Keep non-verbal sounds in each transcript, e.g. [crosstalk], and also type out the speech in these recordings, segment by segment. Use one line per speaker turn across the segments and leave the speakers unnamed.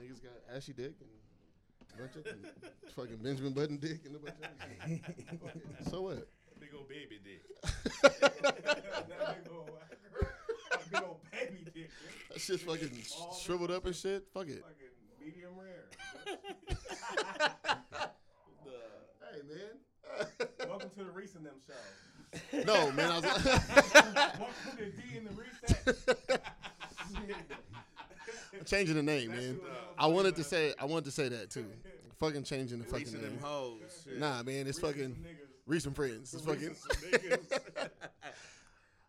Niggas got ashy dick and a bunch of and fucking Benjamin Button dick and a bunch of other shit. Fucking- So what?
Big old baby dick.
[laughs]
That big old, that big old baby dick.
That shit fucking shriveled up and shit. Fuck it.
Fucking medium rare.
Hey man.
Welcome to the Reese and Them show.
no man,
[laughs]
I
Welcome to D and the Reset.
was changing the name, man. I wanted to say I wanted to say that too. Fucking changing the fucking
Reaching them
name.
hoes. shit.
Nah, man, it's [laughs] fucking reach some friends. It's fucking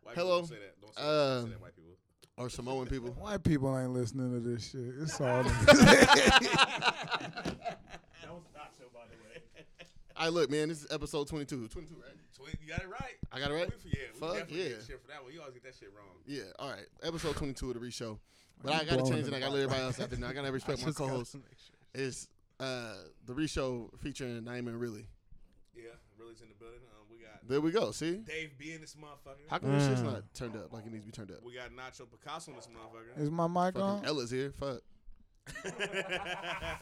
White
Hello.
People don't say that. Don't say, that. Don't say
Um,
that, white people.
or Samoan people.
White people ain't listening to this shit. It's [laughs] all.
That was not so, by the way.
I look, man. This is episode 22. 22, right?
Twin, you got it right.
I got it
We,
right.
yeah, we
Fuck
definitely
yeah.
get shit for that one. You always get that shit wrong.
Yeah, all right. Episode 22 of the re-show. But I got to
blowing
change
it
it. I got to let everybody else out there. know. I
[laughs]
got to respect my co-host. It's uh, the re-show featuring Naima Really.
Yeah, really's in the building. Um, we got
There we go. See?
Dave B in this motherfucker.
How come this shit's
Mm.
not turned up like it needs to be turned up?
we got Nacho Picasso in this motherfucker.
um,
Is my mic
Fucking
on?
Ella's here. Fuck.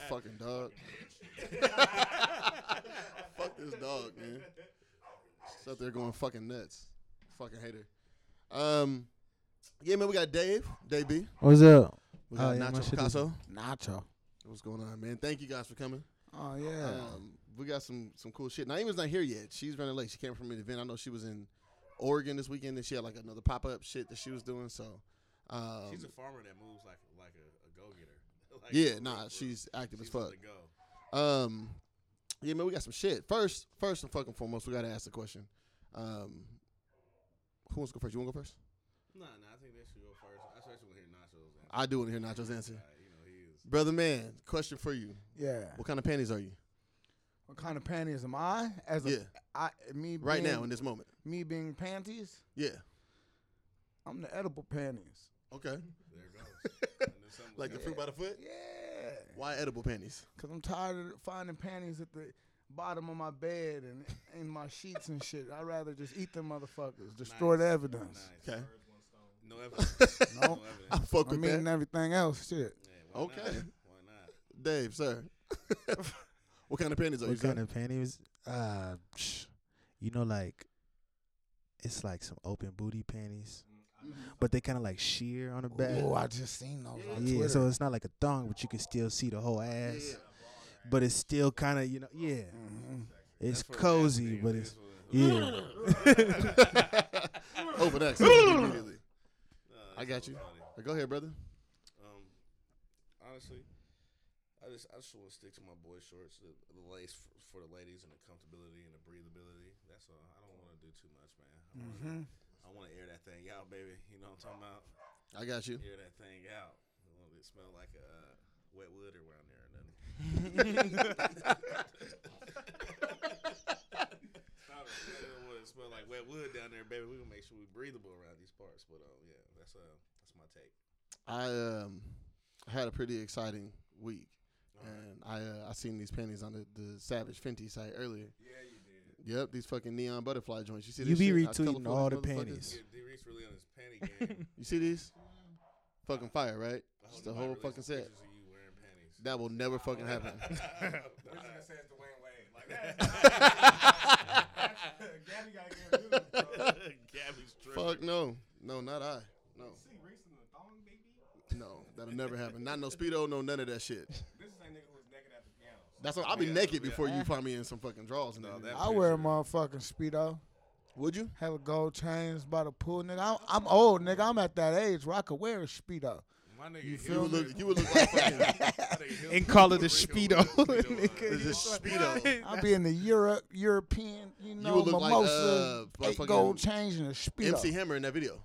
Fucking dog. Fuck this dog, man. She's out there going fucking nuts. Fucking hate her. Um, yeah, man, we got Dave, Dave B.
What's up?
We got
Oh, yeah, my shit
Nacho
is-
Picasso.
Nacho.
What's going on, man? Thank you guys for coming.
Oh yeah.
Um, we got some some cool shit. Naima's not here yet. She's running late. She came from an event. I know she was in Oregon this weekend, and she had like another pop up shit that she was doing. So, um,
She's a farmer that moves like like a, a go [laughs] getter.
yeah, nah, she's active
she's
as fuck.
on the go.
Um, yeah, man, we got some shit. First, first and fucking foremost, we gotta ask the question. Um, who wants to go first? You want to go first?
Nah, nah, I think that should go first. I especially when hear Nacho's. answer.
I do want to hear Nacho's answer,
Uh, you know he is.
brother. Man, question for you:
yeah.
What kind of panties are you
What kind of panties am I? As a
Yeah.
I me
right
being,
now in this moment?
me being panties.
Yeah.
I'm the edible panties.
Okay.
There
[laughs]
it goes. I knew something was
Like the
coming.
fruit by the foot.
Yeah.
Why edible panties?
Cause I'm tired of finding panties at the bottom of my bed and in my sheets and shit. I'd rather just eat them motherfuckers. Destroy the
[laughs]
Nice.
evidence.
Nice.
Okay.
No evidence.
[laughs]
no
No.
I
evidence.
fuck
I
with
mean
that.
everything else. Shit.
Yeah, why
Okay.
Not? Why not?
Dave,
[laughs]
sir. what kind of panties are you?
what kind
Kind
of panties? Uh, psh, you know, like it's like some open booty panties, but they kind of like sheer on the back.
Oh, I just seen those on
yeah,
Twitter.
so it's not like a thong, but you can still see the whole ass. But it's still kind of you know, yeah.
Mm. Mm-hmm.
It's
for a nasty
cozy,
nigga,
but
that's
it's
for-
yeah.
Open
[laughs]
access immediately.
Nah,
I
that's
got
so
you.
funny.
Go ahead, brother.
Um, honestly, I just I just want to stick to my boy shorts, the, the lace f- for the ladies and the comfortability and the breathability. That's all. I don't want to do too much, man. I wanna, I want to air that thing out, baby. You know what I'm talking about?
I got you.
Air that thing out. I don't want it to smell like a uh, wet wood around there or nothing. Stop it. I don't want it to smell like wet wood down there, baby. We gonna make sure we breathable around these parts. But uh, yeah, that's uh, that's my take.
I um had a pretty exciting week, and I uh, I seen these panties on the, the Savage Fenty site earlier. Yeah, you did. Yep, these fucking neon butterfly joints. You see
You
this?
be
shit? I
retweeting
colorful these
all the
motherfuckers. [laughs]
panties.
Yeah, D Reese really on his
[laughs]
panty game.
You see these? Fucking fire, right? Just the
Nobody
whole
really
fucking set.
pictures of you wearing
[laughs]
panties. [laughs]
That will never fucking happen.
We're just gonna say it's Dwayne Wade. Like that. uh, Gabby gotta get rid of it,
[laughs]
bro.
[laughs] Gabby's tripping.
Fuck no, no, not I. No,
See Reese in the thong, baby.
no, that'll never happen. Not no speedo, no none of that shit.
This is that nigga who was naked at the piano.
That's what, I'll be
Oh, Yeah,
naked
yeah.
before you find me in some fucking drawers. and
No,
everything.
that-
I wear a motherfucking speedo.
would you?
Have a gold chains by the pool, nigga. I'm, I'm old, nigga. I'm at that age where I could wear a speedo.
My nigga,
You
Hilton-
would look. You would look like
[laughs]
[laughs]
fucking
my nigga
[laughs]
Hilton
And call it a
Puerto Rican
Speedo,
with a Speedo
nigga.
on.
it's just speedo.
I'll be in the Europe, European, you know,
would look like,
mimosa,
uh,
eight
motherfucking
gold chains and a [laughs] speedo.
MC Hammer in that video.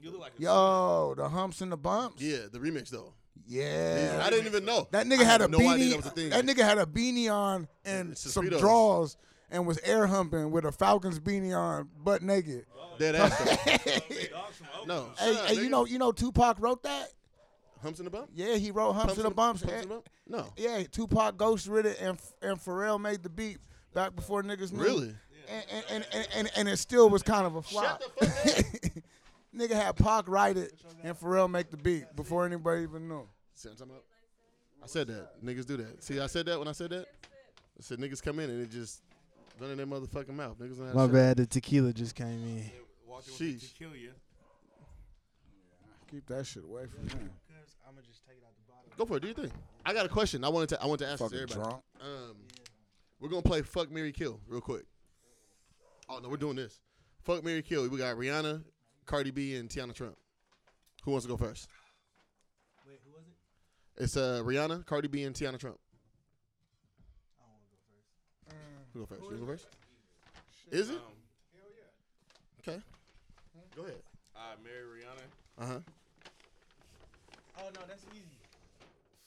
You look like a
Yo, the humps and the bumps.
Yeah, the remix though.
Yeah.
I didn't even know.
That
I
nigga had a
no
beanie.
idea that was a thing.
That nigga had a beanie on and
It's the
some
Speedos.
drawers and was air humping with a Falcons beanie on,
[laughs]
butt naked.
Dead ass.
Speedo. Dogs from
[laughs]
Oakland.
No.
Hey,
Shut up,
hey,
nigga.
you know, you know, Tupac wrote that.
Humps in the bump.
Yeah, he wrote humps and the bumps.
Humps in the bump. No.
Yeah, Tupac ghostwrote it and and Pharrell made the beat back before niggas knew.
Really?
And and, and, and, and and it still was kind of a flop. [laughs] Nigga had Pac write it and Pharrell make the beat before anybody even knew.
See what I'm talking about? I said that. Niggas do that. See, I said that when I said that. I said niggas come in and it just running their motherfucking mouth. Niggas don't have
[laughs] My
shit.
bad. The tequila just came in.
Walking with the
Sheesh.
tequila.
Keep that shit away from me.
I'm gonna just take it out the bottom.
Go for it. Do your thing. I got a question. I wanted to. I want to ask this
Fucking
everybody.
drunk.
Um, we're gonna play Fuck Mary Kill real quick. Oh no, we're doing this. Fuck Mary Kill. We got Rihanna, Cardi B, and Tiana Trump. Who wants to go first?
Wait, who was it?
It's uh Rihanna, Cardi B, and Tiana Trump.
I don't want to go first.
Who go first? You go first. Is it?
Um,
Okay. Go ahead.
I marry Rihanna.
Uh huh.
Oh no, that's easy.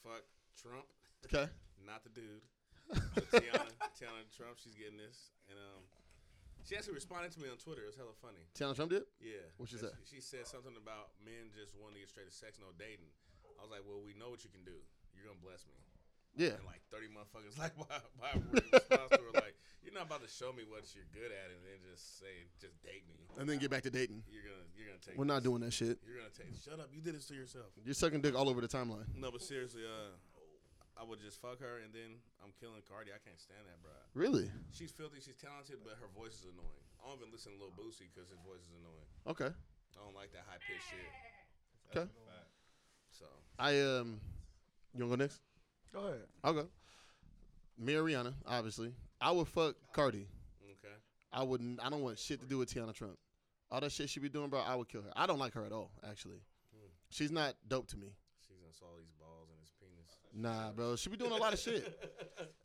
Fuck Trump.
Okay.
Not the dude.
[laughs]
But Tiana, Tiana Trump, she's getting this. And um, she actually responded to me on Twitter. It was hella funny.
Tiana Trump did.
Yeah.
What she
that
said?
She, she said something about men just wanting to get straight to sex, no dating. I was like, well, we know what you can do. You're going to bless me.
Yeah.
And like 30 motherfuckers, [laughs] like, my, my response to her, like, you're not about to show me what you're good at and then just say, just date me.
And then get back to dating.
You're going to you're gonna take
We're not doing that shit.
You're going to take Shut up. You did this to yourself.
You're sucking dick all over the timeline.
No, but seriously, uh, I would just fuck her and then I'm killing Cardi. I can't stand that, bro.
Really?
She's filthy. She's talented, but her voice is annoying. I don't even listen to Lil Boosie because his voice is annoying.
Okay.
I don't like that high pitched shit.
Okay.
So
I um. You wanna go next?
Go ahead.
I'll go. Me or Rihanna, obviously. I would fuck Cardi.
okay,
I wouldn't. I don't want shit to do with Tiana Trump. All that shit she be doing, bro. I would kill her. I don't like her at all. Actually, she's not dope to me.
she's gonna saw these balls and his penis.
Nah, bro. She be doing a lot of shit.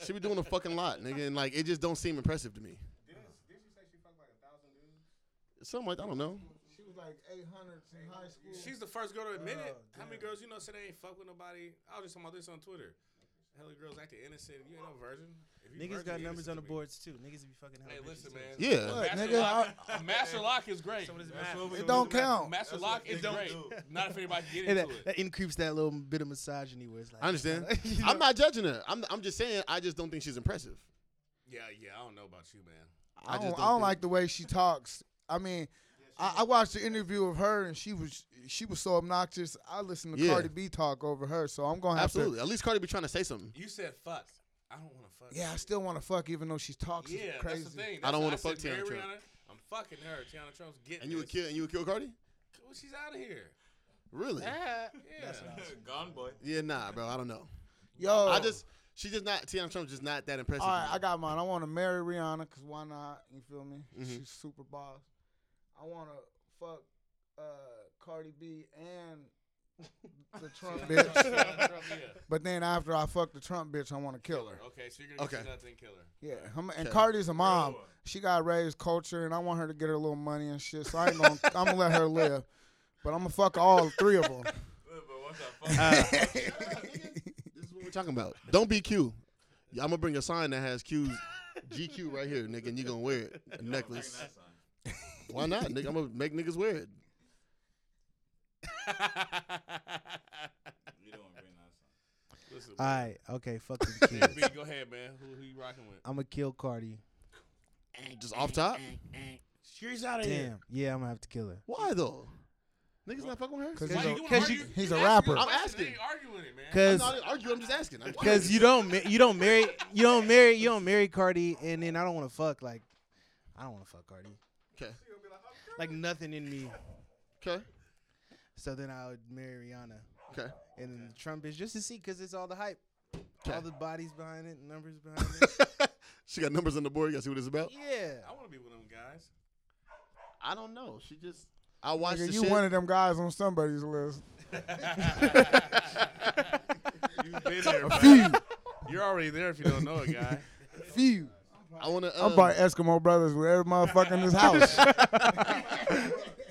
She be doing a fucking lot, nigga, and like it just don't seem impressive to me.
Didn't, didn't she say she fucked like a thousand dudes?
Something like I don't know.
She was like 800 in high school.
She's the first girl to admit it.
Oh,
How many
damn.
girls you know said they ain't fuck with nobody? I was just talking about this on Twitter. Hella girls acting innocent. You ain't no virgin. If you
Niggas
virgin,
got
you
numbers
innocent
on the
to me.
boards too. Niggas be fucking
Hey,
hella bitches,
listen,
too.
man.
Yeah.
Look,
Master,
nigga,
lock, [laughs] Master Lock is great.
Some of this
That's
math.
what we-
It don't
that's what-
count.
Master Lock is
niggas
great. Not if anybody get
And
into
that,
it.
that increases that little bit of misogyny where it's like
I
[laughs]
understand.
You know?
I'm not judging her. I'm. I'm just saying. I just don't think she's impressive.
Yeah, yeah. I don't know about you, man.
I
I
just
don't, I
don't
don't
think-
like the way she talks. I mean, I, I watched the interview of her and she was she was so obnoxious. I listened to
Yeah.
Cardi B talk over her, so I'm gonna have
Absolutely. At least Cardi be trying to say something.
You said fuck. I don't want to fuck.
to. Yeah, I still want to fuck even though she talks
Yeah,
crazy.
that's the thing. That's
I don't
why
wanna fuck
said,
Tiana
marry
Trump.
Rihanna. I'm fucking her. Tiana Trump's getting.
And you would
this.
kill. And you would kill Cardi.
Well, she's out of
[laughs]
here.
Really?
Yeah.
Gone boy.
Yeah. Nah, bro. I don't know.
Yo,
I just. She just not. Tiana Trump's just not that impressive.
Oh. all right.
to me.
I got mine. I want to marry Rihanna because why not? You feel me?
Mhm.
She's super boss. I want to fuck uh, Cardi B and the Trump bitch.
Tiana Trump, yeah.
But then after I fuck the Trump bitch, I want to kill her.
Okay, so you're gonna okay.
Okay.
nothing killer.
Yeah, I'm, and
Okay.
Cardi's a mom. She got raised culture, and I want her to get her little money and shit. So I ain't gonna, [laughs] I'm gonna let her live, but I'm gonna fuck all three of them.
This is what we're talking about. Don't be Q. I'm gonna bring a sign that has Q's GQ right here, nigga, and you gonna wear it. A necklace.
[laughs]
Why not, nigga? I'm gonna make niggas wear it.
You don't bring that sign.
Listen,
[laughs]
Uh,
All right. Okay.
[laughs]
Fuck the
man, [laughs]
kids.
B, go ahead, man. Who, who you rocking with?
I'm gonna kill Cardi.
Just off top.
She's out of here.
Damn. Yeah, I'm gonna have to kill her.
Why though? Niggas not fucking with her.
'Cause
Why
he's
you-
a-
you
Cause
argue-
you-
he's a
asking
rapper.
a
I'm
question,
asking.
ain't arguing it, man.
I'm
Cause
not even arguing. I'm just asking. I'm-
Cause you don't ma- you don't marry you don't marry you don't marry Cardi and then I don't want to fuck like I don't want to fuck Cardi
okay.
like nothing in me.
Okay.
So then I would marry Rihanna
Okay.
and then the Trump is just to see because it's all the hype,
Okay.
all the bodies behind it,
[laughs]
numbers behind it.
she got numbers on the board. You gotta see what it's about.
yeah,
I want to be with them guys.
I don't know. She just. I watched
Nigga,
the
you
shit.
one of them guys on somebody's list.
You've been there.
Few,
bro. You're already there if you don't know it,
[laughs]
guy.
few.
I wanna. Um,
I'm probably Eskimo brothers with every motherfucker in
[laughs]
this house.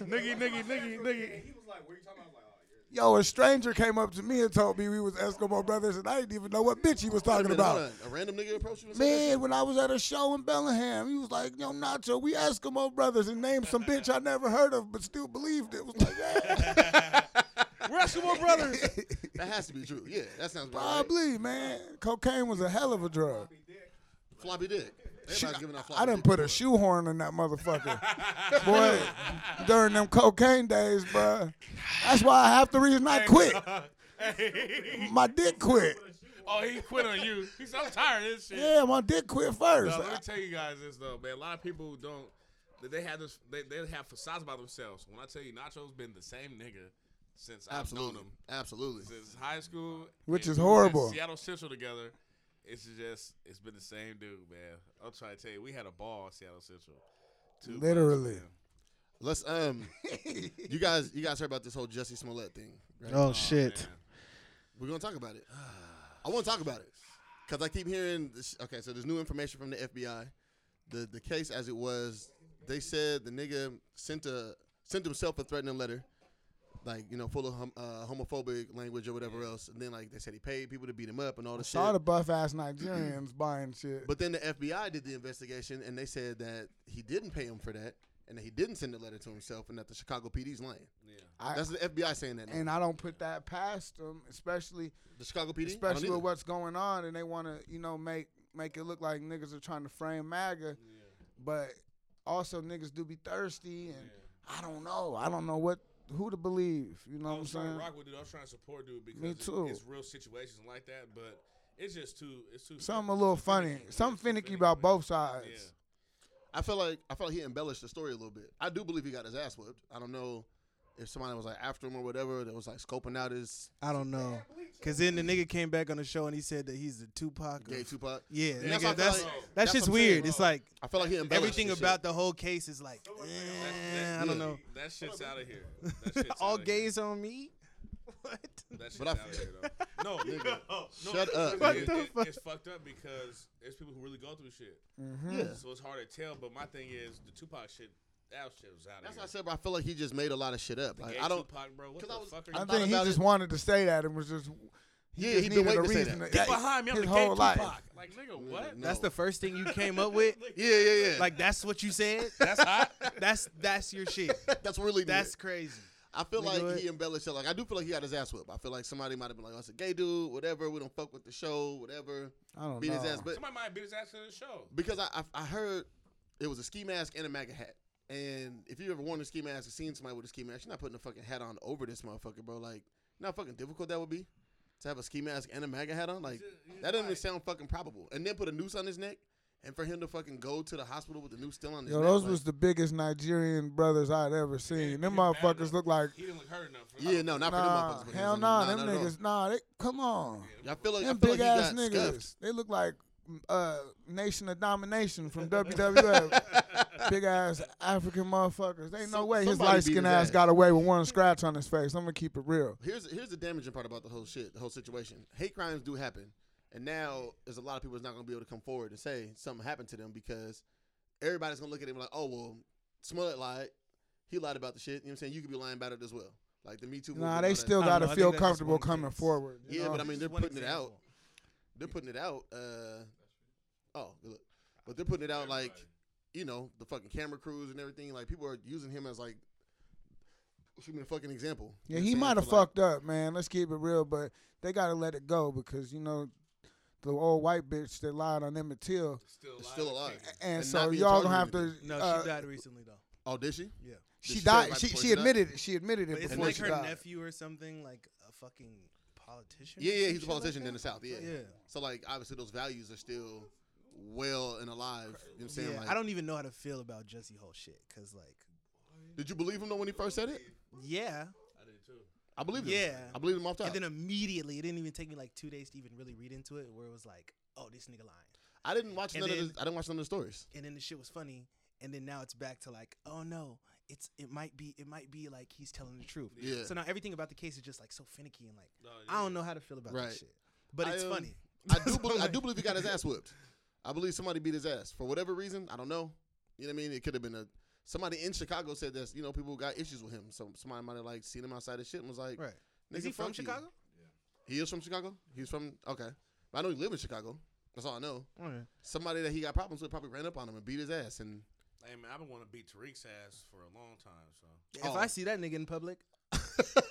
nigga, nigga, nigga, nigga.
He was like, "What are you talking about?" I was like, "Oh, you're
Yo, a stranger came up to me and told me we was Eskimo brothers, and I didn't even know what bitch he was
wait a
talking
minute,
about.
hold on. A random nigga approached you. and said that shit?
Man, when I was at a show in Bellingham, he was like, "Yo, Nacho, we Eskimo brothers," and named some bitch I never heard of, but still believed it. Was like, yeah,
That has to be true. Yeah, that sounds about right.
[laughs] probably, man. Cocaine was a hell of a drug.
Floppy dick. Everybody's giving out floppy
I done
dick
put a
before.
shoehorn in that motherfucker, boy. During them cocaine days,
[laughs]
bruh. That's why I half the reason I quit. My dick quit.
Oh, he quit on you. He said, I'm tired of this shit.
Yeah, my dick quit first.
No, let me tell you guys this though, man. A lot of people who don't that they have this they, they have facades about themselves. When I tell you Nacho's been the same nigga since I've
Absolutely.
known him.
Absolutely.
Since high school.
Which
and we was
is
at
horrible.
Seattle Central together. It's just it's been the same dude, man. I'm trying to tell you, we had a ball at Seattle Central. Two months,
Literally.
man.
Let's um you guys you guys heard about this whole Jesse Smollett thing, right?
Oh, shit.
man.
We're gonna talk about it. I want to talk about it because I keep hearing. This, okay, so there's new information from the FBI. The the case as it was, they said the nigga sent a sent himself a threatening letter, like you know, full of hom- uh, homophobic language or whatever else. And then like they said he paid people to beat him up and all
I
this
saw
shit.
the buff ass Nigerians buying shit.
But then the FBI did the investigation and they said that he didn't pay him for that and that he didn't send the letter to himself and that the Chicago PD's lying.
I-
That's the FBI saying that. now.
and I don't put that past them, especially
the Chicago PD, I don't
especially
either.
with what's going on, and they want to you know make make it look like niggas are trying to frame MAGA, but also niggas do be thirsty, and I don't know, I don't know what who to believe. You know
I
what I'm
was trying to
saying?
rock with dude. I was trying to support dude because
Me
it-
too.
it's real situations like that, but it's just too it's too
Something a little funny, something finicky about both sides.
Yeah.
I feel like I felt like he embellished the story a little bit. I do believe he got his ass whipped. I don't know if somebody was like after him or whatever that was like scoping out his
I don't know. Cause then the nigga came back on the show and he said that he's the Tupac.
gay
Of,
Tupac.
yeah,
And
nigga,
that's why I feel
that's that's,
like- that's
just
what I'm saying,
weird. It's like
I feel like he embellished
everything
the shit.
about the whole case is like,
That-
eh,
that-
I don't
yeah.
know.
That shit's out of here.
[laughs]
That shit's
[laughs] All
outta here.
gays on me. [laughs] What?
That shit's
But I-
out of here,
[laughs]
though. No, nigga.
Shut up.
What
nigga.
the fuck? It's fucked up because there's people who really go through shit.
Yeah.
So it's hard to tell. But my thing is, the Tupac shit, that shit was out of
That's what
here.
I said, but I feel like he just made a lot of shit up.
The
Like,
gay
I don't.
Tupac, bro. What
'cause
the
I was-
fuck are
I
I
you
thought
think he
about
just
it-
wanted to say that and was just
Yeah,
just
he been
needed
waiting to say that.
Get behind me. I'm
his
the gay
whole life.
Tupac. Like, nigga, what?
No.
That's the first [laughs] thing you came up with.
Yeah, yeah, yeah.
Like that's what you said. [laughs] That's hot. That's that's your [laughs] shit.
[laughs] that's really.
That's
That's.
crazy.
I feel
nigga,
like
what?
he embellished it. Like I do feel like he got his ass whipped. I feel like somebody might have been like, "Oh, it's a gay dude, whatever. We don't fuck with the show, whatever."
I
Oh,
don't
Beat
know.
his ass, but
Somebody might beat his ass in the show.
because I, I I heard it was a ski mask and a MAGA hat. And if you ever worn a ski mask or seen somebody with a ski mask, you're not putting a fucking hat on over this motherfucker, bro. Like, you know how fucking difficult that would be to have a ski mask and a MAGA hat on. Like, that doesn't even sound fucking probable. And then put a noose on his neck, and for him to fucking go to the hospital with the noose still on his
Yo,
neck.
those
like-
was the biggest Nigerian brothers I'd ever seen. Them motherfuckers look like
He didn't look hurt enough. for
yeah, no, not
nah,
for them motherfuckers. but it was
hell
on-
nah, them
not at all.
niggas, nah, they come on.
I feel like I
Them
feel like
big
he
ass
got
niggas.
scuffed.
They look like uh, Nation of Domination [laughs] from WWF. [laughs] big ass African motherfuckers. Ain't no
Some-
way his
somebody
light
beat his
skin ass
ass.
got away with one scratch on his face. I'm gonna keep it real.
Here's here's the damaging part about the whole shit, the whole situation. Hate crimes do happen, and now there's a lot of people that's not gonna be able to come forward and say something happened to them because everybody's gonna look at him like, oh well, Smollett lied, he lied about the shit. You know what I'm saying? You could be lying about it as well, like the Me Too. movement and
Nah,
all
they
that.
still
I don't
gotta
know. I
feel
think that's just
comfortable
one
coming
case.
forward. you
Yeah,
know?
but I mean,
Just
they're
one
putting it out.
example.
They're putting it out. Uh, oh, good look, but they're putting it out like, you know, the fucking camera crews and everything. Like people are using him as like, excuse me, a fucking example. You know
Yeah,
what
he
I'm saying?
might have
For, like-
fucked up, man. Let's keep it real, but they gotta let it go because you know the old white bitch that lied on Emmett Till,
Still,
It's still alive.
and,
And not
so
being charged
y'all gonna have
with
to.
No,
uh,
she died recently though.
Oh, did she?
Yeah,
Did
She
she die
died.
right
She
before
she
she died?
admitted it. She admitted
but
it
it's
before
before
like
she
her
died.
nephew or something, like a fucking politician.
Yeah,
or
yeah,
some
he's a
shit
politician
like
in the South. Yeah.
Yeah.
So like, obviously, those values are still well and alive. You know what I'm
that.
saying?
Yeah,
like,
I don't even know how to feel about Jesse whole shit, cause like,
Did you believe him though when he first said it?
yeah,
I believed him.
Yeah.
I believed him off top.
and then immediately it didn't even take me like two days to even really read into it, where it was like, oh, this nigga lying,
I didn't watch
and
none
then-
of. The, I didn't watch none of the
[laughs]
stories.
and then the shit was funny, and then now it's back to like, oh no, it's it might be it might be like he's telling the truth.
Yeah.
So now everything about the case is just like so finicky and like
No,
I don't know how to feel about
Right.
that shit, but
I,
it's
um,
funny.
I do. believe, I do believe he got his ass whipped. I believe somebody beat his ass for whatever reason. I don't know. You know what I mean? It could have been a somebody in Chicago said that you know people got issues with him. So somebody might have like seen him outside of shit and was like,
Right.
"Nigga,
Is he from
fuck you."
Chicago?
He is from Chicago. He's from okay. I know he live in Chicago. That's all I know.
Okay.
Somebody that he got problems with probably ran up on him and beat his ass and.
Hey man, I've been wanting to beat Tariq's ass for a long time. So
If
Oh.
I see that nigga in public,
[laughs]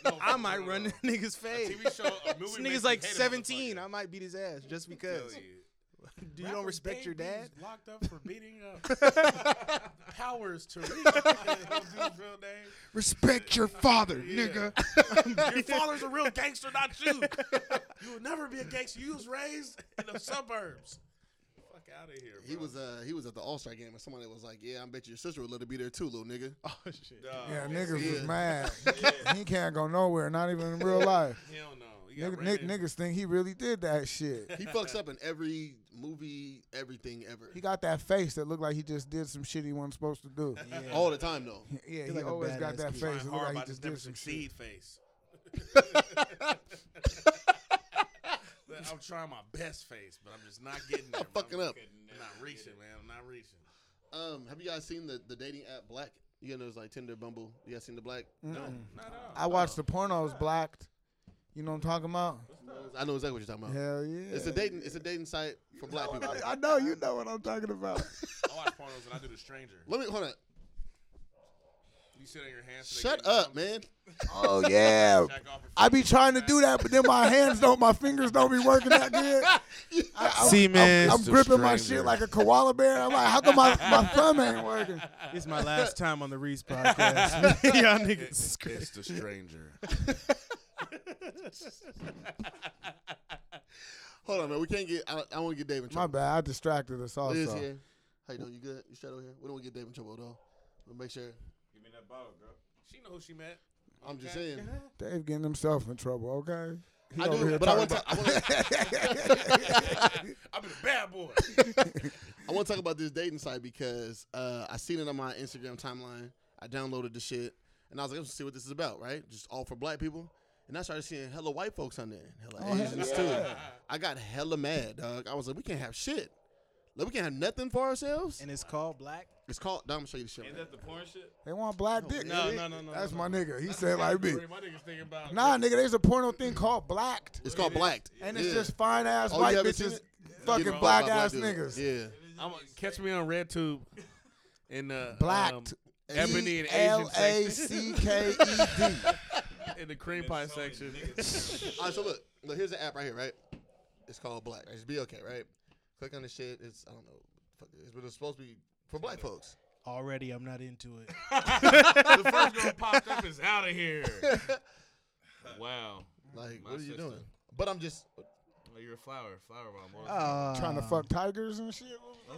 No,
I
no,
might
no,
run
no.
the nigga's
A
fade.
TV show, a movie
This
makes
nigga's
you
like
hate a
17.
motherfucker.
I might beat his ass just because.
Hell yeah.
Do you don't
Rapper
respect your
Baby's
dad?
[laughs] Locked up for beating up. [laughs] Powers to reach. [laughs] Dude's real name.
Respect your father,
Yeah.
nigga.
[laughs]
Your father's a real gangster, not you. You would never be a gangster. You was raised in the suburbs. Fuck out of here.
He
bro.
was uh he was at the All Star game and somebody was like, "Yeah, I bet your sister would love to be there too, little
[laughs]
nigga."
Oh shit.
Nah,
Yeah,
man.
niggas was
[laughs]
Yeah.
mad. He can't go nowhere, not even in real life.
Hell no. He got
Nigga,
ran
nick,
in-
niggas think he really did that shit.
[laughs]
He fucks up in every movie, everything ever,
He got that face that looked like he just did some shit he wasn't supposed to do.
Yeah.
all the time
[laughs]
though.
Yeah, he
like a
always got
badass
that
kid.
face.
trying
It
hard,
looked
but
like he
I
just
never
did some shit.
succeed
[laughs]
face. But I'm trying my best face, but I'm just not getting
[laughs]
there.
I'm fucking up.
I'm not reaching, man. I'm not reaching.
Um, have you guys seen the, the dating app Black? You know, it's like Tinder, Bumble. You guys seen the Black?
Mm.
No, not at
[laughs]
all.
I watched the pornos blacked. You know what I'm talking about?
I know exactly what you're talking about.
Hell yeah.
It's a dating it's a dating site for black people.
I know you know what I'm talking about.
I watch pornos and I do the stranger.
Let me hold on.
You sit on your hands. so they
Shut
get numb,
up, man.
oh yeah.
jack off and
I be trying to do that, but then my hands don't, my fingers don't be working that good. I, I-
See,
I'm-
man.
I'm,
It's a
gripping my shit
stranger.
like a koala bear. I'm like, how come my, my thumb ain't working?
It's my last time on the Reese podcast.
[laughs]
[laughs]
Y'all niggas is crazy.
It's the
[laughs]
stranger.
Hold on, man. We can't get. I, I want to get Dave in
My
trouble.
bad, I distracted us
Liz
also.
here. How you doing? You good? You straight over here? We don't want to get Dave in trouble though. We'll make sure.
Give me that bottle, girl. She know who she met.
I'm just
Okay.
saying.
[laughs]
Dave getting himself in trouble, okay? He
I
over
do,
here
but I
talking
want to.
about-
I want to.
I'm a bad [laughs] boy.
I want to talk about this dating site because uh, I seen it on my Instagram timeline. I downloaded the shit and I was like, let's see what this is about, right? Just all for black people. And I started seeing hella white folks on there, and
Oh,
hella Asians too. I got hella mad, dog. I was like, we can't have shit. Like we can't have nothing for ourselves.
And it's called black.
It's called. Dom, I'm gonna show you the shit.
Ain't
right
that the porn shit?
They want black dick.
No, no, no, no.
That's
no.
my nigga. He said like me.
My niggas thinking about
Nah, nigga, there's a porno thing called blacked.
now. It's called Blacked.
And it's
Yeah.
just fine ass
Oh, you
white
haven't seen
bitches,
it? Get
fucking
fucked
black
by
ass
dude.
niggas.
Yeah.
I'm, catch me on RedTube. In the um,
Blacked.
ebony and Asian
L A
section.
C K E D.
in the cream pie section. [laughs]
All right, so look, look, here's the app right here, right? It's called Black. It's be okay, right? Click on the shit. It's I don't know, fuck it is, but it's supposed to be for black folks.
Already, I'm not into
[laughs]
it.
the first girl popped up is out of here. Wow.
Like, what
My
are you
sister.
doing? But I'm just
Oh, you're a flower, flower bomb.
[laughs] Trying to fuck tigers and shit.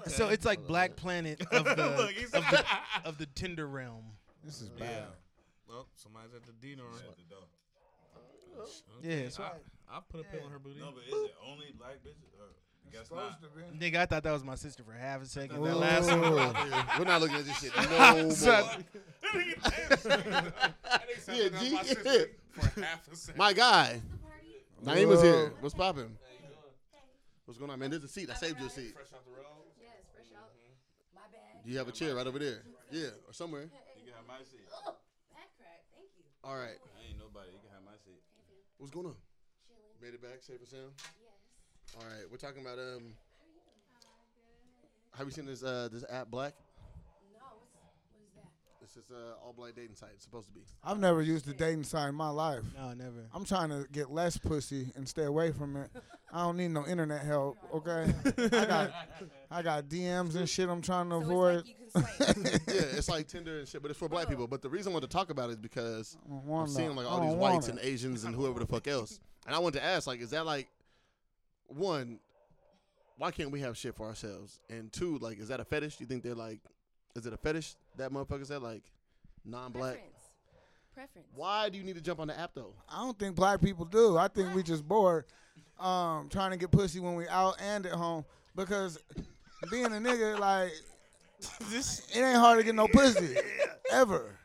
Uh, So
[laughs]
it's like [laughs] Black Planet of the,
Look, he's-
of the of the Tinder realm.
This is bad.
yeah. [laughs] Well, somebody's at the dinner.
Yeah, that's right.
I, will put a pill in her booty.
No, but is it only black bitches? Or, guess not.
[laughs]
Nigga, I thought that was my sister for half a second. That
Ooh.
last one.
we're
[laughs]
not looking at this shit no more.
Son,
[laughs]
Yeah, G- yeah.
for half a second.
My guy, Naeem was here. What's poppin'? What's going on, man? There's a seat. I saved you a seat.
Fresh off the road.
Yes, fresh out.
Mm-hmm.
My bad.
You have a chair right over there. Yeah, or somewhere.
You can have my seat.
Oh, back crack. Thank you.
All right.
I ain't nobody. You can have my seat.
What's going on?
Chilling.
Made it back, safe and sound.
Yes.
All right, we're talking about um. Have you seen this uh this app Black?
No, what's, what is that?
It's just uh all black dating site. It's supposed to be. [laughs]
I've never used a dating site in my life.
no, never.
I'm trying to get less pussy and stay away from it. I don't need no internet help, okay? I got I got DMs and shit I'm trying to avoid.
So
[laughs]
it's like you can swipe.
yeah, it's like Tinder and shit, but it's for black people. But the reason I want to talk about it is because
I don't
I'm
want
seeing
that.
like
I
all these
don't want
whites
it.
and Asians and whoever the fuck else. And I want to ask, like, is that like one, why can't we have shit for ourselves? And two, like, is that a fetish? You think they're like is it a fetish that motherfucker said like non black?
Preference. Preference.
Why do you need to jump on the app though?
I don't think black people do. I think we just bored um, trying to get pussy when we out and at home because being a nigga, like, it ain't hard to get no pussy ever.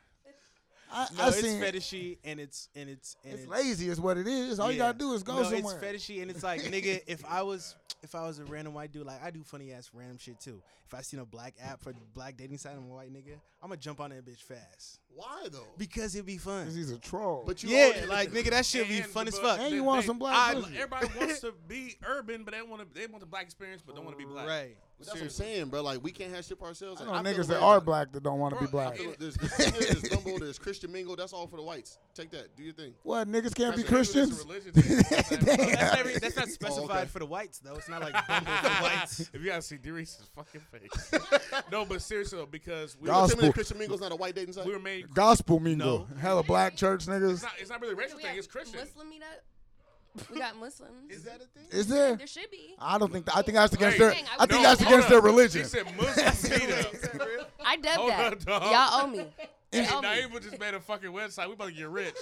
I,
No,
I
it's
seen
fetishy and it's and it's and
it's lazy is what it is. All you
Yeah.
gotta do is go
no,
somewhere.
It's fetishy, and it's
[laughs]
like, nigga, if I was if I was a random white dude, like I do funny ass random shit too. If I seen a black app for black dating site, I'm a white nigga. I'm gonna jump on that bitch fast
Why though?
because it'd be fun.
'Cause he's a troll.
But you
[laughs]
yeah,
already-
like nigga, that shit be
And
fun
the
as
bu-
fuck.
And
they-
you want
they-
some black
I-
pussy. [laughs]
Everybody wants to be urban, but they want to. They want the black experience, but don't want to be black.
Right.
that's what I'm saying, bro. Like we can't have shit for ourselves.
I know
Like, feel
niggas
the way
that are
about it.
black that don't want to be
Bro, I
black. [laughs]
feel-
There's, there's Tinder, there's Bumble, there's Christian Mingle. That's all for the whites. Take that. Do your thing.
What niggas can't be
That's a- that's a
Christians?
religion thing.
Damn. [laughs]
That's every-
Oh, That's,
[laughs]
that's not specified
okay.
for the whites though. It's not like Bumble for whites.
If you gotta see Derice's fucking face.
[laughs]
no, but seriously, though, because we
You gonna
were,
tell me that
Gospel.
Christian Mingle's not a white dating site.
we were made.
Gospel mingle.
No.
Hella black church
It's
niggas.
not, it's not really a racial
We
thing.
got
It's Christian.
[laughs]
Muslim meetup. We got Muslims.
Is that a thing?
Is there?
There should be.
I don't think. Th- I think that's against
Hey,
their.
dang, I
I think
was-
that's
hold
against
up.
their religion.
She said
[laughs]
Muslim meetup.
I dubbed
Hold
that.
on, dog.
Y'all
[laughs]
owe me. They owe
Now
me.
Ava just made a fucking website. We about to get rich.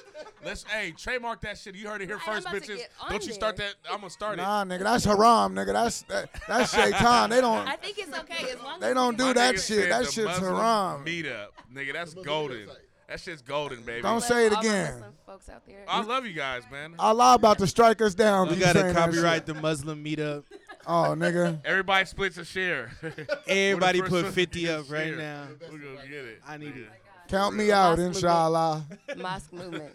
Let's hey trademark that shit. You heard it here
Right, I'm
first,
about to
bitches.
get on
Don't you start
there.
that? I'm gonna start it.
Nah, nigga, that's haram, nigga. That's that, that's shaitan. They don't.
[laughs] I think it's okay as long as
They don't
we
do
can-
that
nigga
shit.
said
That
the
shit's
Muslim
haram.
Meetup, nigga. That's
Muslim
golden.
meetup site.
That shit's golden, baby.
Don't
But
say it
all my
again.
Muslim folks out there.
I love you guys, man.
Allah about to strike us down.
You
for
gotta
saying that
copyright
shit.
the Muslim meetup.
Oh, nigga.
Everybody splits a [laughs] share.
Everybody
first
put
one to
50
get
up right
shared.
now.
we gonna get it.
I need
nigga.
it.
Count
[laughs]
me out,
Absolutely.
inshallah.
[laughs]
[laughs]
mosque movement.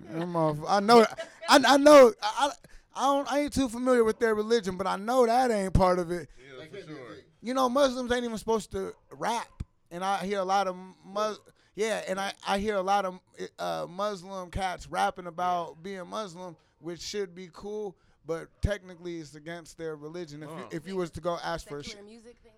Them motherf- I know. I, I know. I, I don't. I ain't too familiar with their religion, but I know that ain't part of it.
Yeah, for sure.
You know, Muslims ain't even supposed to rap, and I hear a lot of Mus. Yeah, and I, I hear a lot of uh, Muslim cats rapping about being Muslim, which should be cool, but technically it's against their religion. If you,
Oh.
if you was to go ask for
Secular
a shit,
music thing.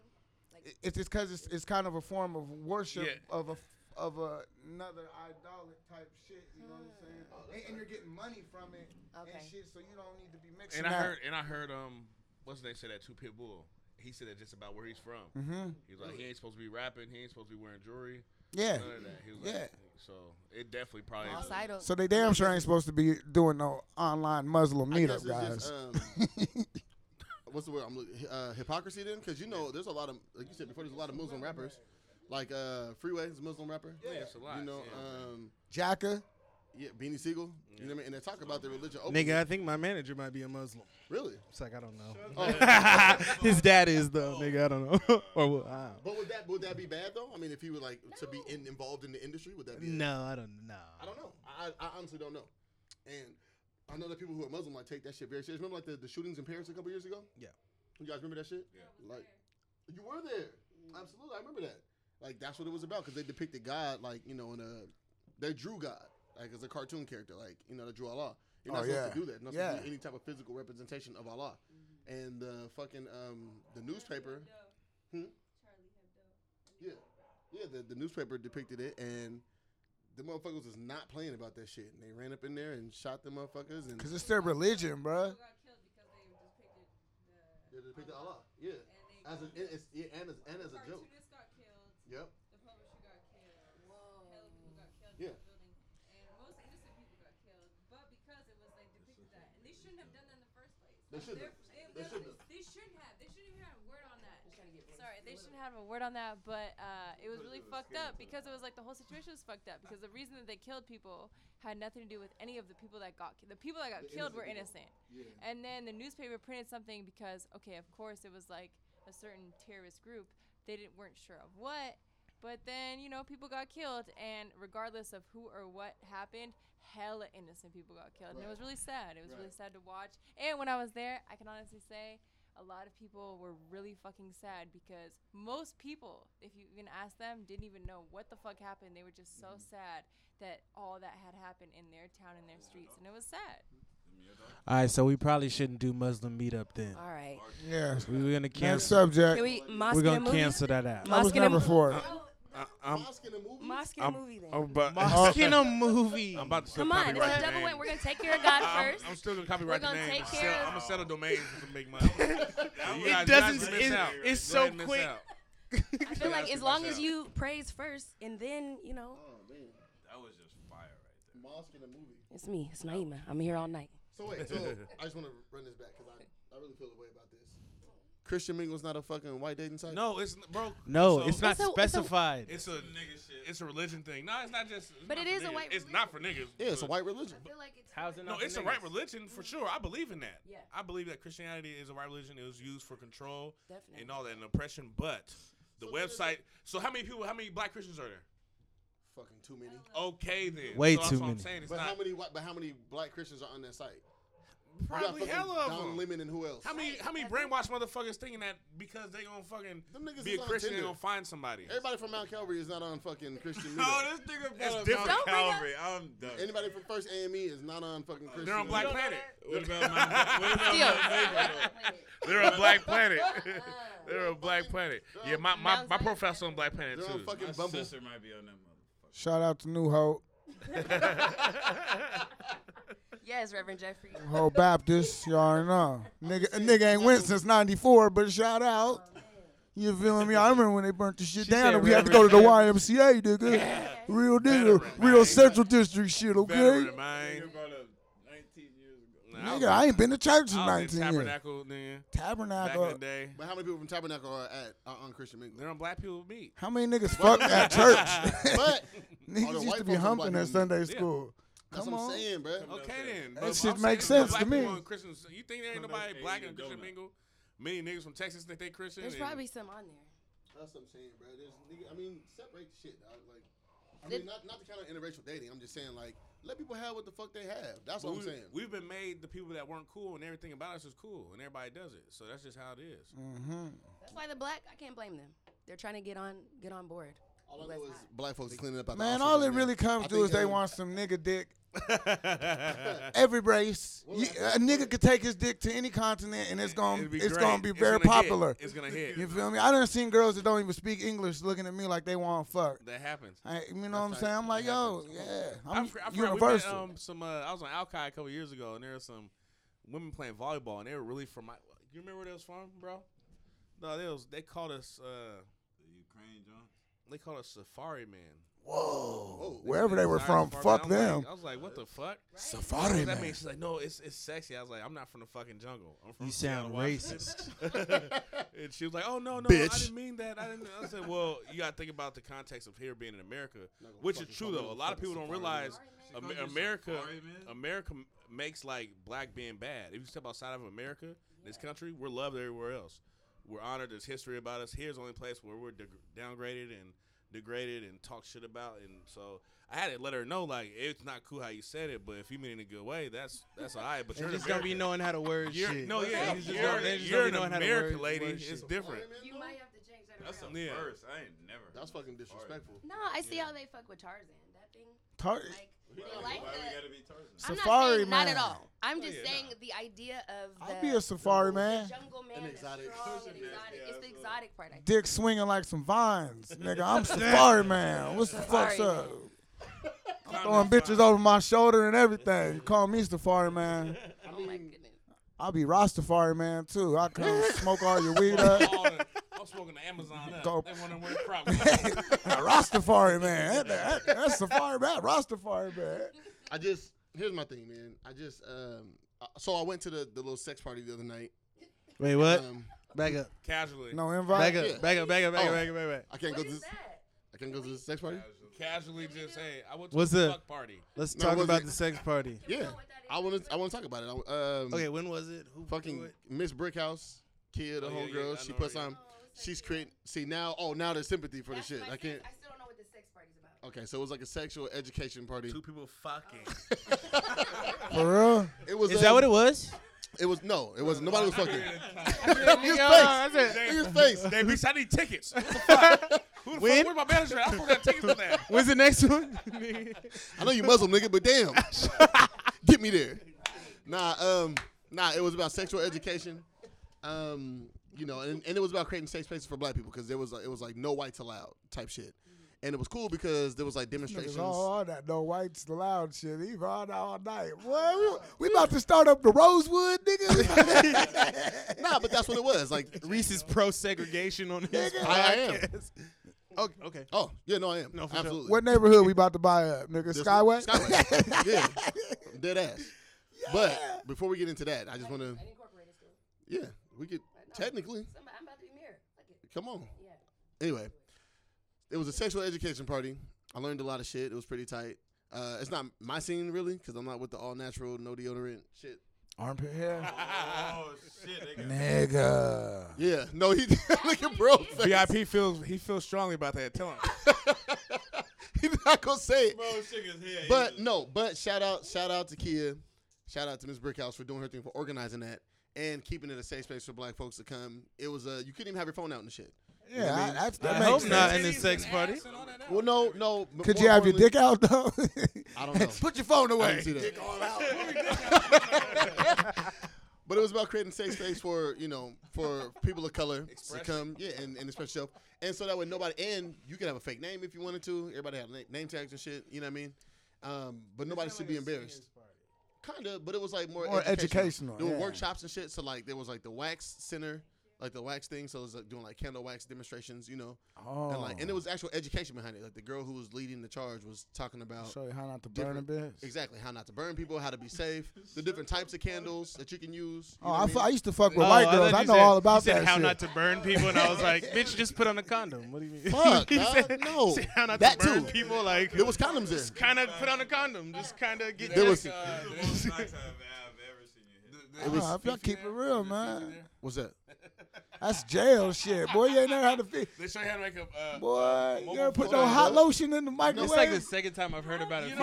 Like,
it's it's because it's, it's kind of a form of worship
Yeah.
of a of a, another idolic type shit. You know what I'm saying? and, and you're getting money from it and
Hmm. Okay.
shit, so you don't need to be mixing.
And I
that.
heard, and I heard, um, what's his name said that to Pitbull. He said that just about where he's from.
Mm-hmm.
He's like, he ain't supposed to be rapping. He ain't supposed to be wearing jewelry.
yeah.
None of that. He was
Yeah.
like, so it definitely probably.
all
is-
sidle.
So they damn sure ain't supposed to be doing no online Muslim
I guess
meetup, guys.
it's just,
[laughs]
um, what's the word? I'm looking, uh, hypocrisy then, because you know, there's a lot of like you said before. There's a lot of Muslim rappers, like uh, Freeway is a Muslim rapper.
Yeah, it's a lot.
You know,
yeah.
um,
Jacka.
yeah, Beanie Siegel. You know what I mean? And they talk about their religion. Openly.
Nigga, I think my manager might be a Muslim.
really.
It's like I don't know.
Oh,
[laughs] His dad is though, nigga. I don't know. [laughs] or well, I don't.
but would that would that be bad though? I mean, if he were like to be in, involved in the industry, would that be?
No, I don't know.
I don't know. I, I honestly don't know. And I know that people who are Muslim like take that shit very serious. Remember like the, the shootings in Paris a couple years ago?
Yeah.
You guys remember that shit? Yeah. Like you were there. Absolutely, I remember that. Like that's what it was about because they depicted God like you know in a they drew God like as a cartoon character like you know they drew Allah. You're not
Oh,
supposed to
yeah.
do that. You're not supposed
Yeah.
to do any type of physical representation of Allah. And the fucking um the newspaper. Hmm? Yeah. Yeah, the, the newspaper depicted it and the motherfuckers was not playing about that shit. And they ran up in there and shot the motherfuckers and
Cause it's their religion, bruh.
they depicted Allah. Yeah. As a, it- it's, yeah, and as, and as a joke. Yep. Yeah. They should have. They should have.
They shouldn't have. They shouldn't even have a word on that. Sorry, they shouldn't have a word on that, but uh, it was really fucked up because it was like the whole situation was fucked up because the reason that they killed people had nothing to do with any of the people that got ki- the people that got killed were innocent. And then the newspaper printed something because okay, of course it was like a certain terrorist group. They didn't weren't sure of what, but then you know people got killed, and regardless of who or what happened, hella innocent people got killed, and it was really sad. It was really sad to watch. And when I was there, I can honestly say a lot of people were really fucking sad because most people, if you even ask them, didn't even know what the fuck happened. They were just so sad that all that had happened in their town and their streets, and it was sad.
All right, so we probably shouldn't do Muslim meetup then.
All right.
Yeah.
We were gonna
Next
cancel.
subject.
Can we mosque
We're
in a
gonna
movie?
cancel that out.
That was
Mosque in a
number
mo-
four.
Mosque in the movie.
Mosque in a
I'm-
movie then.
uh, I'm about,
Mosque in a movie.
I'm about to
Come on,
copyright
it's a
the
double
name.
win. We're gonna take care of God
I'm,
1st
I'm still gonna copyright
We're
the
gonna
name.
take
and
care
sell-
of-
I'm gonna sell a domain for some big
[laughs]
money. You guys-
It
you guys
doesn't.
miss
It,
out.
it's
Go ahead
so
and miss
quick.
out.
I feel like
ask
as
me
long as
myself.
you praise first and then, you know,
Oh, man.
That was just fire right there.
Mosque in the movie.
it's me, it's Naima. I'm here all night.
So wait, so I just want to run this back because I, I really feel a way about this. Christian Mingle's not a fucking white dating site.
No, it's n- bro.
No,
so
it's not
It's a- it's a-
specified.
It's a nigga shit. It's a religion thing. No, it's not just. It's
But
not
it
for
is a
niggas.
white
It's not for niggas.
Yeah, it's a
but-
white religion.
feel like it's
No, it's a right religion for sure. I believe in that.
Yeah.
I believe that Christianity is a right religion. It was used for control
Definitely.
and all that and oppression. But the website. So how many people? How many black Christians are there?
Fucking too many.
Oh.
Okay then.
Way
so that's
too
what I'm
many.
saying. It's
But
not,
how many? whi- But how many black Christians are on that site?
Probably
you got fucking
hella of
Don
them.
Lemon and who else?
How many how many brainwashed motherfuckers thinking that because they gonna fucking
Them niggas
be a
is on
Christian they
Tinder.
gonna find somebody? [laughs]
Everybody from Mount Calvary is not on fucking Christian.
No,
Meetup.
this nigga That's brought up different. Mount Calvary.
I'm done.
Anybody from First AME is not on fucking Christian.
They're on Black Planet.
What about [laughs] my? What about my
[laughs]
neighbor?
They're on
[laughs]
Black Planet. They're on Black Planet. Yeah, my my, my professor on Black Planet
They're
too.
on fucking
My
Bumble.
sister might be on that motherfucker.
Shout out to New Hope,
Yes, Reverend Jeffrey.
Hope Baptist. Y'all already know. Nigga, a nigga ain't went since '94, but shout out. You feeling me? I remember when they burnt the shit down
said
and we had to go to the YMCA, nigga. Real nigga, real Central District shit, okay?
Veteran, man.
Nigga brought up 19 years ago.
Nah,
Nigga, I ain't been to church in
I was
19 years.
Tabernacle, nigga. Back in
Tabernacle.
the day.
But how many people from Tabernacle are at are on Christian Mingle?
They're on Black People Meet.
How many niggas fucked at church?
But
Oh,
all the
Niggas used
white
to
folks
be
on
humping
Black
at
People
Sunday
mm, Yeah.
school.
That's
Come
what I'm
on.
saying, bro.
Okay then.
That
But
shit
I'm
makes
saying,
sense
black
to me.
people and Christians- you think there ain't
Come
nobody
back,
black
Asian
and Christian
donut.
mingle? Many niggas from Texas think they Christian.
There's
and-
probably some on there.
That's what I'm saying, bro. There's, nigga, I mean, separate the shit, dog. Like, I mean, not not the kind of interracial dating. I'm just saying, like, let people have what the fuck they have. That's what I'm
we-
saying.
We've been made the people that weren't cool, and everything about us is cool, and everybody does it. So that's just how it is.
That's why the black. I can't blame them. They're trying to get on get on board.
all I
Let's
know is
not.
black folks cleaning up. Out
Man,
the
all
Auschwitz
it really
now. I
comes to
think
is they
every-
want some nigga
[laughs]
dick.
Mm. [laughs]
Every race, You- a nigga could take his dick to any continent, and it's gonna
It'd be
Um, it's
great.
gonna be
It's
very
gonna hit.
popular.
It's gonna hit.
You feel me? I done seen girls that don't even speak English looking at me like they want to fuck.
That happens.
I, you know what I'm
That's
saying?
how
I'm like,
it
yo,
happens.
yeah,
I
I'm
for- I forgot,
universal.
We met, um, some uh, I was on Alki a couple years ago, and there were some women playing volleyball, and they were really from my. You remember where they was from, bro? No, they was. They called us. Uh,
The Ukraine, John.
they called us Safari Man.
Whoa, wherever they were from, fuck them.
I was like, oh, what the fuck?
Safari
That
man.
means she's like, no, it's it's sexy. I was like, I'm not from the fucking jungle. I'm from
You sound
Seattle, Washington."
racist.
[laughs] and she was like, "Oh no, no, I
Bitch.
didn't mean that. I didn't." I
[laughs]
said, "Well, you got to think about the context of here being in America,
Not gonna
which is
fucking
true
call me
though.
no
A lot of
fucking
people don't
safari
realize
man.
Am-
She called you
America,
safari man?
America m- makes like black being bad. If you step outside of America, this country, we're loved everywhere else. We're honored. There's history about us. Here's the only place where we're deg- downgraded and degraded and talked shit about. And so I had to let her know, like, it's not cool how you said it, but if you mean it in a good way, that's that's all right. But
They
you're
just don't be
no.
knowing how to word
You're,
shit.
no, yeah,
They just
you're,
don't- they just don't
you're
be
an
knowing how to
American
word-
lady.
word
It's
shit.
different.
Hey,
You
man,
might have to change that
That's a
around.
Yeah.
first. I ain't never.
[laughs] That's fucking disrespectful.
No, I see how they fuck with Tarzan. That thing,
Tar-
like, they like
Why we
the.
gotta be Tarzan?
I'm
Safari
not saying not
man.
at all. I'm
Oh,
just
yeah,
saying the idea of the,
I'd be a safari man.
jungle man,
An
that's
exotic.
strong and
Yeah,
exotic.
yeah,
it's the
that's what-
exotic part. I think.
Dick swinging like some vines,
[laughs]
nigga. I'm safari man. What's the
Safari
fuck's up?
man.
I'm throwing bitches
uh,
over my shoulder and everything. Call me safari man.
Oh my goodness.
I'll be Rastafari man too. I come smoke all your weed up.
[laughs]
[laughs]
All the- I'm smoking the Amazon up.
Go.
They wondering where the crop was.
[laughs] Rastafari man. That- that- that's Safari man. Rastafari man.
I just here's my thing, man. I just um, uh, so I went to the, the little sex party the other night.
Wait, what?
Um,
Back up.
Casually.
No
Back
invite.
up.
Yeah.
Back up. Back up. Back
Oh.
up. Back up. Back up.
I can't
What
go to
is
this.
that?
I can't go to the sex party.
Casually just, hey, I went to
What's
a
up?
fuck party.
Let's
No,
talk
was
about
it-
the sex party.
we
Yeah,
know what that
I
is?
want to. I want to talk about it. I, w- um,
Okay, when was it? Who
fucking Miss Brickhouse, Kia, the
Oh, yeah,
whole
yeah,
girl.
I
she
know
puts
her, yeah.
on.
Oh, it's like
She's
the-
creating. See now. Oh, now there's sympathy for the
That's
shit.
my
I can't.
sex- I still don't know what the sex party's about.
Okay, so it was like a sexual education party.
Two people [laughs] fucking.
For real.
It was.
Is that
um,
what it was?
It was no. It wasn't. Nobody was fucking.
Yo,
His face.
that's it.
Look at his face.
Hey, bitch, I need tickets. Who the fuck? Who the
When?
fuck? Where my manager at? I forgot tickets for [laughs] that.
When's the next one?
I know you Muslim, nigga, but damn, get me there. Nah, um, nah. It was about sexual education, um, you know, and, and it was about creating safe spaces for Black people because there was like, it was like no whites allowed type shit, and it was cool because there was like demonstrations.
Niggas all, all that no whites allowed shit. He all all night. Boy, we, we about to start up the Rosewood, nigga.
Nah, but that's what it was.
[laughs]
Like,
Reese is pro segregation on his
Nigga.
I- I am.
podcast.
okay,
Okay.
oh yeah, no, I am
No, for sure.
absolutely.
what neighborhood we about to buy up, nigga?
This-
Skyway.
Skyway. yeah, dead ass. But before we get into that, I just want to,
I incorporated still.
yeah, we could technically,
Somebody- I'm about to be married. Fuck it.
come on.
Yeah.
anyway, it was a sexual education party. I learned a lot of shit. It was pretty tight. Uh, it's not my scene really, because I'm not with the all natural, no deodorant shit.
Armpit [laughs] hair.
Oh
[laughs]
shit, they got
Nigga.
Yeah, no, he [laughs] look at bro. Face.
VIP feels he feels strongly about that. [laughs] Tell him.
He's not gonna say it. [laughs]
bro shook his head. He
But
just-
no, but shout out, shout out to Kia. Shout out to Miss Brickhouse for doing her thing for organizing that and keeping it a safe space for black folks to come. It was uh, you couldn't even have your phone out and shit. You know
Yeah,
what
I-
mean?
that's- that I makes hope sense. not in the sex
party.
Well, no, no. but
Could
more
you have your
importantly-
dick out though? [laughs]
I [laughs] don't know.
Put your phone
I
away.
didn't see that. [laughs] but it was about creating safe space for you know for people of color to come, yeah, and, and express yourself, and so that way nobody. And you can have a fake name if you wanted to. Everybody have na- name tags and shit. You know what I mean? Um, but nobody should be embarrassed. Kind of, but it was like more
More educational,
Doing
yeah.
workshops and shit. So like there was like the wax center, like the wax thing. So it was like doing like candle wax demonstrations, you know. And like and
Oh.
it was actual education behind it. Like the girl who was leading the charge was talking about
Show you how not to burn a
different-
bitch.
Exactly, how not to burn people, how to be safe, the different types of candles that you can use. you
Oh,
know
I
what
fu-
mean?
I used to fuck with
Oh,
white
I
girls.
thought
I
you
know
said-
all
you
about
said
that
how
shit.
not
[laughs]
to burn people, and I was like, "Bitch, just put on a condom." What do you
[laughs]
mean?
Fuck,
He
dog,
said-
no.
he said how not
Oh, That
to burn
too.
people. Like
There was condoms there.
Just kind of put on a condom. Just kind of get.
There was-
jacked.
[laughs]
It was-
Nah, Oh, if y'all keep it real, man.
What's that?
That's jail shit, boy. You ain't never had to fit.
They show you how to make a uh,
Boy, you
mobile
ever put
phone.
no hot lotion in the microwave?
It's like the second time I've heard about it.
You
You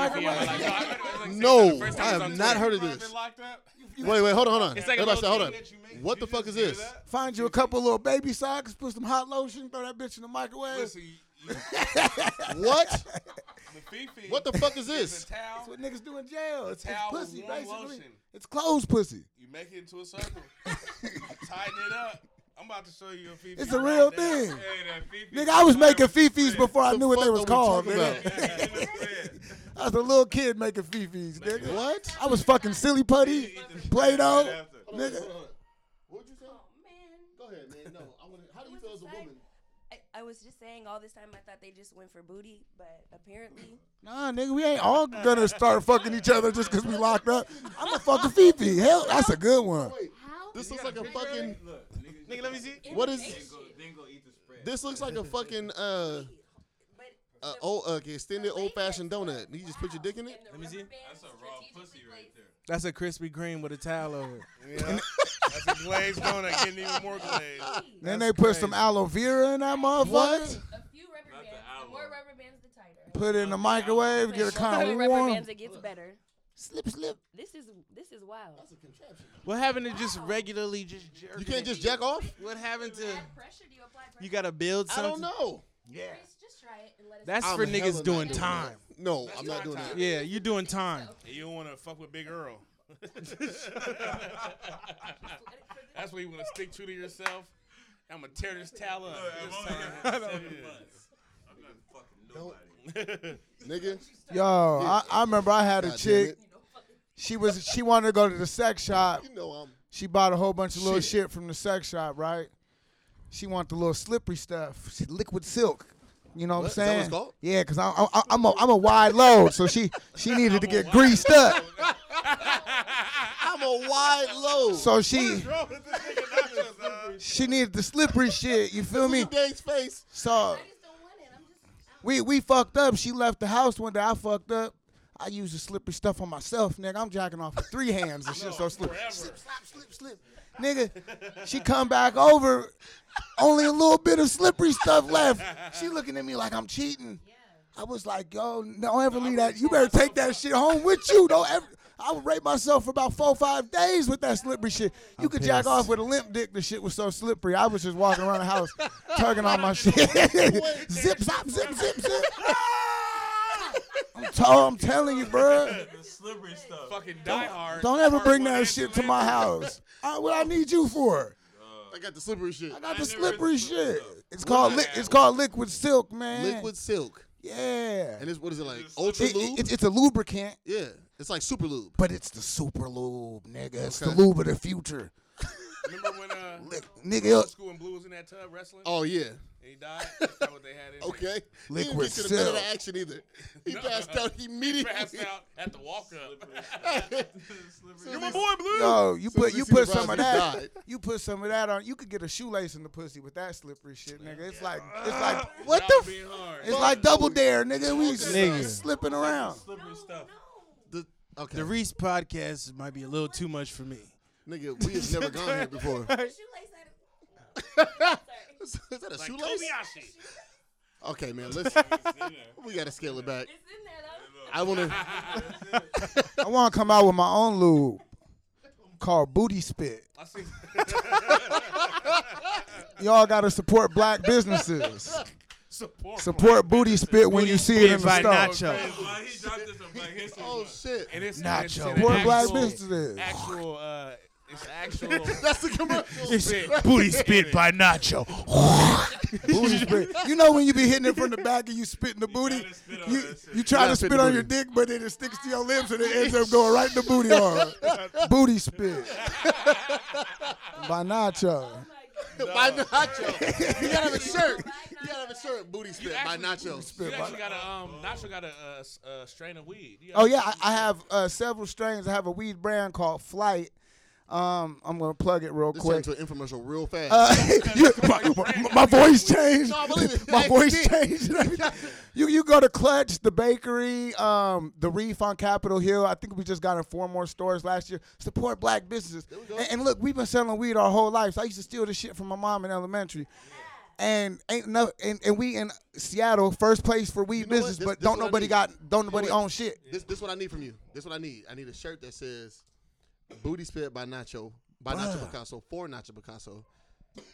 know,
No, I have not heard of this. Wait, wait, hold on, hold on.
It's like a
Everybody
little
say, hold
thing
on. What the fuck is this?
Find you a couple little baby socks, put some hot lotion, throw that bitch in the microwave.
[laughs] What?
Fifi
What the
[laughs]
fuck is this?
That's what niggas do in jail. It's, it's
towel with
pussy,
warm
basically.
lotion.
It's clothes pussy.
You make it into a circle. Tighten it up. I'm about to show you a Fifi.
It's a real
Hey,
thing.
that Fifi.
Nigga, I was making fifis before I
The
knew what they
fuck
was
are we
called,
talking
nigga. [laughs] I was a little kid making fifis, nigga.
What?
I was fucking silly putty, Play-Doh, nigga.
What'd you say?
Oh, man.
Go ahead, man. No, I want. How do you feel as a woman? [laughs]
I, I was just saying all this time I thought they just went for booty, but apparently
Nah, nigga, we ain't all gonna start fucking each other just because we locked up. I'm a fucking Fifi. Hell, that's a good one.
Wait,
[clears throat] how
this looks like a fucking.
Nigga, let me see.
What is?
Then go, then go eat the spread.
This looks like a fucking uh,
but
uh old uh, extended old fashioned donut. You just put your dick in it.
Let me see. That's
That's a raw pussy right there.
That's a Krispy Kreme with a towel over it.
That's a glazed donut getting even more
Ah.
glazed.
Then they
That's
put
crazy.
some aloe vera in that motherfucker.
What?
A few rubber
Not the
bands. The
aloe.
more rubber bands, the tighter.
Put it in the microwave, get it kind
The
of
more rubber
warm.
bands, it gets better.
Slip, slip.
This is this is wild.
What happened to just regularly just jerking?
You can't
it?
just jack off.
What happened to?
Add pressure? Do you apply pressure?
You gotta build
I don't
something.
know.
Yeah.
Chris, just try it and let us.
That's
I'm
for
hella
niggas
not
doing
doing
time.
No, I'm not doing that.
Yeah, you doing time.
You don't want to fuck with Big Earl. That's where you want to stick true to yourself. I'm gonna tear this towel up. This time.
I'm not fucking
Don't-
nobody.
Nigga,
Yo, I, I remember I had
God
a
damn
chick.
it.
She was she wanted to go to the sex shop.
you know I'm.
She bought a whole bunch of little
Shit.
shit from the sex shop, right? She wanted the little slippery stuff, she- liquid silk. You know
What?
what, I'm
Is that what
saying?
it's called?
Yeah, cause I'm I'm, I'm, a, I'm a wide load, so she she needed to get greased up.
I'm a wide load.
So she
Bro, this nigga nachos, uh,
she needed the slippery shit. You feel me?
Dave's face.
So
I just don't want it. I'm just.
we we fucked up. She left the house one day. I fucked up. I used the slippery stuff on myself, nigga. I'm jacking off with three hands and shit. so slippery. Slip, slap, slip, slip. Nigga, she come back over. Only a little bit of slippery stuff left. She looking at me like I'm cheating. I was like, yo, don't ever leave that. You better take that shit home with you. Don't ever. I would rate myself for about four five days with that slippery shit. You could jack
pissed.
off with a limp dick. The shit was so slippery. I was just walking around the house tugging on my shit. zip, zop, zip, zip, zip. [laughs] I'm, t- I'm telling you, bruh.
The slippery stuff.
fucking die hard.
Don't ever
Part
bring
one
that
and
shit
two
to my
and-
house. I, what I need you for?
I got the slippery shit.
I got the
I never
slippery
heard
shit. It's called li- it's called liquid silk, man.
Liquid silk.
yeah.
And it's what is it like?
It's
Ultra
It- it-
lube?
it's, it's a lubricant,
yeah. It's like super lube.
but it's the super lube, nigga. It's
Okay.
the lube of the future,
Remember when uh,
Lick,
old
nigga.
school and blue was in that tub wrestling?
Oh yeah.
And he died. That's not what they had in there.
Okay. he didn't
Liquid
get to the middle of
silk.
the action either.
[laughs]
He passed out
He
immediately.
passed
[laughs]
out at the walk up. [laughs]
slippery
You're my boy, Blue.
Yo, you
Soon
put
as
you
he
put
surprised
some of
he
that.
died.
You put some of that on. You could get a shoelace in the pussy with that slippery shit, nigga. It's like it's like what the.
Ah, Y'all
F-
being hard.
it's like double dare, nigga. We
Nigga.
slipping around.
slippery stuff.
The, okay.
The Reese podcast might be a little too much for me.
Nigga, we have never gone here
[laughs]
before.
The shoelace. I
Is that a
Like
shoelace?
Kobayashi. [laughs]
Okay, man. Listen. we gotta scale it back.
It's in there though.
I [laughs] Oh, want to.
I want to come out with my own lube called Booty Spit.
I see.
Y'all gotta support black businesses.
[laughs] Support,
Support Booty Spit when you see it in the
Spit
store.
by
Oh shit!
And it's
Nacho.
it's an
Support black
actual-
businesses.
Actual. Uh, it's actual.
That's the
[laughs]
commercial.
It's booty spit
[laughs]
by Nacho.
booty spit. You know when you be hitting it from the back and you spitting the booty? You, you try
gotta
to
spit
spit
the booty.
on your dick, but then it sticks to your lips and it ends up going right in the booty hole. booty spit. By Nacho.
by Nacho. You gotta
[laughs]
have a shirt. You gotta have a shirt. Booty spit by Nacho.
You actually got a um, Nacho got a, uh, s- uh, strain of weed. You
Oh
got-
yeah, I, I have uh, several strains. I have a weed brand called Flight. Um, I'm gonna plug it real
This
quick.
turned into an infomercial real fast.
Uh, [laughs] you- my, my- my voice
[laughs]
changed.
No, I believe it.
[laughs] My
It [laughs]
voice
did.
changed. [laughs] and everything. you you go to Clutch, the bakery, um, the Reef on Capitol Hill. I think we just got in four more stores last year. Support black businesses. And, and look, we've been selling weed our whole lives. I used to steal this shit from my mom in elementary. And ain't no and, and we in Seattle, first place for weed
know what?
business,
This-
but
this
don't
what I
nobody
need.
got don't nobody
Wait.
own shit.
This this what I need from you. This what I need. I need a shirt that says "Booty Spit" by Nacho, by Nacho Picasso, for Nacho Picasso,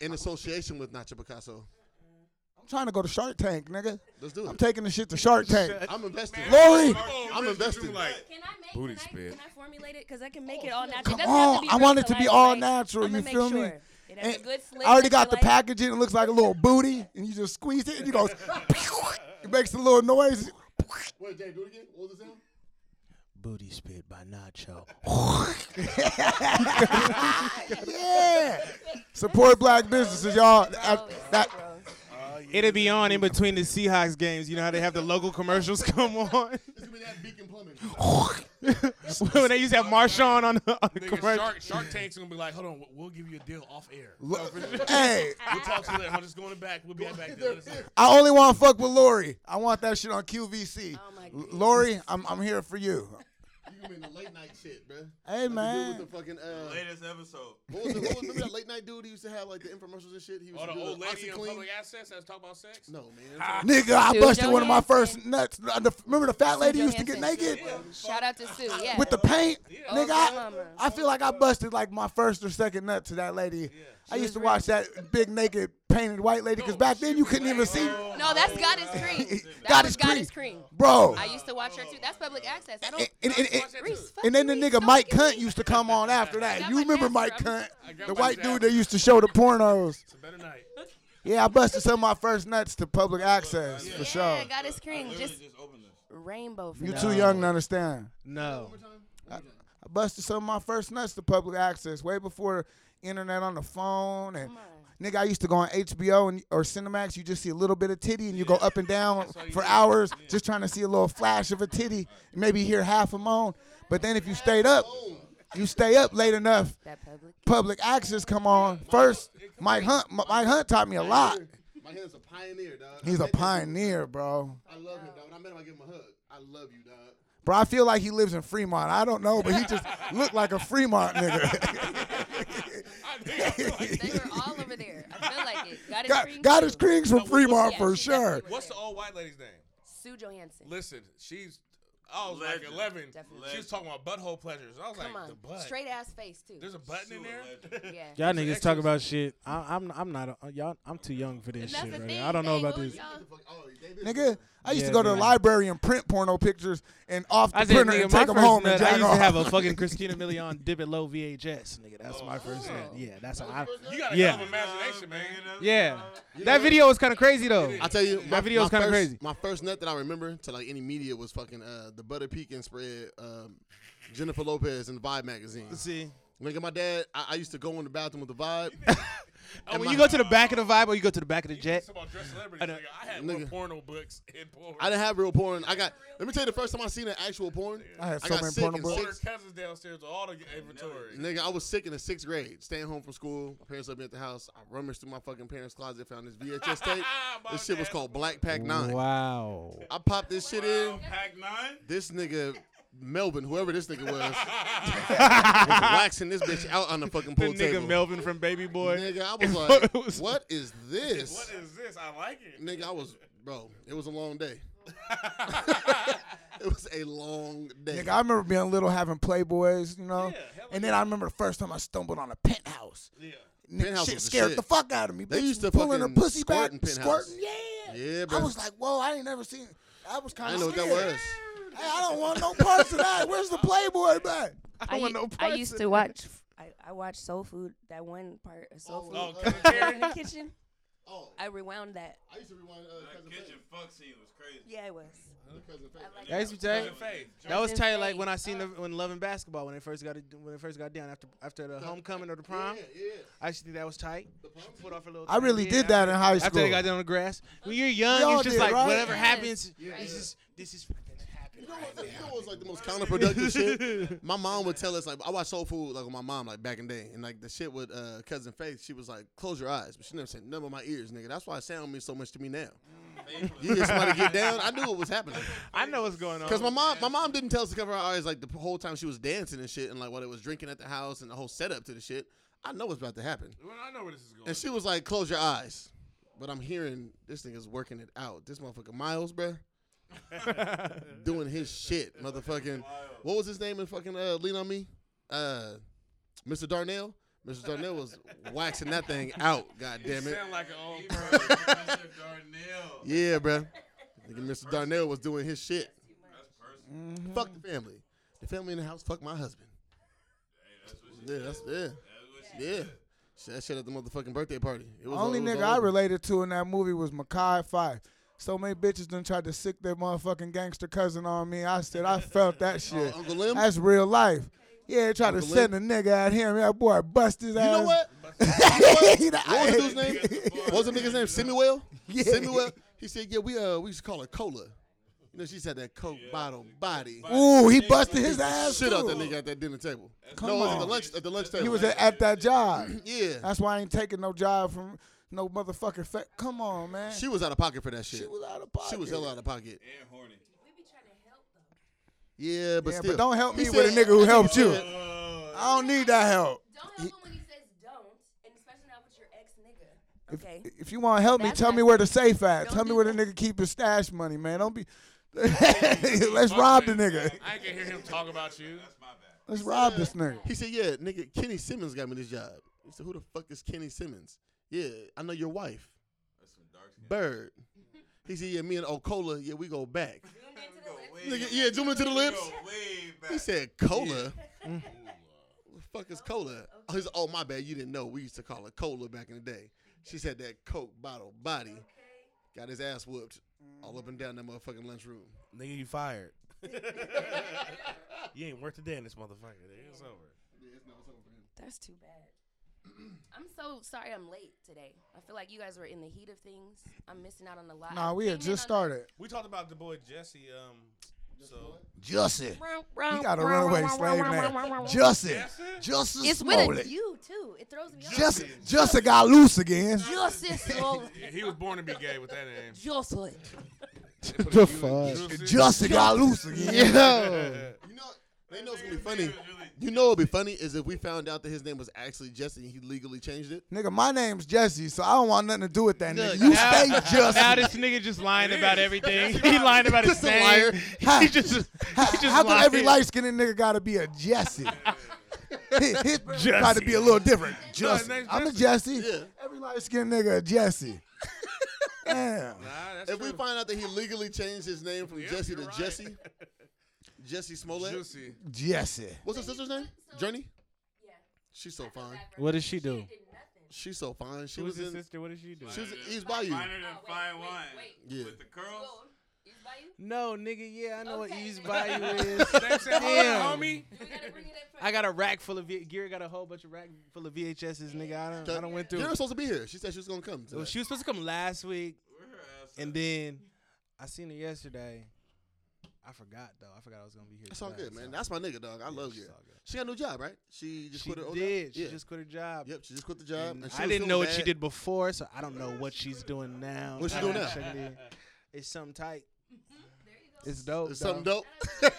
in association with Nacho Picasso.
I'm trying to go to Shark Tank, nigga.
Let's do it.
I'm taking the shit to Shark Tank.
I'm invested.
Lori!
I'm invested.
Can I make
Booty
can I,
spit.
can I formulate it? Because I can make it all natural.
Oh, Come
It doesn't have
on,
to be
I want it
Rasta
to be
Light,
all
right?
natural.
I'ma
you
make
feel me?
sure. It has a
And
good slick
I already got
Rasta
the
Light.
packaging. It looks like a little booty, and you just squeeze it, and
[laughs]
you go. it makes a little noise.
Wait, Dave, do it again. What was the sound?
Booty spit by Nacho.
yeah. Support black businesses, y'all. That, that-
It'll be on in between the Seahawks games. You know how they have the local commercials [laughs] come on
[laughs]
when they used to have Marshawn on the, on the
Nigga,
commercial.
Shark, Shark Tank's gonna be like, hold on, we'll- we'll give you a deal off air.
Look, hey.
we'll talk to you later. I'm just going back. We'll be right back. There.
I only want to fuck with Lori. I want that shit on QVC.
Oh
Lori, I'm I'm here for you.
You gonna be in the late night shit, bro?
Hey man.
With the fucking uh,
Latest episode.
what was, the, what was remember that late night dude who used to have like the infomercials and shit? He was
Oh, the
doing
old lady in
OxyClean?
public access that's talking about sex.
No man.
Ah, Nigga, I
Sue
busted one of my
Johansson.
first nuts. Uh, the- Remember the fat lady used to get
Johansson.
naked
Shout out to
[laughs]
Sue. Yeah.
with the paint?
Oh,
Nigga, I,
mama.
I feel like I busted like my first or second nut to that lady. I used to watch that big naked painted white lady because back then you couldn't even see.
No, that's Goddess Cream. [laughs] That
God
was
is
Goddess
cream.
Cream.
Bro.
I used to watch her too. That's public access. I don't.
And, and, and,
Reese,
and then the
fucking
nigga
Reese,
Mike
don't
Cunt
give me-
used to come on after that. You remember Mike Cunt,
my
the white
jacket.
dude that used to show the pornos.
It's a better
[laughs]
night. [laughs]
Yeah, I busted some of my first nuts to public access for sure.
Yeah, Goddess Cream. Just rainbow. for
You
them.
too young to understand.
No.
I busted some of my first nuts to public access way before internet on the phone and nigga I used to go on HBO and or Cinemax you just see a little bit of titty and you go up and [laughs] down for hours just trying to see a little flash of a titty maybe hear half a moan but then if you stayed up you stay up late enough
That public.
public access come on first Mike Hunt M- Mike Hunt taught me a lot
My hand's a pioneer, dog.
he's a pioneer bro
I love him, dog. When I met him, I give him a hug. I love you, dog.
Bro, I feel like he lives in Fremont. I don't know, but he [laughs] just looked like a Fremont [laughs] nigga.
They were all over there. I feel
[laughs]
like it. Goddess
got,
Cream.
got
too.
his creams from Fremont
Yeah,
for
she
sure.
definitely
[laughs]
was
What's the
there.
old white lady's name?
Sue Johansson.
Listen, she's. I was
Legend.
like 11.
Definitely.
She was talking about butthole pleasures. I was
Come
like, the
on.
butt.
Straight ass face too.
There's a button in there.
Yeah.
Y'all
There's
niggas
extras.
talk about shit. I, I'm I'm not a, y'all. I'm too young for this
That's
shit
the
right
thing,
now. I don't know
they
about
will,
this.
y'all.
Oh,
Nigga, I used
Yeah,
to go to the
man.
library and print porno pictures and off the
I said,
printer
nigga,
and
my
take
first
them home
nut,
and
I
jack
used
off.
to have a
[laughs]
fucking Christina Milian dip it low VHS, nigga.
Oh,
That's my first nut. Yeah, that's how I.
[laughs] You got to
Yeah.
yeah. have imagination, man.
Yeah, that video was kind of crazy though.
I tell you,
That video was kinda
first-
crazy.
My first nut that I remember to like any media was fucking uh, the butter pecan spread, um, Jennifer Lopez in the Vibe magazine.
See,
Nigga, my dad, I, I used to go in the bathroom with the Vibe.
[laughs]
[laughs]
Oh, when
my-
you go to the back of the vibe or you go to the back of the jet,
It's about dress celebrities.
I know.
nigga. I had
Nigga.
more porno books in porn.
I didn't have real porn. I got. Let me tell you, the first time I seen an actual porn,
I had so
got
many
sick
porno
in
books.
All her
sixth-
cousins downstairs, with all the inventory.
Nigga, I was sick in the sixth grade, staying home from school. My parents left me at the house. I rummaged through my fucking parents' closet, found this VHS tape.
My
this shit was
dad.
called Black Pack Nine.
wow.
I popped this shit in.
Pack nine.
This nigga, Melvin, whoever this nigga was, was waxing this bitch out on the fucking
the
pool
nigga
table.
Melvin from Baby Boy.
Nigga, I was like,
was-
what is this?
What is this? I like it.
nigga, I was, bro, it was a long day. It was a long day.
Nigga, I remember being little having Playboys, you know?
Yeah, hella
and then I remember the first time I stumbled on a penthouse.
Yeah.
Nigga,
Penthouse
shit
was the
scared
shit.
the fuck out of me.
They
bitch,
used to
pulling her
fucking
pussy back,
squirt in Penthouse.
squirting. Yeah,
Yeah,
I
bro.
was like, whoa, I ain't never seen. I was
I
kind
didn't
of
know what
scared.
that was.
Hey, I don't want no parts of that. Where's the Playboy back?
I, u- I used to watch. I, I watched Soul Food. That one part of Soul
Oh,
Food.
oh,
when
Kevin
[laughs] they're in the
Perry?
kitchen.
[laughs] Oh.
I rewound that.
I used to rewind uh,
That kitchen fuck scene was crazy.
Yeah, it was.
That used to be tight.
Cousin Faith.
That was
Cousin
tight. Like
Faith.
when I seen the, when loving basketball when it first got it, when it first got down after after the homecoming or the prom.
Yeah, yeah.
I used to think that was tight. Put off a little.
I
thing.
really
Yeah,
did that in high
After they
school.
got down on the grass, when you're young,
all
it's just
did,
like
right?
whatever
Yes.
happens.
Yeah.
It's just this is
You know what? You know what's like the most counterproductive shit? My mom would tell us like I watched Soul Food like with my mom like back in the day, and like the shit with uh, cousin Faith, she was like, "Close your eyes," but she never said nothing about my ears, nigga. That's why it sound means so much to me now. you hear somebody get down, I knew what was happening.
I know what's going on.
Cause my mom, my mom didn't tell us to cover our eyes like the whole time she was dancing and shit, and like while it was drinking at the house and the whole setup to the shit. I know what's about to happen.
Well, I know where this is going.
And she was like, "Close your eyes," but I'm hearing this nigga's working it out. This motherfucker Miles, [laughs] bruh. doing his shit, motherfucking. What was his name in fucking uh, Lean on Me? Uh, Mr. Darnell. Mr. Darnell was waxing that thing out. God damn
You
it.
sound like an old
Mr. Darnell.
Yeah, bruh. Nigga, Mr. Darnell was doing his shit. Fuck the family. The family in the house. Fuck my husband. Yeah, that's yeah, yeah. Shit, That shit at the motherfucking birthday party. It was
Only
all- it was
nigga
all
I
over.
related to in that movie was Makai Five. So many bitches done tried to sick their motherfucking gangster cousin on me. I said I
[laughs]
felt that shit.
Uh, Uncle Lim?
That's real life. Yeah, they tried to
Uncle
send a nigga at him. That boy bust his
You
ass.
know
[laughs]
what?
He
what? What
like,
was
"I
the dude's name?
[laughs]
What was the nigga's name? Samuel?
Yeah.
Samuel? He said, yeah, we uh we used to call her cola. You know, she said that coke bottle body.
Ooh, he busted
Beat
his
the
ass,
Shit out
too.
that nigga at that dinner table.
Come
no, it was at the
on.
lunch at the lunch table.
He was at, at that job.
Yeah.
That's why I ain't taking no job from no motherfucking. Fa- Come on, man.
She was out of pocket for that shit. She
was out of
She was
pocket.
hell out of pocket.
And horny.
Yeah, but
Yeah, but
still.
don't help
He
me with a nigga who
I think
helped
he
you.
said-
I don't need that help.
Don't help him when he says don't, and especially not with your ex nigga.
If,
Okay.
if you want to help me,
That's
tell
not-
me where the safe at.
Don't
Tell me
do
where the nigga keep his stash money, man. Don't be. [laughs] Let's rob the nigga.
I can hear him talk about you.
Let's rob this nigga.
He said, yeah, nigga, Kenny Simmons got me this job. He said, who the fuck is Kenny Simmons? Yeah, I know your wife. Bird. He said, yeah, me and Okola, yeah, we go back. Nigga, yeah, zoom into the lips. He said cola. What the fuck is cola? Oh, he's, oh, my bad. You didn't know. We used to call it cola back in the day. She said that Coke bottle body. Got his ass whooped all up and down that motherfucking lunchroom.
Nigga, you fired. you ain't worked a day in this motherfucker. nigga. It's over.
That's too bad. [clears throat] I'm so sorry I'm late today. I feel like you guys were in the heat of things. I'm missing out on a lot.
Nah,
I
we had
came in
just
on
started.
We talked about the boy Jesse. Um, so
Jussie.
the-
You got a runaway slave name. Jussie. Jussie
It's with a
Smollett.
U too. It throws me off.
Jussie. Jussie got loose again.
Jussie Smollett.
yeah, he was born to be gay with
[laughs]
that name.
[laughs] Jussie.
the fuck? Jussie got loose
[laughs]
again.
Yo. You know, they know it's gonna be funny. You know what'd be funny is if we found out that his name was actually Jesse and he legally changed it.
Nigga, my name's Jesse, so I don't want nothing to do with that nigga. You stay
[laughs]
Jussie.
Now this nigga just lying about everything. [laughs] He lying about his
Just a liar.
name.
How-
He [laughs] just,
how,
he just
how come every
lying.
light skinned nigga gotta be a
[laughs]
Jesse? His his got to be a little different.
his
Jesse.
name's
I'm a Jesse.
Jesse. Yeah.
Every light skinned nigga
[laughs]
a Jesse. Damn.
if we find out that he legally changed his name from Jesse to Jesse,
[laughs]
[laughs] Jesse Smollett. Jesse.
Jesse.
What's his sister's name? Journey. Yeah. She's so fine.
What does she do?
She's so fine. She was
Who's his
in.
sister? What did she do?
She was in East Bayou.
Finer than
Oh,
fine wine.
Yeah.
With the curls.
No, nigga, yeah, I know what East Bayou is.
Same, same,
Damn.
homie.
I got a rack full of v- gear. Got a whole bunch of rack full of VHSs, nigga. I don't, I don't went through.
You're supposed to be here. She said she was gonna come.
Well,
tonight.
she was supposed to come last week, and then I seen her yesterday. I forgot though. I forgot I was gonna be here.
That's all
tonight,
good, man.
so-
That's my nigga, dog. I love you. She got a new job, right? She just
She
quit her old
did.
job.
She just quit her job.
Yep, she just quit the job.
And
and she
I
was feeling
didn't know what she
bad.
did before, so I don't know what she's doing now.
What's she doing now?
It's something tight. It's dope.
It's something
dog.
dope.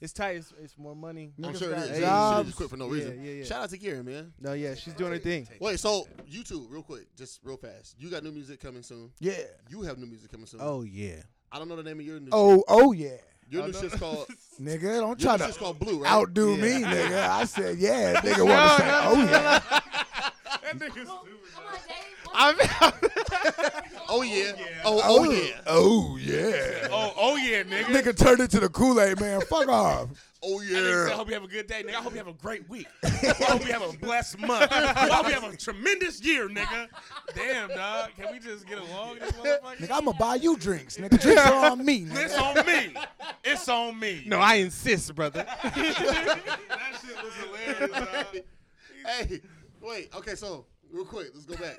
it's tight. It's, it's more money.
I'm sure it
got
is. She- She
jobs.
just quit for no
Yeah,
reason.
Yeah, yeah.
Shout out to Kieran, man.
No, yeah, she's doing her thing.
Wait, so you two, real quick, just real fast. You got new music coming soon.
Yeah.
You have new music coming soon.
Oh yeah.
I don't know the name of your new.
Oh,
shit.
oh yeah.
Your
Oh,
new
no.
shit's called
Nigga,
Your
don't try
new
to
shit's called Blue, right?
outdo
Yeah.
me, nigga. I said, yeah, nigga want to say, oh yeah.
That nigga's
oh yeah. Oh oh yeah.
Oh yeah.
Oh, oh yeah, nigga.
Nigga turned into the Kool Aid man. Fuck off.
Oh
I nigga said, I
yeah.
hope you have a good day, nigga. I hope you have a great week. I hope you have a blessed month. I hope you have a tremendous year, nigga. Damn, dog. Can we just get along, this motherfucker?
Nigga, I'ma buy you drinks. Nigga, drinks are
[laughs]
on me.
It's
Nigga.
on me. It's on me.
No, I insist, brother.
That shit was hilarious. dog.
[laughs] Hey, wait. Okay, so real quick, let's go back.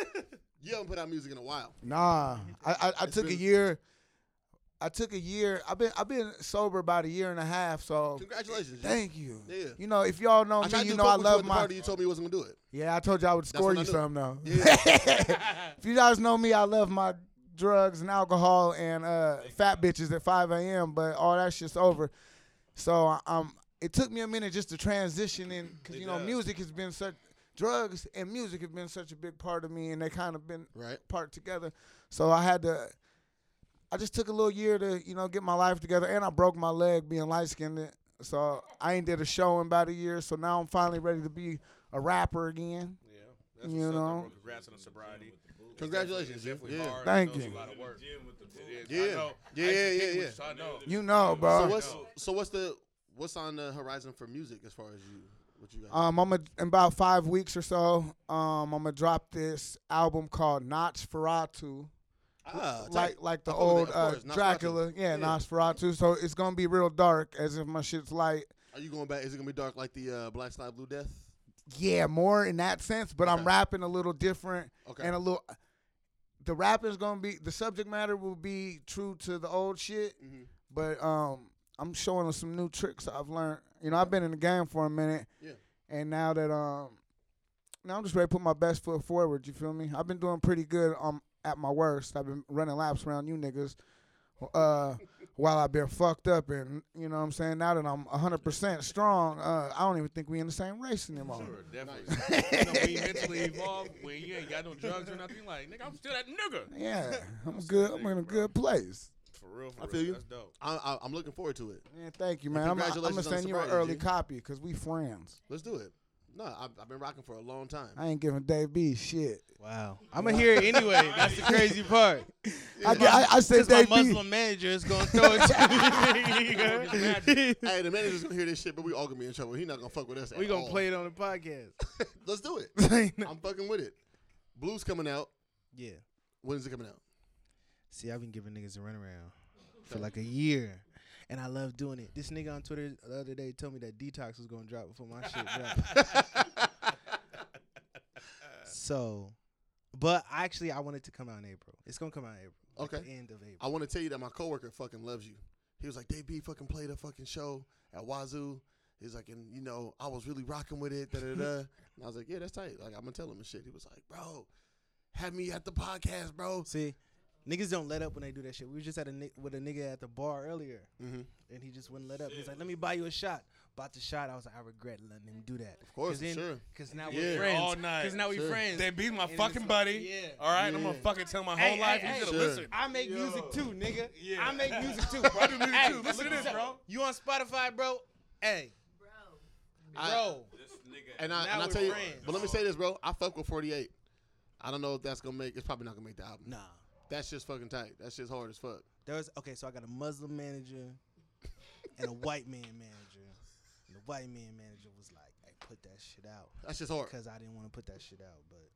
You haven't put out music in a while.
Nah, I I, I
It's
took a
been-
year. I took a year. I've been I've been sober about a year and a half. So
Congratulations.
thank you.
Yeah.
You know, if y'all know
I tried
me,
to
you
do
know
coke
I
with you
love
at the
my.
party. You told me you wasn't gonna do it.
Yeah, I told you I would score
when I
you
knew.
some though.
Yeah.
[laughs] if you guys know me, I love my drugs and alcohol and uh, fat bitches at 5 a.m. But all that shit's over. So um, it took me a minute just to transition in because you know music has been such drugs and music have been such a big part of me and they kind of been
Right.
part together. So I had to. I just took a little year to you know get my life together and I broke my leg being light skinned. So I ain't did a show in about a year. So now I'm finally ready to be a rapper again.
Yeah. That's
You
what's up,
know.
bro. Congrats on the sobriety.
Congratulations.
It's definitely
yeah.
hard.
Thank
It goes a
you.
lot of work. It is. I
Yeah.
know.
Yeah,
I
yeah, yeah,
used to kick
yeah.
with you, so I know.
You know, bro.
So what's so what's the what's on the horizon for music as far as you what you got?
Um, I'm a, in about five weeks or so. Um, I'm gonna drop this album called Nosferatu,
Ah, tight.
like like the
I fuck with it,
old
of
uh,
course, Nosferatu.
Dracula, yeah,
Yeah.
Nosferatu. So it's gonna be real dark, as if my shit's light.
Are you going back? Is it gonna be dark like the uh, Black Slide Blue Death?
Yeah, more in that sense, but I'm
Okay.
rapping a little different
Okay.
and a little. The rap is gonna be the subject matter will be true to the old shit,
Mhm.
but um, I'm showing them some new tricks I've learned. You know, I've been in the game for a minute,
Yeah.
and now that um, now I'm just ready to put my best foot forward. You feel me? I've been doing pretty good um at my worst. I've been running laps around you niggas,
[laughs]
uh, while I've been fucked up, and you know what I'm saying. Now that I'm 100% strong, uh, I don't even think we in the same race anymore.
Sure, definitely. you know, when you mentally evolve, when you ain't got no drugs or nothing, like, nigga, I'm still that nigga.
[laughs] Yeah, I'm good. I'm in a good place.
For real, for
I
real.
feel you.
That's dope.
I, I, I'm looking forward to it.
Man, thank you, man. I'm, I'm gonna
congratulations on
send you an
sobriety,
early
G.
copy because we friends.
Let's do it. No, I've, I've been rocking for a long time.
I ain't giving Dave B shit.
[laughs] Wow. I'm gonna hear it anyway. That's the crazy part.
I, get- I, I said
Because my
Dave B.
Muslim manager is gonna throw it to me.
[laughs]
[laughs]
hey, the manager's gonna hear this shit, but we all gonna be in trouble. He's not gonna fuck with us.
we
at
gonna
all.
play it on
[laughs]
the podcast.
Let's do
[laughs]
it. I'm fucking with it. Blue's coming out.
Yeah.
When is it coming out?
See, I've been giving niggas a runaround for like a year. And I love doing it. This nigga on Twitter the other day told me that Detox was gonna drop before my shit dropped. [laughs] so, but actually, I want it to come out in April. It's gonna come out in April. like
Okay.
the end of April.
I want to tell you that my coworker fucking loves you. He was like, Dave B fucking played a fucking show at Wazoo. He's like, and you know, I was really rocking with it. Da, da,
[laughs]
da. and I was like, yeah, that's tight. Like, I'm gonna tell him and shit. He was like, bro, have me at the podcast, bro.
See, niggas don't let up when they do that shit. We were just at a ni- with a nigga at the bar earlier,
Mhm.
and he just wouldn't let up. He's like, "Let me buy you a shot." Bought the shot. I was like, "I regret letting him do that." Of
course, sure.
Because now
Yeah.
we're friends.
All night.
Because now we
Sure.
friends.
They beat my
And it's
fucking
like,
buddy.
yeah.
All right, I'm gonna
Yeah.
fucking tell my
Hey,
whole
hey,
life.
hey.
you should
Sure.
have listened.
I make music too, nigga.
Yeah.
I make music
[laughs]
too, bro. I do music
too. Listen to this, bro.
You on Spotify, bro? Hey,
I-
bro.
This nigga.
and I
Now
and I
we're
tell you,
friends.
but let me say this, bro. I fuck with 48. I don't know if that's gonna make. It's probably not gonna make the album.
Nah.
That's just fucking tight. That's just hard as fuck.
There was okay, so I got a Muslim manager and a white man manager. And the white man manager was like, "Hey, put that shit out."
That's just hard.
because I didn't want to put that shit out, but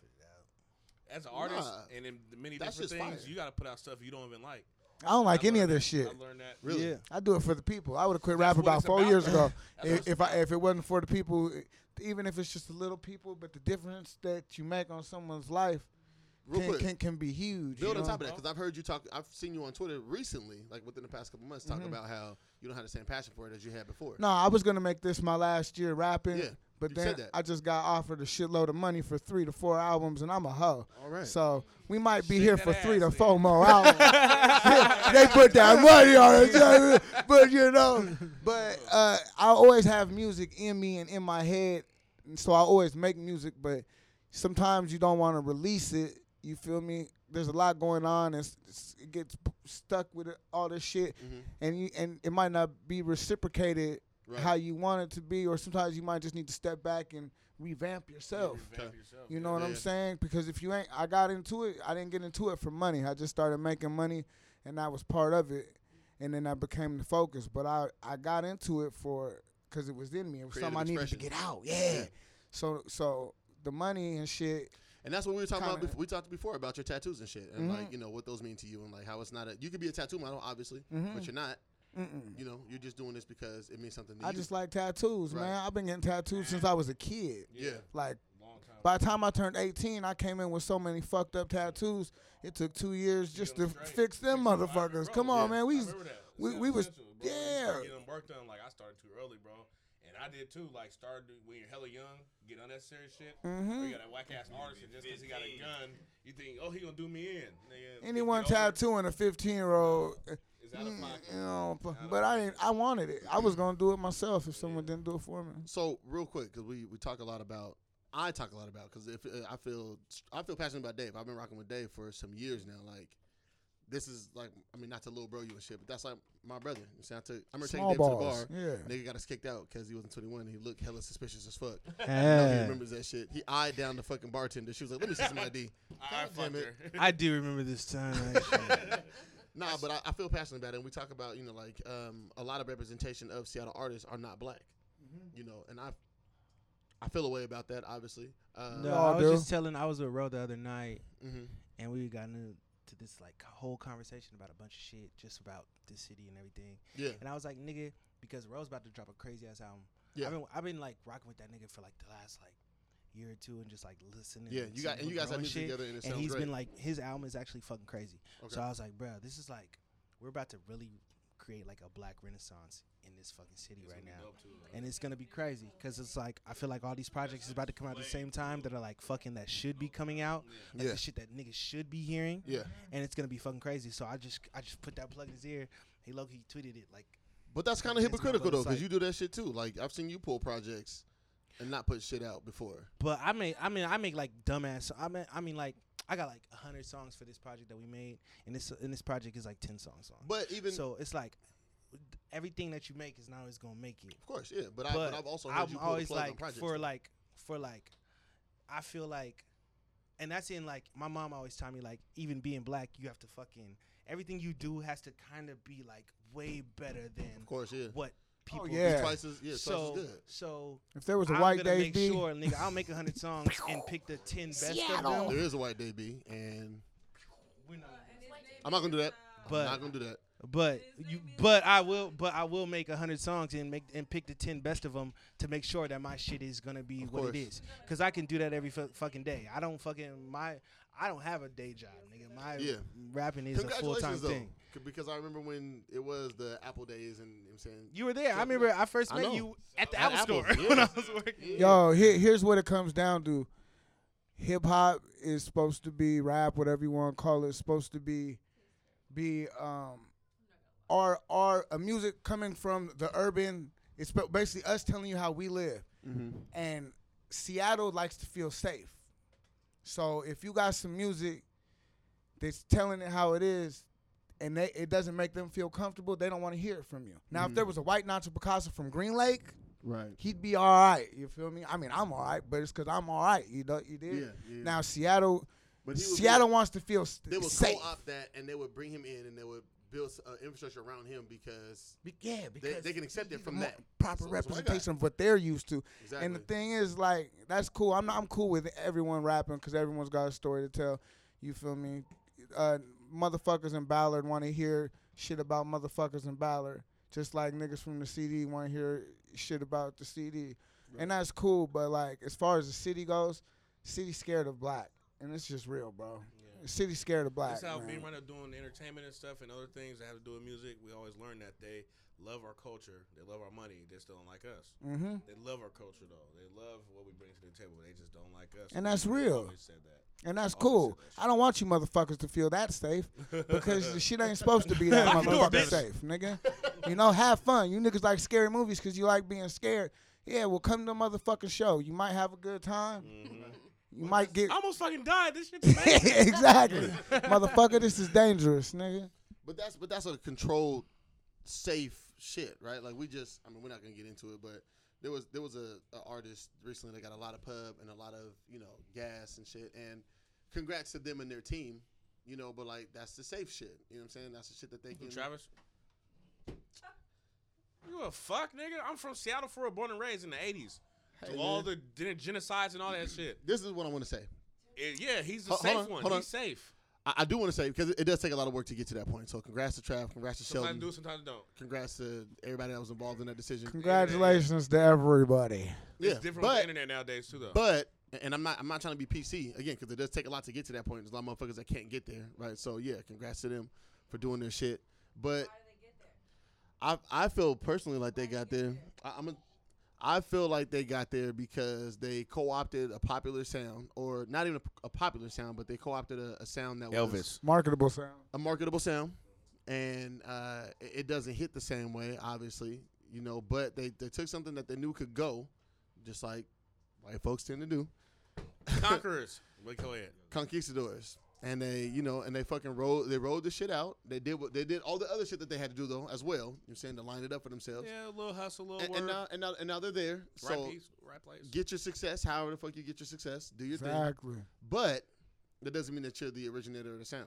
put it out.
As an artist
Nah.
and in many
That's
different
just
things,
fire.
you gotta put out stuff you don't even like.
I don't like
I
any of
learned
this
that.
shit.
I learned that.
Really?
Yeah.
I do it for the people. I would have quit
That's
rap
what
about
it's
four
about.
years ago.
That's what
if
it's
if, I, if it wasn't for the people, even if it's just the little people, but the difference that you make on someone's life
Real
can,
quick.
can, can be huge.
Build
you
on
know?
top of that, because I've heard you talk. I've seen you on Twitter recently, like within the past couple months, talk about how you don't have the same passion for it as you had before.
Mm-hmm. No, I was gonna make this my last year rapping.
Yeah,
But
you said
then
that.
I just got offered a shitload of money for three to four albums, and I'm a hoe.
All right.
So we might be
Shake
here
that
for three to
ass,
four
nigga. [laughs]
more albums. [laughs] they put that money on it, [laughs] you know, but you know, but uh, I always have music in me and in my head, and so I always make music. But sometimes you don't want to release it. You feel me? there's a lot going on and s- s- it gets p- stuck with it- all this shit
Mhm.
and you and it might not be reciprocated
Right.
how you want it to be or sometimes you might just need to step back and revamp yourself
revamp Okay. yourself,
you
yeah.
know what i'm
Yeah.
saying because if you ain't i got into it i didn't get into it for money i just started making money and i was part of it and then i became the focus but i i got into it for because it was in me it was
Creative
something i needed to
expression.
get out
Yeah.
yeah so so the money and shit
And that's what we were talking about.
Kinda-
Before, we talked before about your tattoos and shit, and
Mhm.
like you know what those mean to you, and like how it's not a. You could be a tattoo model, obviously,
Mhm.
but you're not.
Mm-mm.
You know, you're just doing this because it means something to
I
you.
just like tattoos,
Right.
man. I've been getting tattoos since I was a kid.
yeah.
Like, by the time I turned 18, I came in with so many fucked up tattoos. It took two years just to fix them motherfuckers. Come on, man. We,
I
was-
remember that.
we,
It's
we was,
essential, bro. You
yeah.
start getting work done. Like I started too early, bro, and I did too. Like started when you're hella young, get unnecessary shit.
Mhm.
Or you got a whack ass artist, and just because he got a gun, you think, oh, he gonna do me in. Nigga, oh, you
Anyone
get older,
tattooing a 15 year old,
It's out of pocket.
you know, but- but I didn't, I wanted it. I was going to do it myself if someone didn't do it for me.
So real quick, because we, we talk a lot about, I talk a lot about because if uh, I feel I feel passionate about Dave. I've been rocking with Dave for some years now. Like this is like I mean not to little bro you and shit, but that's like my brother. You see, I, took, I remember taking
Small
Dave
balls,
to the bar.
yeah.
Nigga got us kicked out because he wasn't 21. He looked hella suspicious as fuck. I know he
Hey.
remembers that shit. He eyed down the fucking bartender. She was like, "Let me see some ID." God
I
damn
fucked
it.
her. [laughs]
I do remember this time.
[laughs]
actually.
Nah, but I, I feel passionate about it. And we talk about, you know, like um, a lot of representation of Seattle artists are not black, you know, and I I feel a way about that, obviously. Uh,
No, I was just telling. I was with Ro the other night,
Mhm.
and we got into this like whole conversation about a bunch of shit, just about this city and everything.
Yeah.
And I was like, nigga, because Ro's about to drop a crazy ass album.
Yeah.
I've been I've been like rocking with that nigga for like the last like year or two, and just like listening.
Yeah, you got-
seeing
and you
what
guys have
Ro
music
shit,
together and it
and
sounds
he's
great.
been like his album is actually fucking crazy.
Okay.
So I was like, bruh, this is like we're about to really create like a black renaissance in this fucking city right now and it's gonna be crazy because it's like I feel like all these projects is about to come out at the same time that are like fucking that should be coming out, like
Yeah.
the shit that niggas should be hearing.
Yeah.
and it's gonna be fucking crazy. So I just I just put that plug in his ear. Hey, look, he tweeted it like.
But that's kind of
It's my
hypocritical, though,
brother's
because
like-
you do that shit too. Like, I've seen you pull projects and not put shit out before.
But I make I mean I make like dumbass. so- I mean I mean like I got like hundred songs for this project that we made, and this and this project is like ten songs long.
But even-
so, it's like everything that you make is not always gonna make it.
Of course, yeah. But, I, but I've also heard
I'm
you pull the
always
plug on
like
projects,
for
though.
like for like I feel like, and that's in like my mom always taught me like even being black you have to fucking everything you do has to kind of be like way better than of
course yeah
what people
Oh, yeah.
do.
Twice as- yeah, twice as
so
good.
so
If there was a
I'm
white
gonna
Dave
make
B.
sure nigga I'll make a hundred songs and pick the ten best of
There
them
is a white day B, and
We're not
I'm not going to do that.
But-
I'm not going to do that.
but you but I will but I will make a hundred songs and make and pick the ten best of them to make sure that my shit is gonna be what
course.
it is because I can do that every fu- fucking day. I don't fucking my I don't have a day job, nigga. My
Yeah.
rapping is a full time
Congratulations, though,
thing.
c- Because I remember when it was the Apple days, and you know what I'm saying
You were there. I remember I first met
know.
you at the
At
Apple
Apple,
store
yeah.
[laughs] when I was working.
Yo, here, here's what it comes down to. Hip hop is supposed to be rap, whatever you want to call it. It's supposed to be, be um, our our a music coming from the urban. It's ba- basically us telling you how we live, and Seattle likes to feel safe. So if you got some music that's telling it how it is, and they, it doesn't make them feel comfortable, they don't want to hear it from you. Now, if there was a white Nacho Picasso from Green Lake,
Right.
he'd be all right. You feel me? I mean, I'm all right, but it's because I'm all right. You know, you did.
Yeah, yeah.
Now Seattle,
But he was-
Seattle wants to feel st-
they would
safe.
co-op that and they would bring him in and they would build uh, infrastructure around him because
yeah,
they,
because
they can accept it from
more
that So
proper
it's white guy.
representation of what they're used to. And the
Exactly.
thing is, like, that's cool. I'm not, I'm cool with everyone rapping because everyone's got a story to tell. You feel me? Uh, motherfuckers in Ballard want to hear shit about motherfuckers in Ballard, just like niggas from the CD want to hear shit about the CD, and that's cool. But like, as far as the city goes, city scared of black, and it's just real, bro. The City scared of black.
That's how
man.
being right now doing entertainment and stuff and other things that have to do with music. We always learn that they love our culture, they love our money, they just don't like us.
Mm.
Mhm.
They love our culture though. They love what we bring to the table. They just don't like us.
And that's
They
real.
always said that.
[laughs]
And that's cool. I don't want you motherfuckers to feel that safe
[laughs]
[laughs]
because the shit ain't supposed to be that
Lock the door,
motherfucking
bitch.
safe, nigga. You know, have fun. You niggas like scary movies because you like being scared. Yeah, well, come to a motherfucking show. You might have a good time. You
Mm.
might get
Mm-hmm. I
[laughs]
almost fucking died. This shit's
[laughs]
amazing.
exactly, motherfucker. This is dangerous, nigga.
But that's but that's a controlled, safe shit, right? Like we just, I mean, we're not gonna get into it, but there was there was a, a artist recently that got a lot of pub and a lot of you know gas and shit, and congrats to them and their team, you know. But like that's the safe shit, you know what I'm saying? That's the shit that they
Who,
can.
Travis? You a fuck, nigga? I'm from Seattle, for born and raised in the '80s.
Hey,
Through all
man.
the gen- genocides and all that shit.
This is what I want to say.
And yeah, he's the
Ho-
safe
hold on,
one.
hold on.
He's safe.
I, I do want to say because it, it does take a lot of work to get to that point. So congrats to Trav, congrats to
Sometimes
Sheldon,
do, sometimes don't.
congrats to everybody that was involved in that decision.
Congratulations to everybody.
Yeah,
it's different
but-
with the internet nowadays too, though.
But and I'm not I'm not trying to be PC again because it does take a lot to get to that point. There's a lot of motherfuckers that can't get there, right? So yeah, congrats to them for doing their shit. But I I feel personally like they got there. I, I'm a I feel like they got there because they co-opted a popular sound, or not even a, a popular sound, but they co-opted a, a sound that was
Marketable sound.
a marketable sound, and uh, it it doesn't hit the same way, obviously, you know. But they, they took something that they knew could go, just like white folks tend to do, [laughs]
Conquerors, like go ahead.
conquistadors, and they you know and they fucking rolled they rolled the shit out. They did what they did all the other shit that they had to do though as well. You're saying to line it up for themselves.
Yeah, a little hustle, a little
And,
work.
and now and now and now they're there.
right
So
piece, right place.
get your success, however the fuck you get your success, do your thing.
Exactly.
But that doesn't mean that you're the originator of the sound.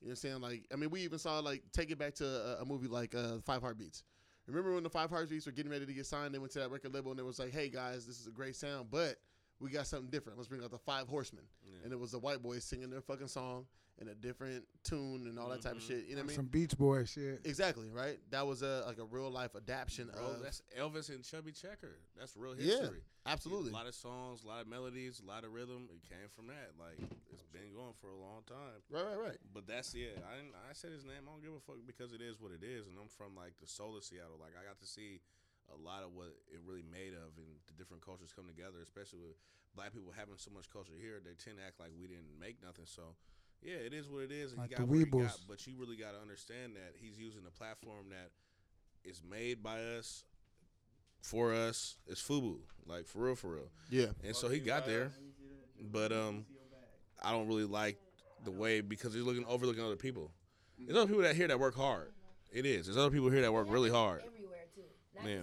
You know what I'm saying? Like, I mean, we even saw like take it back to a, a movie like uh, Five Heartbeats. Remember when the Five Heartbeats were getting ready to get signed? They went to that record label and they was like, "Hey guys, this is a great sound, but we got something different. Let's bring out the Five Horsemen." And it was the white boys singing their fucking song in a different tune and all that type
Mm-hmm.
of shit. You know what I mean?
Some Beach Boy shit.
exactly right. That was a like a real life adaptation
Bro,
of
that's Elvis and Chubby Checker. That's real
Yeah,
history.
absolutely.
A lot of songs, a lot of melodies, a lot of rhythm. It came from that. Like it's been going for a long time.
right, right, right.
But that's it. I didn't, I said his name. I don't give a fuck because it is what it is, and I'm from like the soul of Seattle. Like I got to see a lot of what it really made of, and the different cultures come together. Especially with black people having so much culture here, they tend to act like we didn't make nothing. So. Yeah, it is what it is. and
Like
he
the
got what he got,
Weebles.
but you really got to understand that he's using a platform that is made by us, for us. It's FUBU, like for real, for real.
Yeah.
And so he got there, but um, I don't really like the way because he's looking overlooking other people. There's other people that here that work hard. It is. There's other people here that work really hard.
Everywhere too. Not
Yeah.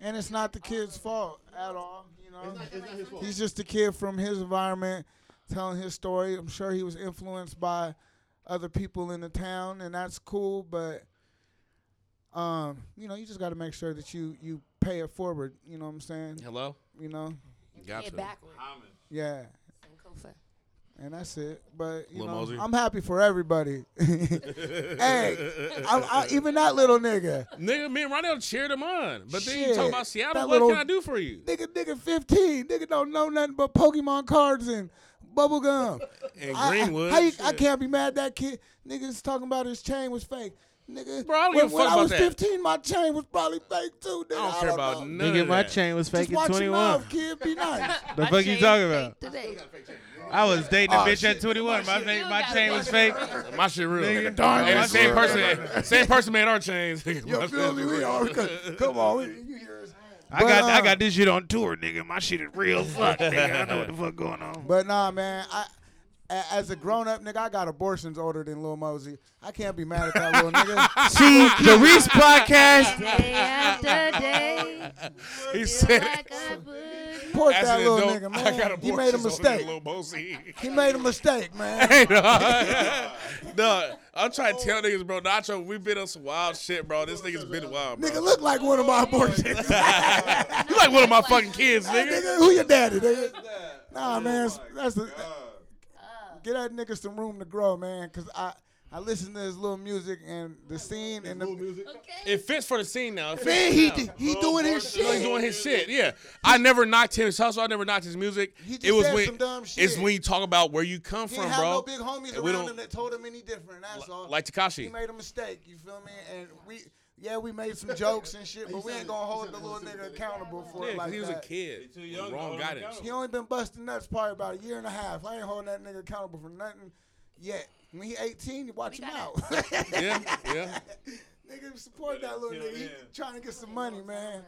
And it's not the kid's fault at all. You know,
It's not his fault.
he's just a kid from his environment, telling his story. I'm sure he was influenced by other people in the town, and that's cool. But um, you know, you just got to make sure that you you pay it forward. You know what I'm saying?
Hello.
You know,
Got
Get
to.
backward.
yeah.
Sankofa.
And that's it. But you
Lil
know,
Mosey.
I'm happy
[laughs]
for everybody. hey, I, I, even that little nigga,
Nigga, me and Ronell cheered him on, but then you
Shit,
talk about Seattle.
that
What
little-
can I do for you?
nigga, nigga, 15, nigga don't know nothing but Pokemon cards and bubble gum.
And
I-
Greenwood.
I, how you- I
shit.
can't be mad that kid. Niggas talking about his chain was fake. Nigga,
Bro, I don't
when,
give a
when
fuck
I
about
was
that.
15, my chain was probably fake too. Nigga.
I don't care about
know.
[laughs]
none
Nigga,
of
my
that.
chain was fake
Just
at
watch your
21.
mouth, kid.
[laughs]
Be nice.
The fuck you talking about?
Today.
I was dating a
Oh,
bitch
shit.
at 21. My, fa- my chain was fake.
My shit real.
Nigga,
darn and the
that's
same
real.
person, same person made our chains.
you feel me? We all come on. we- you hear us.
I got
But,
I
uh,
got this shit on tour, nigga. My shit is real fuck, nigga. I know what the fuck going on.
But nah, man. I, a- as a grown up nigga, I got abortions older than Lil Mosey. I can't be mad at that little
[laughs]
nigga.
See the Reese podcast.
Day after [laughs] day.
[laughs] He
Feel
said, [laughs]
like I [laughs] would.
Support
as
that
an
little
adult,
nigga,
I got
man. He
abortions
made a
over
mistake.
Lil Boosie.
He made a mistake,
[laughs]
man.
Hey, no. [laughs] no, I'm trying to tell niggas, bro. Nacho, we've been on some wild shit, bro. This nigga's been wild, bro.
Nigga look like one of my abortions.
[laughs] You like one of my fucking kids, nigga.
nigga, who your Oh daddy, nigga? Nah, man, that's the, get that nigga some room to grow, man. Cause I I listen to his little music and the scene and the music.
Okay.
It fits for the scene now. It fits
Man,
for
he
now.
d- he doing his
You know, He's doing
shit.
his shit. Yeah, I never knocked his hustle. I never knocked his music.
He just
it was
said
when
some dumb
it's
shit.
when you talk about where you come
He
from,
didn't have
bro.
no big homies
And we
around
don't-
him that told him any different. That's all.
like
he
Takashi.
made a mistake. You feel me? And we yeah we made some jokes and [laughs] shit, but we ain't gonna hold the little nigga accountable for
Yeah,
it
'cause
like
he was a
that.
kid.
too young to
Wrong
hold him
guidance.
accountable.
He only been busting nuts probably about a year and a half. I ain't holding that nigga accountable for nothing yet. When he 18, you watch
We
him out.
got
[laughs]
Yeah, yeah.
nigga, support that little
Yeah,
nigga. He
yeah.
trying to get some money, man.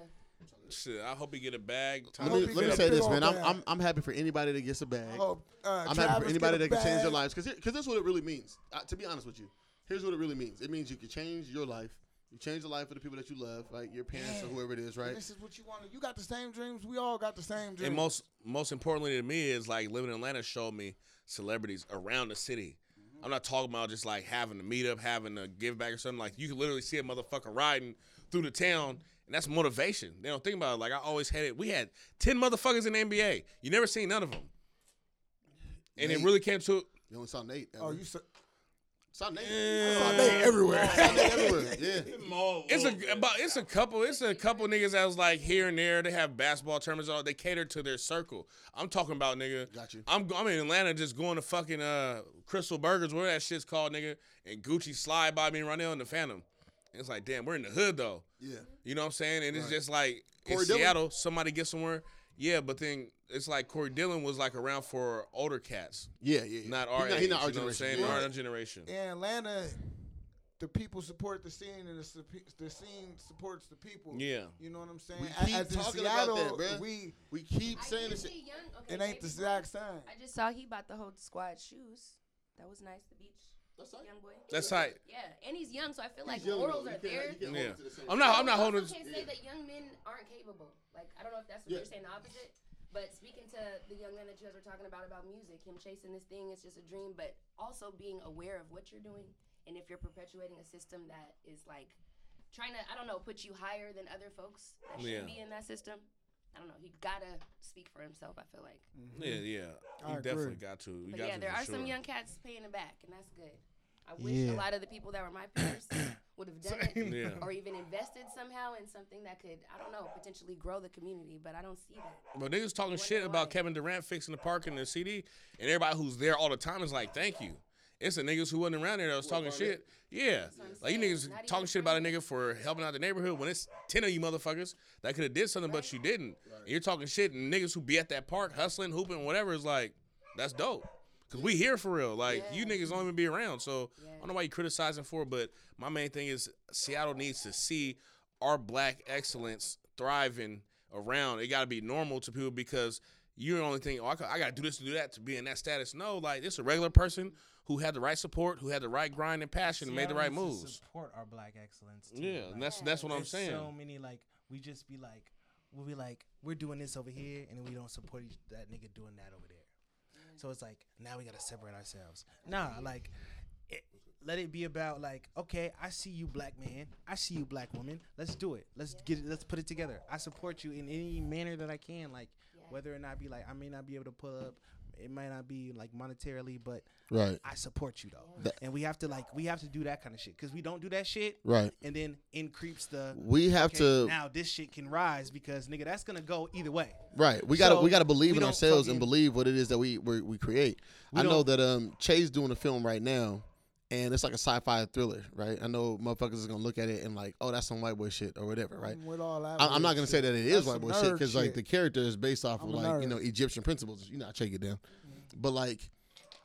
Shit, I hope he get a bag.
Let me, let me say this, man. I'm, I'm, I'm happy for anybody that gets a bag.
hope, uh,
I'm happy
Travis
for
get
anybody
a
that can change their
bag.
lives. Because that's what it really means. Uh, to be honest with you, here's what it really means it means you can change your life. You change the life of the people that you love, like your parents or
Yeah.
whoever it is,
And
right?
This is what you wanted. You got the same dreams. We all got the same dreams.
And most most importantly to me is like living in Atlanta showed me celebrities around the city. I'm not talking about just like having a meetup, having a give back or something. Like you can literally see a motherfucker riding through the town, and that's motivation. They don't think about it. Like I always had it. We had ten motherfuckers in the NBA. You never seen none of them, and it
Nate.
really came to.
You only saw Nate.
Oh,
ever.
you saw,
saw Nate.
Yeah.
saw Nate everywhere. Yeah.
It's a about it's a couple it's a couple niggas that was like here and there they have basketball tournaments all they cater to their circle. I'm talking about nigga.
Got you.
I'm I'm in Atlanta just going to fucking uh Crystal Burgers where that shit's called nigga and Gucci slide by me right now in the Phantom. And it's like damn we're in the hood though.
Yeah.
You know what I'm saying? And it's
Right.
just like
Corey
in
Dillon.
Seattle somebody gets somewhere. Yeah, but then it's like Corey Dillon was like around for older cats,
Yeah, yeah. yeah.
not
He
our
he
age. you know what I'm
generation.
saying?
Yeah.
Our generation.
in Atlanta, the people support the scene, and the, sup- the scene supports the people.
Yeah.
You know what I'm saying?
We
A-
keep
As in
talking
Seattle,
about that, bruh.
we
We keep
I
saying
did
this.
see young, okay,
it ain't
baby
the
boy.
exact same.
I just saw he bought the whole squad shoes. That was nice. The beach.
That's
young boy.
That's tight.
Yeah, and he's young, so I feel like
young, though.
morals
You
are
can't-
there.
you can't hold
Yeah.
it to the same
I'm not I'm
You
not
also
holding
Can't say that young men aren't capable. Like I don't know if that's what
Yeah.
you're saying, the opposite. But speaking to the young man that you guys were talking about about music, him chasing this thing is just a dream. But also being aware of what you're doing and if you're perpetuating a system that is like trying to, I don't know, put you higher than other folks that
Yeah.
should be in that system. I don't know. He gotta speak for himself. I feel like.
Yeah, yeah.
I
You
agree.
definitely got to. You
Mm-hmm. But
got
yeah,
to
there
for
are
sure.
some young cats paying it back, and that's good. I wish
Yeah.
a lot of the people that were my
[coughs]
peers would have done it,
Yeah.
or even invested somehow in something that could, I don't know, potentially grow the community. But I don't see that.
But niggas talking
Wonder
shit about
why.
Kevin Durant fixing the park in the CD, and everybody who's there all the time is like, "Thank you." It's the niggas who wasn't around there that was talking shit. Yeah,
what I'm
like you
saying.
niggas
Not even
talking shit about a nigga for helping out the neighborhood when it's ten of you motherfuckers that could have did something but you didn't. And you're talking shit, and niggas who be at that park hustling, hooping, whatever is like, that's dope. Cause we here for real. Like you
Yeah.
niggas don't even be around. So I
Yeah.
don't know why you criticizing for, it, but my main thing is Seattle needs to see our black excellence thriving around. It got to be normal to people because you're the only thing. Oh, I, ca- I got to do this to do that to be in that status. No, like this a regular person who had the right support, who had the right grind and passion, and made the
Seattle
right
needs to
moves.
Support our black excellence. Too.
Yeah,
Like,
and that's that's what I'm
there's
saying.
So many like we just be like we'll be like we're doing this over here, and then we don't support each, that nigga doing that over there. So it's like now we gotta separate ourselves. Nah, like it, let it be about like okay, I see you, black man. I see you, black woman. Let's do it. Let's get it. Let's put it together. I support you in any manner that I can. Like whether or not be like I may not be able to pull up. It might not be like monetarily, but
Right.
I support you though.
That-
and we have to like we have to do that kind of shit because we don't do that shit.
Right.
And then in creeps the
We have to-
now this shit can rise because nigga that's gonna go either way.
Right. We gotta
So,
we gotta believe
we
in
don't
ourselves and
fucking-
believe what it is that we we, we create.
We
I know
don't-
that um Che's doing a film right now and it's like a sci-fi thriller, right? I know motherfuckers is gonna look at it and like, oh, that's some white boy shit or whatever, right?
With all that
I, I'm not
weird
gonna say
shit.
that it is
That's
white
some
boy shit
nerd
because like
shit.
the character is based off
I'm
of
a
like you
nerd.
know
Mm.
Egyptian principles. You know, I check it down, but like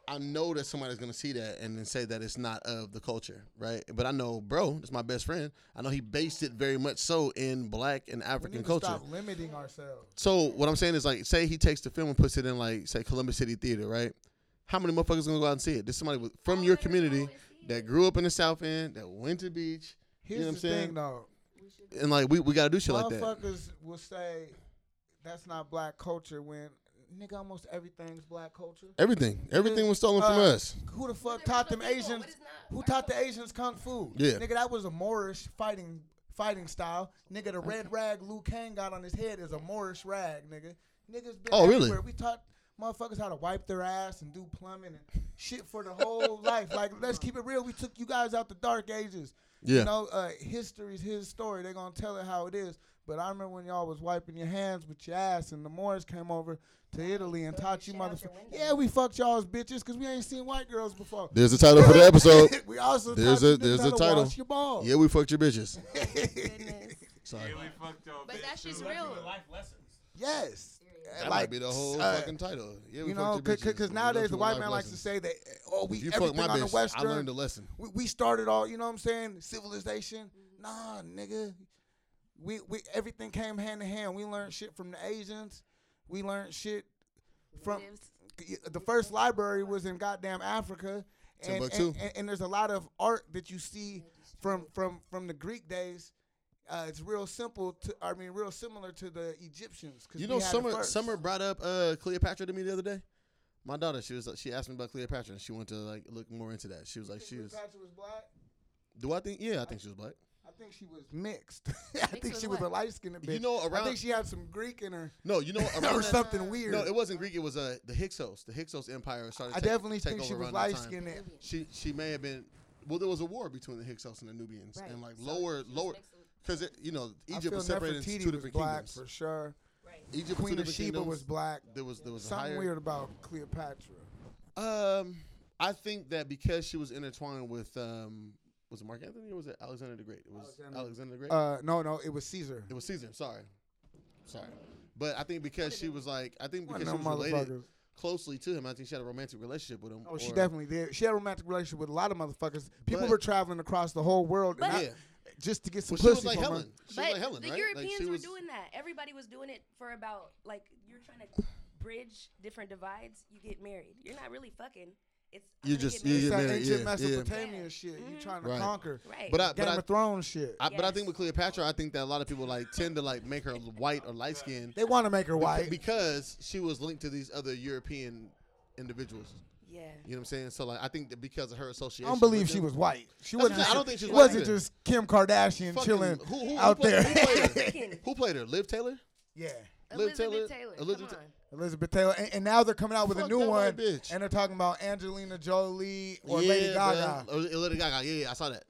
I know that somebody's gonna see that and then say that it's not of the culture, right? But I know, bro, it's my best friend. I know he based it very much so in black and
We
African
need
culture.
to stop limiting ourselves.
So what I'm saying is like, say he takes the film and puts it in like, say Columbus City Theater, right? How many motherfuckers gonna go out and see it? This somebody with, from your community that grew up in the South End, that went to beach.
Here's
you know what
the
I'm saying?
thing, though.
And like, we, we gotta do shit like that.
Motherfuckers will say that's not black culture when nigga almost everything's black culture.
Everything, everything was stolen from
Uh,
us.
Who the fuck taught them Asians? Who taught the Asians kung fu?
Yeah.
nigga, that was a Moorish fighting fighting style. Nigga, the red rag Liu Kang got on his head is a Moorish rag, nigga. Niggas been
Oh, really?
everywhere. We taught motherfuckers how to wipe their ass and do plumbing and shit for
[laughs]
the whole life. Like, let's keep it real. We took you guys out the dark ages.
Yeah.
You know, uh, history's his story. They're gonna tell it how it is. But I remember when y'all was wiping your hands with your ass, and the Moors came over to Italy and taught you motherfuckers. Yeah, we fucked y'all's bitches because we ain't seen white girls before.
There's the title for the episode.
[laughs] we also
There's
there's
a
a
there's a
title.
title.
Wash your balls.
Yeah, we fucked your
[laughs]
bitches.
Oh,
Goodness.
Sorry. Oh,
But that shit's real.
Yes.
That might be the whole
uh,
fucking title. Yeah, we
you know,
fucked your bitches.
because
We
nowadays
learned
the
from
white
life
man likes to
lessons.
say that uh, oh we
If you fucked
everything
my
on the
bitch, I
western.
learned a lesson. Mm-hmm.
we, we started all you know what I'm saying civilization. Nah, nigga, we we everything came hand in hand. We learned shit from the Asians. We learned shit from the first library was in goddamn Africa. And,
Timbuktu.
and, and, and there's a lot of art that you see from from from the Greek days. Uh, it's real simple to I mean real similar to the Egyptians. 'cause
You
we
know,
had it
Summer
first.
Summer brought up uh, Cleopatra to me the other day. My daughter, she was she asked me about Cleopatra, and she wanted to like look more into that. She was like, she was.
Cleopatra was black.
Do I think? Yeah, I think she was black.
I think she was mixed. [laughs] I think
with
she was a
what?
light skinned
You
bitch.
know,
I
around-
think she had some Greek in her.
No, you know
[laughs] Or
around that-
something weird.
No, it wasn't Greek. It was uh, the Hyksos. The Hyksos Empire started.
I
take-
definitely
take
think she
over
was
around that
light
time.
skinned.
She she may have been. Well, there was a war between the Hyksos and the Nubians,
Right.
and like
So
lower lower because you know Egypt was separated into two different
black
kingdoms.
for sure.
Egypt was
Queen
two
of
different
Sheba
kingdoms.
was black.
There was there was a
Something
higher-
weird about Cleopatra.
Um, I think that because she was intertwined with um, was it Mark Anthony or was it Alexander the Great? It was Alexander, the Great.
Uh, no, no, it was Caesar.
It was Caesar. Sorry, sorry. But I think because she was like, I think
One of
because she
them
was related
motherfuckers.
closely to him, I think she had a romantic relationship with him.
Oh, she
or-
definitely did. She had a romantic relationship with a lot of motherfuckers. People
But-
were traveling across the whole world, and
But-
I-
Yeah.
just to get some
Well, she was
pussy
like
from her.
Helen. She was
But
like Helen, right?
the
Like,
Europeans
she
were
was-
doing that. Everybody was doing it for about like you're trying to bridge different divides. You get married. You're not really fucking. It's I'm
You
gonna
just
get
you
married.
just
It's that
married,
ancient
yeah,
Mesopotamia
yeah.
shit. You
Mhm.
trying to
Right.
conquer?
Right.
But I,
Game
but I,
of Thrones shit.
I, But I think with Cleopatra, I think that a lot of people like tend to like make her white or light skinned.
They want to make her
Beca-
white.
because she was linked to these other European individuals.
Yeah.
[laughs] You know what I'm saying? So like, I think that because of her association.
I don't believe
with
she
them-
was white. She
That's what I'm
wasn't.
saying.
Just,
I don't think she was white
wasn't
either.
just Kim Kardashian
Fucking-
chilling
who- who- who
out
played-
there.
Who played, her? who played her? Liv Taylor.
[laughs] Yeah.
Liv
Elizabeth
Taylor.
Taylor,
Elizabeth.
come
Elizabeth Taylor, and, and now they're coming out with
Fuck
a new
that
one,
white bitch.
and they're talking about Angelina Jolie or
Yeah,
Lady
bruh.
Gaga.
Or- or Lady Gaga. Yeah, yeah, I saw that.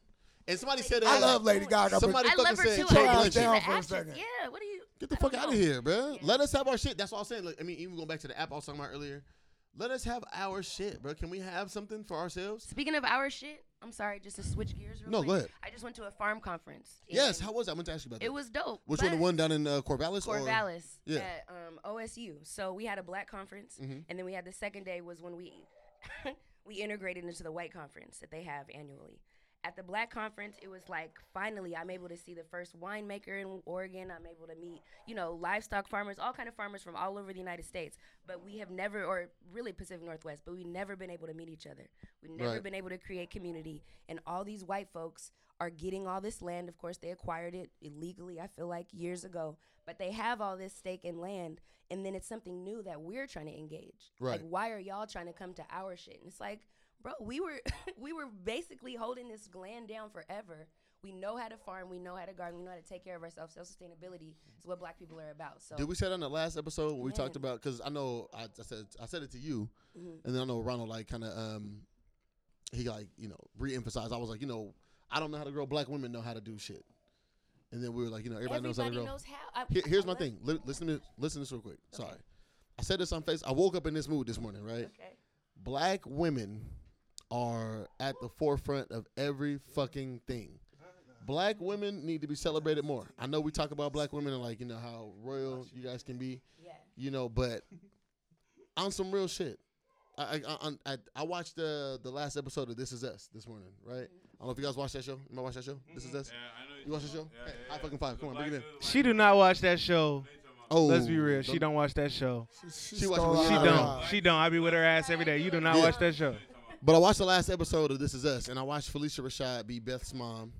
And somebody said that.
I love Lady Gaga, but-
Somebody
I
fucking
love her
said
too.
Kate
I love
Blanchett.
Down
She's
for a
an actress.
second.
Yeah. What do you?
Get the fuck out of here, bro. Let us have our shit. That's what I was saying. Like, I mean, even going back to the app I was talking about earlier, let us have our shit, bro. Can we have something for ourselves?
Speaking of our shit, I'm sorry. Just to switch gears. Real
No,
quick.
go ahead.
I just went to a farm conference.
Yes. How was that? I meant to ask you about that.
It was dope.
Which one? The
but-
one down in uh, Corvallis? or-
Corvallis
Yeah.
at um, OSU. So we had a black conference,
Mhm.
and then we had the second day was when we [laughs] we integrated into the white conference that they have annually. At the black conference, it was like finally I'm able to see the first winemaker in Oregon. I'm able to meet you know livestock farmers, all kind of farmers from all over the United States. But we have never, or really Pacific Northwest, but we've never been able to meet each other. We've never
Right.
been able to create community, and all these white folks are getting all this land. Of course, they acquired it illegally. I feel like years ago, but they have all this stake in land, and then it's something new that we're trying to engage.
Right.
Like, why are y'all trying to come to our shit? And it's like, bro, we were [laughs] we were basically holding this land down forever. We know how to farm. We know how to garden. We know how to take care of ourselves. Self sustainability is what Black people are about. So
Did we say that on the last episode when we talked
Man.
about? Because I know I, I said I said it to you,
Mhm.
and then I know Ronald like kind of um, he like you know re-emphasized. I was like, you know, I don't know how to grow. Black women know how to do shit, and then we were like, you know, everybody, knows how to grow.
Everybody knows how. I-
Here-
I-
here's
I
my
[laughs] love-
thing. Li- listen to listen to this real quick. Sorry, I said this on face. I woke up in this mood this morning, right?
Okay.
Black women are at the forefront of every fucking thing. Black women need to be celebrated more. I know we talk about black women and like you know how royal you guys can be.
Yeah.
You know, but on some real shit. I I, I, on- I, I watched the the last episode of This Is Us this morning, right? I don't know if you guys watched that show. You might watch that show. This is us. you watch the show? Yeah, I fucking five. Come on, bring it in.
She do not watch that show.
Oh,
let's be real. She
don't-
don't watch that show.
She she watch stole Believe
She
It or
don't.
Not.
She don't. I be with her ass every day. You do not
Yeah.
watch
[laughs]
that show.
But I watched the last episode of This Is Us, and I watched Felicia Rashad be Beth's mom,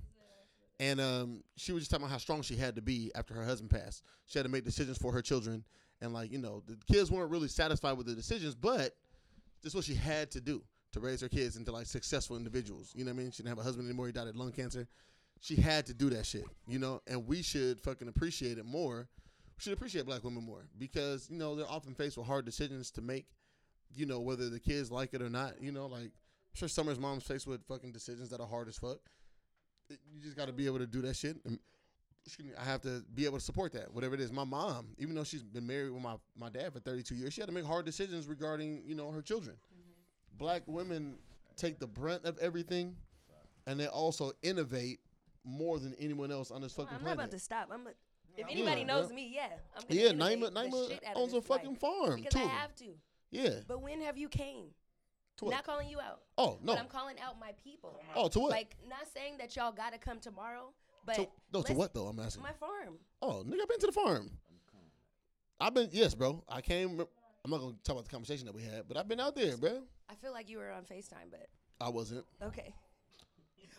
and um, she was just talking about how strong she had to be after her husband passed. She had to make decisions for her children, and like you know, the kids weren't really satisfied with the decisions, but this is what she had to do to raise her kids into like successful individuals. You know what I mean? She didn't have a husband anymore. He died of lung cancer. She had to do that shit, you know. And we should fucking appreciate it more. We should appreciate black women more because you know they're often faced with hard decisions to make. You know whether the kids like it or not. You know, like I'm sure Summer's mom's faced with fucking decisions that are hard as fuck. It- You just got to be able to do that shit. And, excuse me, I have to be able to support that, whatever it is. My mom, even though she's been married with my, my dad for 32 years, she had to make hard decisions regarding, you know, her children. Black women take the brunt of everything, and they also innovate more than anyone else on this fucking
I'm not
planet.
about to stop. I'm. A, if
Yeah,
anybody
yeah.
knows me, yeah. I'm gonna
Yeah,
innovate
Naima-
the
Naima
shit out of
owns
this
a fucking
life.
farm,
Because
two
I
of 'em.
have to.
Yeah.
But when have you came?
To what?
Not calling you out.
Oh, no.
But I'm calling out my people.
Oh, to what?
Like not saying that y'all gotta come tomorrow, But
To- no, to
let's-
what though? I'm asking.
My farm.
Oh, nigga, I've been to the farm. I've been yes, bro. I came. I'm not gonna talk about the conversation that we had, but I've been out there, bro.
I feel like you were on Facetime, but
I wasn't.
okay.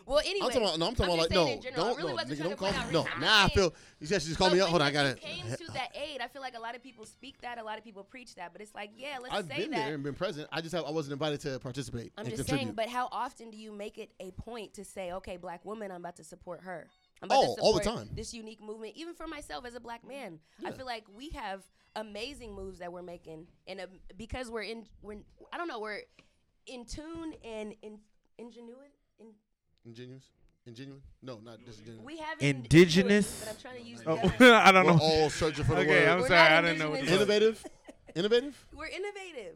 Well, anyway,
I'm talking about, no, I'm talking about like,
just saying
no,
in general, I
don't,
really
no,
wasn't
nigga,
trying
don't
to
call me,
point out
no,
racism.
nah, I
I'm
feel, you just, just call me up, hold on, I
when
gotta,
it came to that aid, I feel like a lot of people speak that. A lot of people preach that, but it's like, yeah, let's
I've
say
been
that.
there and been present, I just have, I wasn't invited to participate
I'm
and
just
contribute.
saying, but how often do you make it a point to say, okay, black woman, I'm about to support her? I'm
Oh, all the
support
time.
This unique movement, even for myself as a black man, I
Yeah.
feel like we have amazing moves that we're making, and um because we're in, we're I don't know, we're in tune and in ingenuity. In,
Ingenuous? Ingenuine? No, not disingenuous.
we have
Indigenous?
but I'm trying to use.
Oh,
[laughs]
[laughs]
the other-
I don't
We're
know.
all searching for the
Okay,
word.
I'm
We're
sorry.
not
I didn't know what
indigenous.
the
[laughs]
Innovative? Innovative?
We're innovative.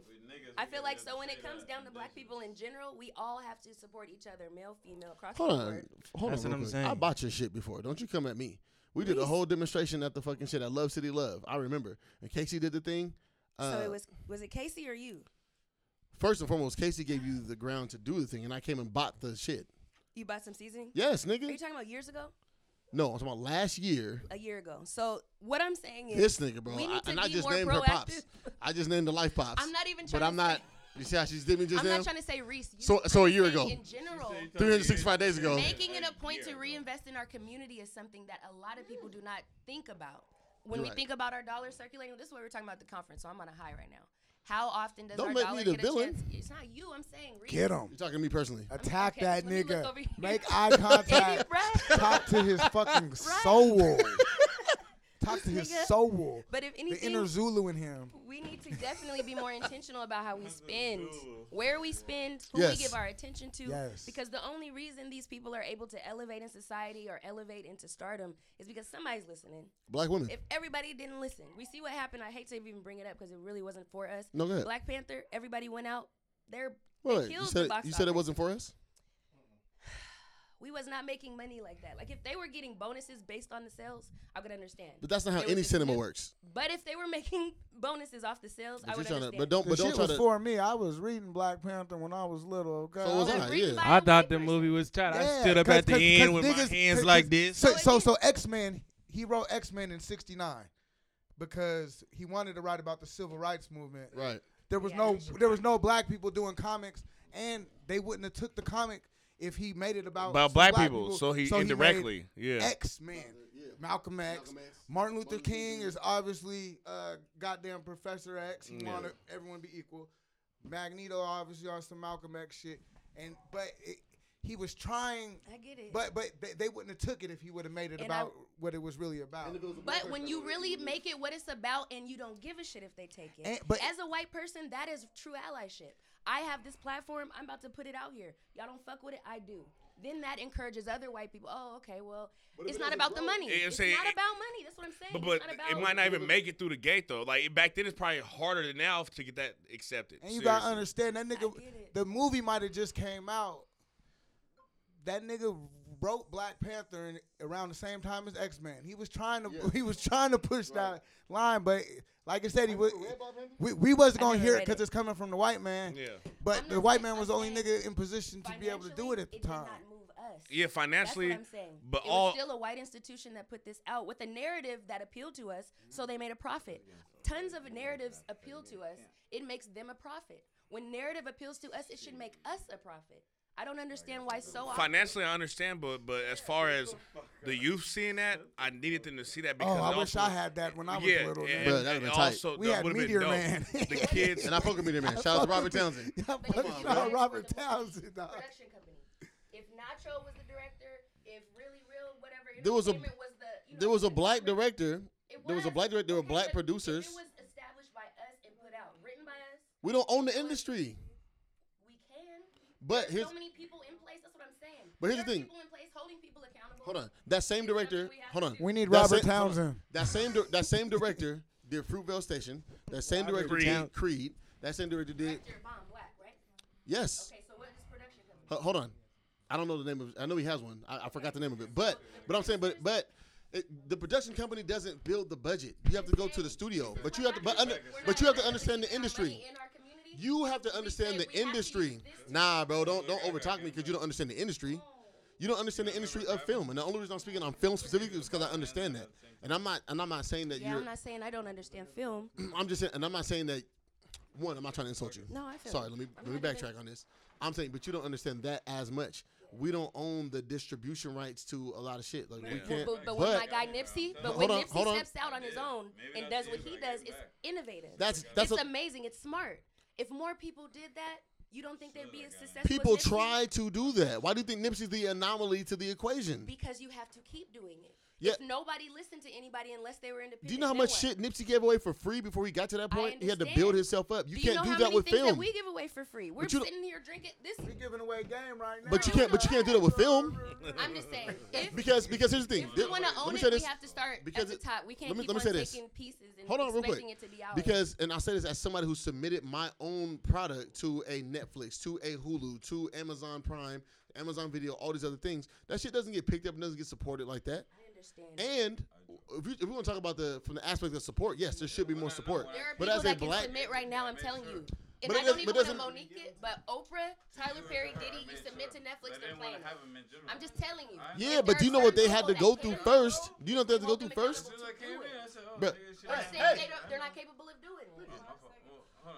I feel like so when it comes down to black people in general, we all have to support each other, male, female, across
Hold
the
on.
board.
Hold
That's
on.
what
real
I'm
quick. I
saying.
bought your shit before. Don't you come at me. We did a
Please.
whole demonstration at the fucking shit at Love City Love. I remember. And Casey did the thing. Uh,
so it was was it Casey or you?
first and foremost, Casey gave you the ground to do the thing, and I came and bought the shit.
You bought some seasoning?
Yes,
Are you
nigga.
talking about years ago?
No, I'm talking about last year.
A year ago. So what I'm saying is
This nigga, bro.
we need
I,
to
and I
be
just
more
named her
proactive.
pops. I just named the life pops.
I'm not even trying
But I'm
to
not.
say-
You see how she did me just
I'm
now?
not trying to say Reese. You,
So- so a
I'm
year
saying
ago.
In general,
365 days ago.
making it a point to reinvest in our community is something that a lot of people do not think about. When
You're
we
right.
think about our dollars circulating, this is what we're talking about at the conference. So I'm on a high right now. How often does
Don't
our
make me
dollar
the
get a
villain.
chance? It's not you. I'm saying Reese.
Get him.
You're talking to me personally.
Attack
Okay,
that
let me look
nigga.
over here.
Make
[laughs]
eye contact.
Brad.
Talk to his
[laughs]
fucking soul. Talk to his
Nigga.
soul.
But if
The
anything,
inner Zulu in him.
we need to definitely be more intentional about how we spend, where we spend, who
Yes.
we give our attention to.
Yes.
Because the only reason these people are able to elevate in society or elevate into stardom is because somebody's listening.
Black women.
If everybody didn't listen, we see what happened. I hate to even bring it up because it really wasn't for us.
No, go ahead.
Black Panther, everybody went out. They're they
Wait, you
killed
said,
the box
you said it
office.
wasn't for us?
We was not making money like that. Like if they were getting bonuses based on the sales, I could understand.
But that's not how
There was
any
this
cinema
new-
works.
But if they were making [laughs] bonuses off the sales, I
But, you're
would
trying
understand.
to, but don't,
The
but don't
shit
try
was
to.
for me. I was reading Black Panther when I was little. Okay.
So was
I
I.
It was written
yeah.
by
I
a
thought
white
the
person.
movie was tight.
Yeah,
I stood up
'cause-
at the
'cause-
end
'cause
with
niggas-
my hands
'cause-
like this.
So, so,
if you-
so X Men, he wrote X Men in '69 because he wanted to write about the civil rights movement. [laughs]
Right.
There was
Yeah,
no,
that's
there was no black people doing comics, and they wouldn't have took the comic if he made it about
About
some
black people, so he
made
indirectly, yeah.
X Men, Uh, Malcolm X,
Malcolm X.
Martin Luther King is obviously uh, goddamn Professor X. He wanted everyone to be equal. Magneto obviously on some Malcolm X shit, and but it, he was trying.
I get it.
But but they, they wouldn't have took it if he would have made it
And
about
I-
what it was really about.
But when you really make it what it's about and you don't give a shit if they take it.
And- but-
As a white person, that is true allyship. I have this platform. I'm about to put it out here. Y'all don't fuck with it. I do. Then that encourages other white people. Oh, okay. Well, it's not about the money.
Yeah, I'm
It's
saying-
not about money. That's what I'm saying.
But, but
it's not about
it might not even make it through the gate though. Like back then, it's probably harder than now to get that accepted.
And you gotta
Seriously.
understand that nigga.
get it.
The movie might have just came out. That nigga wrote Black Panther in, around the same time as X Men. He was trying to [laughs] he was trying to push that line, but like I said, he was, we we wasn't
I
gonna
never
hear it
read
because
it.
it's coming from the white man.
Yeah.
But
I'm
the
not
white
saying-
man was
I'm
the only
saying
nigga in position to be able to do it at the
Financially,
time.
Did not move us.
Yeah, financially.
That's what I'm saying.
But
it
all
was still a white institution that put this out with a narrative that appealed to us,
Mm-hmm.
so they made a profit. Tons of narratives appeal to us. It makes them a profit. When narrative appeals to us, it should make us a profit. I don't understand why so often.
[laughs]
financially, I understand. But but as far as the youth seeing that, I needed them to see that because
Oh,
it
I wish
also-
I had that when I was
yeah,
little.
and,
nigga.
Bruh, that'd
and
been tight.
also
We
that
had
would've been
Meteor
dope.
Man. [laughs]
the kids.
And I fuck with Meteor Man. Shout out to Robert Townsend.
Yeah,
But
fuck
if
with
you guys
y'all,
were
Robert
the
Townsend. dog.
Production company. If Nacho was the director, if Really Real, whatever.
There was a-
Entertainment was the, you know,
There was a
the
black
director.
director.
It
There was a black director. There were
Okay,
black
but if
producers.
It was established by us and put out, written by us.
We don't own the industry.
We can.
But here's
There's so many people in place. That's what I'm saying.
But here's
There
the
are
thing.
People in place holding people accountable.
hold on. That same director. Hold on.
We need
That
Robert
same- hold on.
Townsend.
That same dir- that same director did Fruitvale Station. That same director
Creed.
did Creed. That same director did
Director Von Black, right?
yes.
Okay, so what is production company?
Ho- hold on. I don't know the name of. I know he has one. I, I forgot the name of it. But but I'm saying but but. It, the production company doesn't build the budget. You have to go to the studio, but you have to but, under, but you have to understand the industry.
In our community.
You have to understand
said
the
we have to
industry.
use this
Nah, bro, don't don't overtalk me because you don't understand the industry. You don't understand the industry of film, and the only reason I'm speaking on film specifically is because I understand that. And I'm not, and I'm not saying that
Yeah,
you're.
I'm not saying I don't understand film.
[clears throat] I'm just saying, and I'm not saying that. One, I'm not trying to insult you.
No, I feel
Sorry,
you.
let me
I'm
let me
not
backtrack on this. I'm saying, but you don't understand that as much. We don't own the distribution rights to a lot of shit. Like we
But-
can't.
But, but when my guy Nipsey, but when
hold on,
Nipsey
hold on.
steps out on his own and does what he does, it's innovative.
That's- that's
it's
a-
amazing. It's smart. If more people did that, you don't think they'd be as successful. as
people
Nipsey?
try to do that. Why do you think Nipsey's the anomaly to the equation?
because you have to keep doing it.
Yeah.
If nobody listened to anybody unless they were independent,
Do you know how
then
much
what?
shit Nipsey gave away for free before he got to that
I
point? He had to
understand.
build himself up. You
do
can't
you know
do
how
that
many
with
things
film.
That we give away for free. We're
But you don't-
sitting here drinking this.
We giving away game right now.
But you can't. But you can't do that with film.
I'm just
[laughs]
saying. If
Because because here's the thing.
we
Th-
want to own
let me
it,
say
we
this.
have to start
because
at the
it-
top. We can't
let me-
keep
let me
on
say this.
taking pieces and
Hold on, real
expecting
quick.
it to be ours.
Because and I say this as somebody who submitted my own product to a Netflix, to a Hulu, to Amazon Prime, Amazon Video, all these other things. That shit doesn't get picked up and doesn't get supported like that.
I understand.
And if we, if we want to talk about the from the aspect of support, yes, there should be more support.
There are
But
people
as a
that can
black,
submit right now. I'm telling you. And
But it does-
I don't even
but
want to
doesn't-
Monique it, but Oprah, Tyler Perry, Diddy, you submit to Netflix, they're playing. it. I'm just telling you.
yeah,
If
but
there
do you
are
know what
certain
they had to
people
go
that
through
can't
first? Do you know what they had to go
hold
through
them
first?
accountable to do it.
Oh,
But
Or saying they don't, they're not capable of doing it.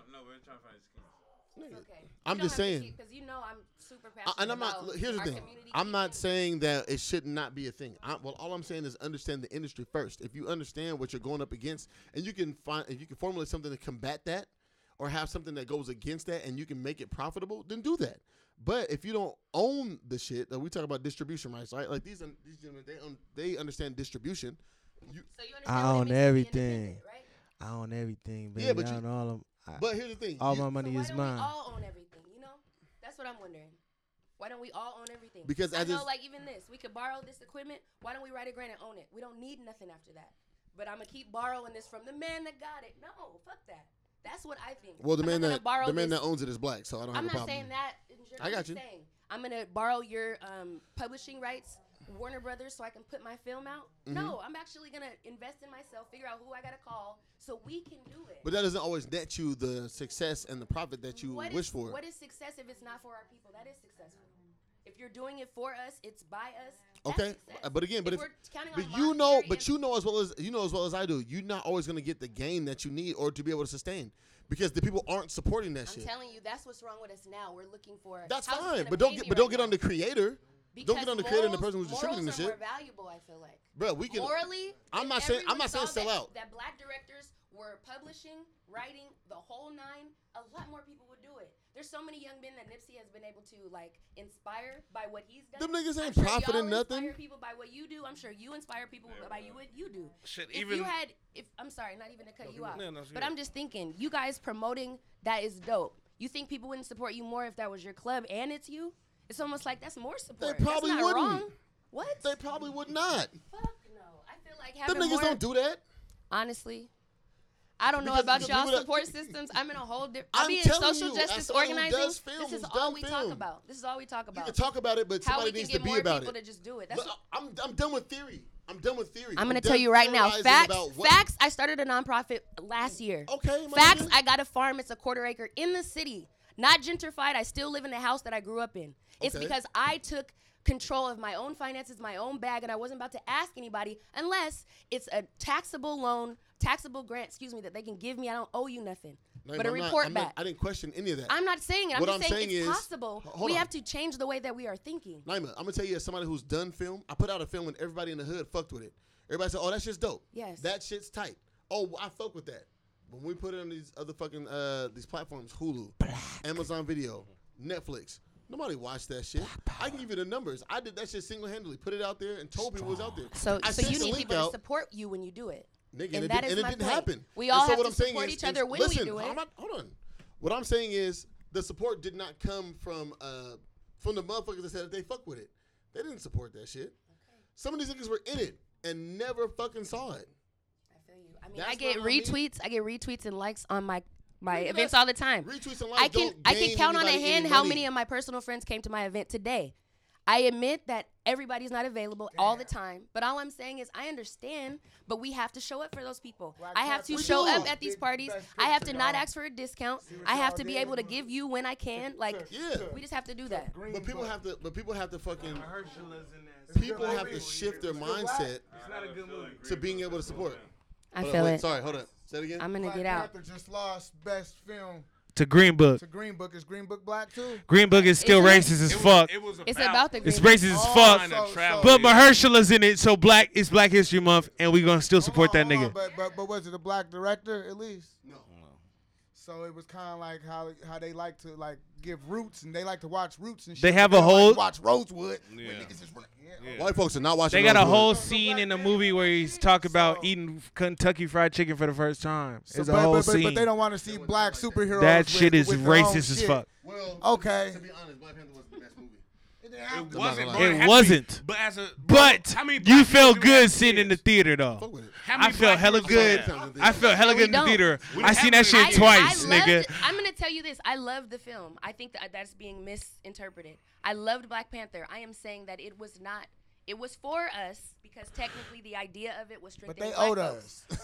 Okay.
I'm just saying.
Because you know I'm super
I-
passionate
and I'm not.
about
look, Here's the
our
thing.
community
I'm not saying that it should not be a thing. I, well, all I'm saying is understand the industry first. If you understand what you're going up against, and you can find, if you can formulate something to combat that, or have something that goes against that, and you can make it profitable, then do that. But if you don't own the shit, that we talk about distribution rights, right? Like these, un- these gentlemen, they own, they understand distribution. You,
So you
I
understand what it
own
means to be
everything.
independent, right?
I own everything, baby.
but
I
you-
own all of. I,
but here's the thing.
all
you-
my money
so
is
why don't
mine.
We all own everything, you know? That's what I'm wondering. Why don't we all own everything?
Because I
I know,
just-
like even this, we could borrow this equipment. Why don't we write a grant and own it? We don't need nothing after that. But I'm gonna keep borrowing this from the man that got it. No, fuck that. That's what I think.
well, the
I'm
man
not gonna
that
borrow
the man
this-
that owns it is black, so I don't
I'm
have a
not
problem.
saying that. In general.
I got
I'm just
you.
Saying, I'm gonna borrow your um, publishing rights, Warner Brothers, so I can put my film out.
Mm-hmm.
No, I'm actually gonna invest in myself, figure out who I gotta call, so we can do it.
But that doesn't always net you the success and the profit that you
What is-
wish for.
What is success if it's not for our people? That is successful. If you're doing it for us, it's by us. that's
Okay,
success.
but again, but if,
we're counting on
but you know,
monetary
but you know as well as you know as well as I do, you're not always going to get the gain that you need or to be able to sustain because the people aren't supporting that
I'm
shit.
telling you, that's what's wrong with us now. We're looking for
That's
how's this
fine,
gonna
but don't
pay
get
me
but don't
right
get
now?
on the creator. don't get
Because
on the creator and the
morals-
person who's distributing the
morals are
shit.
More valuable, I feel like.
Bruh, we can-
morally.
I'm
if
not saying- I'm
everyone
not saying
saw
sell
that,
out.
That black directors were publishing, writing the whole nine. A lot more people would do it. There's so many young men that Nipsey has been able to like inspire by what he's done.
Them niggas
I'm
ain't
sure
profiting
y'all
nothing.
Inspire people by what you do. I'm sure you inspire people by you what you do.
Shit,
if
even-
you had, if I'm sorry, not even to cut you off,
no, no, it's
but
good.
I'm just thinking, you guys promoting that is dope. You think people wouldn't support you more if that was your club and it's you? It's almost like that's more support.
They
That's
probably
not
wouldn't.
wrong. What?
They probably would not.
Fuck no. I feel like
Them
having
niggas
more,
don't do that.
Honestly, I don't know
Because
about
the
y'all
people that-
support systems. I'm in a whole different.
I'm
I mean,
telling
social
you, as
justice
someone who
organizing.
does film,
this is
who's
all
done
we
film.
talk about. This is all we talk
You
about.
can talk about it, but
How we
somebody
can
needs
get
to be
more
about
people
it.
to just do it. That's
Look, I'm I'm done with theory. I'm done with theory.
I'm gonna
done
tell you right now.
theorizing
Facts.
about what-
Facts. I started a nonprofit last year.
Okay, my
Facts.
nigga.
I got a farm. It's a quarter acre in the city, not gentrified. I still live in the house that I grew up in. It's
Okay.
because I took control of my own finances, my own bag, and I wasn't about to ask anybody unless it's a taxable loan, taxable grant, excuse me, that they can give me. I don't owe you nothing,
No,
but a
I'm not-
report
I'm
back.
not- I didn't question any of that.
I'm not saying it. I'm
What
just
I'm
saying,
saying
it's
is-
possible.
Hold
we
on.
have to change the way that we are thinking.
Naima, I'm gonna tell you as somebody who's done film, I put out a film and everybody in the hood fucked with it. Everybody said, "Oh, that shit's dope.
Yes.
that shit's tight. Oh, I fuck with that." But when we put it on these other fucking uh, these platforms, Hulu, Amazon Video, Netflix, nobody watched that shit. I can give you the numbers. I did that shit single handedly, put it out there, and told people it was out there.
So,
I
so
sent
you
the
need
link
people
out.
to support you when you do it.
Nigga,
and
and, it,
that
did,
is
and it
my
didn't
point.
happen.
We
And
all
so
have
what
to
I'm saying
support
is-
each other
is-
when we
listen,
do it.
I'm not- hold on. What I'm saying is the support did not come from uh, from the motherfuckers that said that they fuck with it. They didn't support that shit. Some of these niggas were in it and never fucking saw it.
I feel you. I mean,
That's
I get
what I mean.
retweets. I get retweets and likes on my my
Nigga,
events
that's-
all the time.
retweets and likes
I can
don't
I can
gain
count on a
anybody
hand
any
how
money.
many of my personal friends came to my event today. I admit that everybody's not available all the time, but all I'm saying is I understand, but we have to show up for those people. I have to
We
show
do.
up at these
Big
parties.
best
I have to
picture,
not
y'all.
ask for a discount.
See what
I have
y'all
to be
did?
able to give you when I can. Like,
Yeah.
we just have to do that.
But people have to. But people have to fucking.
It's
People
good
have to
movie.
shift their
It's good black.
mindset
It's not a good movie.
to being able to support.
I
Hold up,
feel
wait,
it.
Sorry, hold up. Say it again.
I'm gonna
Black
get out.
Panther just lost best film.
To Green Book.
To Green Book. Is Green Book black too?
Green Book is still
Isn't it?
racist as
It was-
fuck.
it was
It's about the
It's
Green
racist
Book.
as
Oh,
fuck.
so- so-
but Mahershala's in it, so black is Black History Month, and we gonna still support that
Hold on,
nigga.
but, but but was it a black director at least? No. So it was kind of like how how they like to like give roots and they like to watch roots and shit.
They have a
but don't like to
whole
watch Rosewood. when
Yeah.
niggas is running.
White folks are not watching.
They got a
Rosewood.
whole scene in the movie where he's talking about eating Kentucky Fried Chicken for the first time.
So,
It's
but,
a whole
but, but,
scene.
but they don't want to see black superheroes.
That
with-
shit is
with their own
racist as
shit.
fuck.
Well,
Okay.
To be honest, Black Panther was the best movie.
It
It
wasn't. bro. had to
It
be.
wasn't.
But as a
But
how many
you
black
felt
people do we
good
have?
sitting in the theater though.
How many
I felt
black
hella
people do we
good.
have?
I felt hella
We
good in the
don't.
theater.
We
I
have
seen that
to
shit
agree.
twice,
loved-
nigga.
I'm gonna tell you this. I loved the film. I think that that's being misinterpreted. I loved Black Panther. I am saying that it was not. It was for us because technically the idea of it was
But
strengthening.
they
black
owed
folks.
us.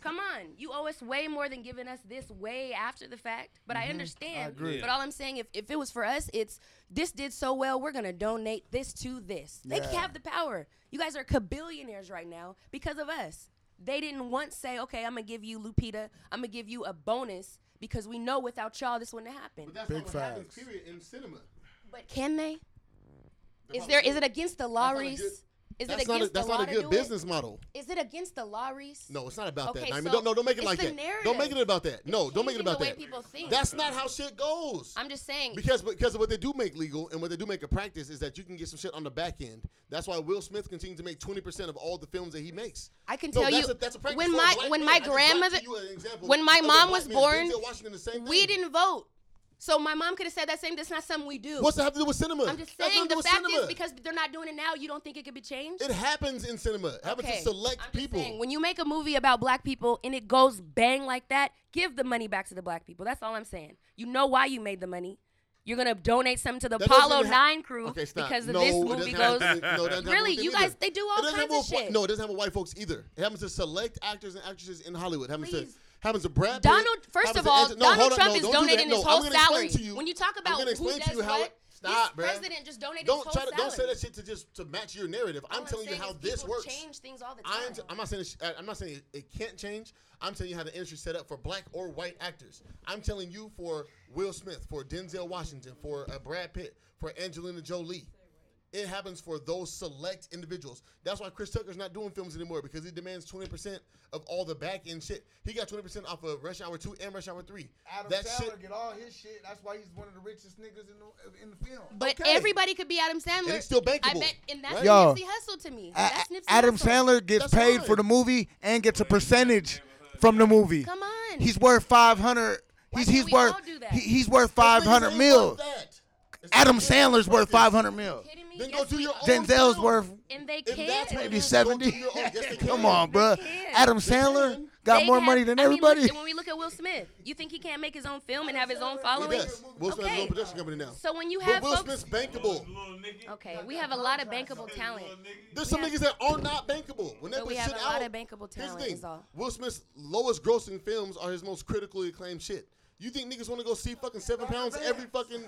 Come on, you owe us way more than giving us this way after the fact. But
Mm-hmm.
I understand.
agree.
But all I'm saying, if, if it was for us, it's this did so well, we're gonna donate this to this. They
Yeah.
have the power. You guys are kabillionaires right now because of us. They didn't once say, okay, I'm gonna give you Lupita, I'm gonna give you a bonus because we know without y'all this wouldn't happen.
But that's
Big
not what happens.
facts.
Period in cinema.
But can they?
They're
Is there?
probably-
Is it against the law,
That's not a
Reese?
good-
Is it
that's not a,
against
that's
the law
not a
to
good
do
business
it?
model.
Is it against the law, Reese?
No, it's not about that.
Okay,
Diamond.
so
don't, no, don't make it
it's
like
the
that. Don't make
narrative.
it about that. No, don't make it
changing the
about
way
that.
people think.
That's not how shit goes.
I'm just saying.
Because because of what they do make legal and what they do make a practice is that you can get some shit on the back end. That's why Will Smith continues to make twenty percent of all the films that he makes.
I can
No,
tell
that's
you
a- that's a practice
when
for a
my
black
when
man.
my
I just brought to
grandmother
you an example
when my
of a
mom
black
was
man.
born,
Denzel Washington, the same
we
thing.
didn't vote. So my mom could have said that same. That's not something we do.
What's that have to do with cinema?
I'm just
That's nothing to
saying
do
the
with
fact
cinema.
is because they're not doing it now, you don't think it could be changed.
it happens in cinema. It happens
Okay,
to select
I'm just
people.
saying, when you make a movie about black people and it goes bang like that, give the money back to the black people. That's all I'm saying. You know why you made the money. You're gonna donate some to the
That doesn't
Apollo
even ha-
Nine crew
Okay, stop.
because of
No,
this
it
movie
doesn't have to do-
goes. [laughs]
[laughs] no, it doesn't have to do
really,
with them
you guys,
either.
they do
It
all
doesn't have
kinds of
with whi-
shit.
No, it doesn't have with white folks either. It happens to select actors and actresses in Hollywood. It happens
Please.
to happens to Brad. Pitt.
Donald, first
Happens
of
to
all,
Anthony- no,
Donald
hold up,
Trump
no,
is
don't do that.
donating
No,
his
I'm
whole
gonna explain
salary.
to you.
When you talk
I'm
about
gonna
who
explain to
does
you how
what,
it- Stop,
this
bruh.
president just donated
Don't
his
try
whole
to
salary.
don't say that shit to just to match your narrative. I'm
All
telling you
saying
how
is
this
people
works.
Change things all the time.
I'm, t- I'm not saying it sh- I- I'm not saying it, it can't change. I'm telling you how the industry's set up for black or white actors. I'm telling you for Will Smith, for Denzel Washington, for uh, Brad Pitt, for Angelina Jolie. It happens for those select individuals. That's why Chris Tucker's not doing films anymore because he demands 20% of all the back end shit. He got 20% off of Rush Hour 2 and Rush Hour 3.
[laughs] Adam
that
Sandler
shit.
get all his shit. That's why he's one of the richest niggas in the in the film.
But
Okay.
everybody could be Adam Sandler.
And it's still
I
bankable,
bet, and that's
right?
Yo.
Nipsey Hustle to me.
A-
That's Nipsey
Adam
Hussle.
Sandler gets
That's
paid
fine.
for the movie and gets a percentage from the movie.
Come on.
He's worth five hundred. He's
can't
he's
we
worth
all do that?
he, he's worth
Those
five
niggas
hundred
ain't
mil.
worth that. It's
Adam
not
Sandler's worth
it.
five hundred mil.
Kidding me?
Then
Yes,
go do
we
your
are.
own
Denzel's
film.
worth
And they
If
can.
that's what it
maybe
is,
seventy.
go do your own- Oh, yes, they
[laughs] Come
can.
on, bruh.
can.
Adam
They
Sandler
can.
got
They
more
have-
money than
I mean, look-
everybody.
when we look at Will Smith, you think he can't make his own film and have his own following?
Yes, Will Smith has his
okay.
own production company now.
So when you
But
have
Will
folks,
Smith's bankable.
okay, we have a lot of bankable talent.
There's some
Yeah.
niggas that are not bankable. When they
But
put
we have
shit
a
out,
lot of bankable
here's the
talent
thing.
is all.
Will Smith's lowest grossing films are his most critically acclaimed shit. You think niggas want to go see fucking seven pounds every fucking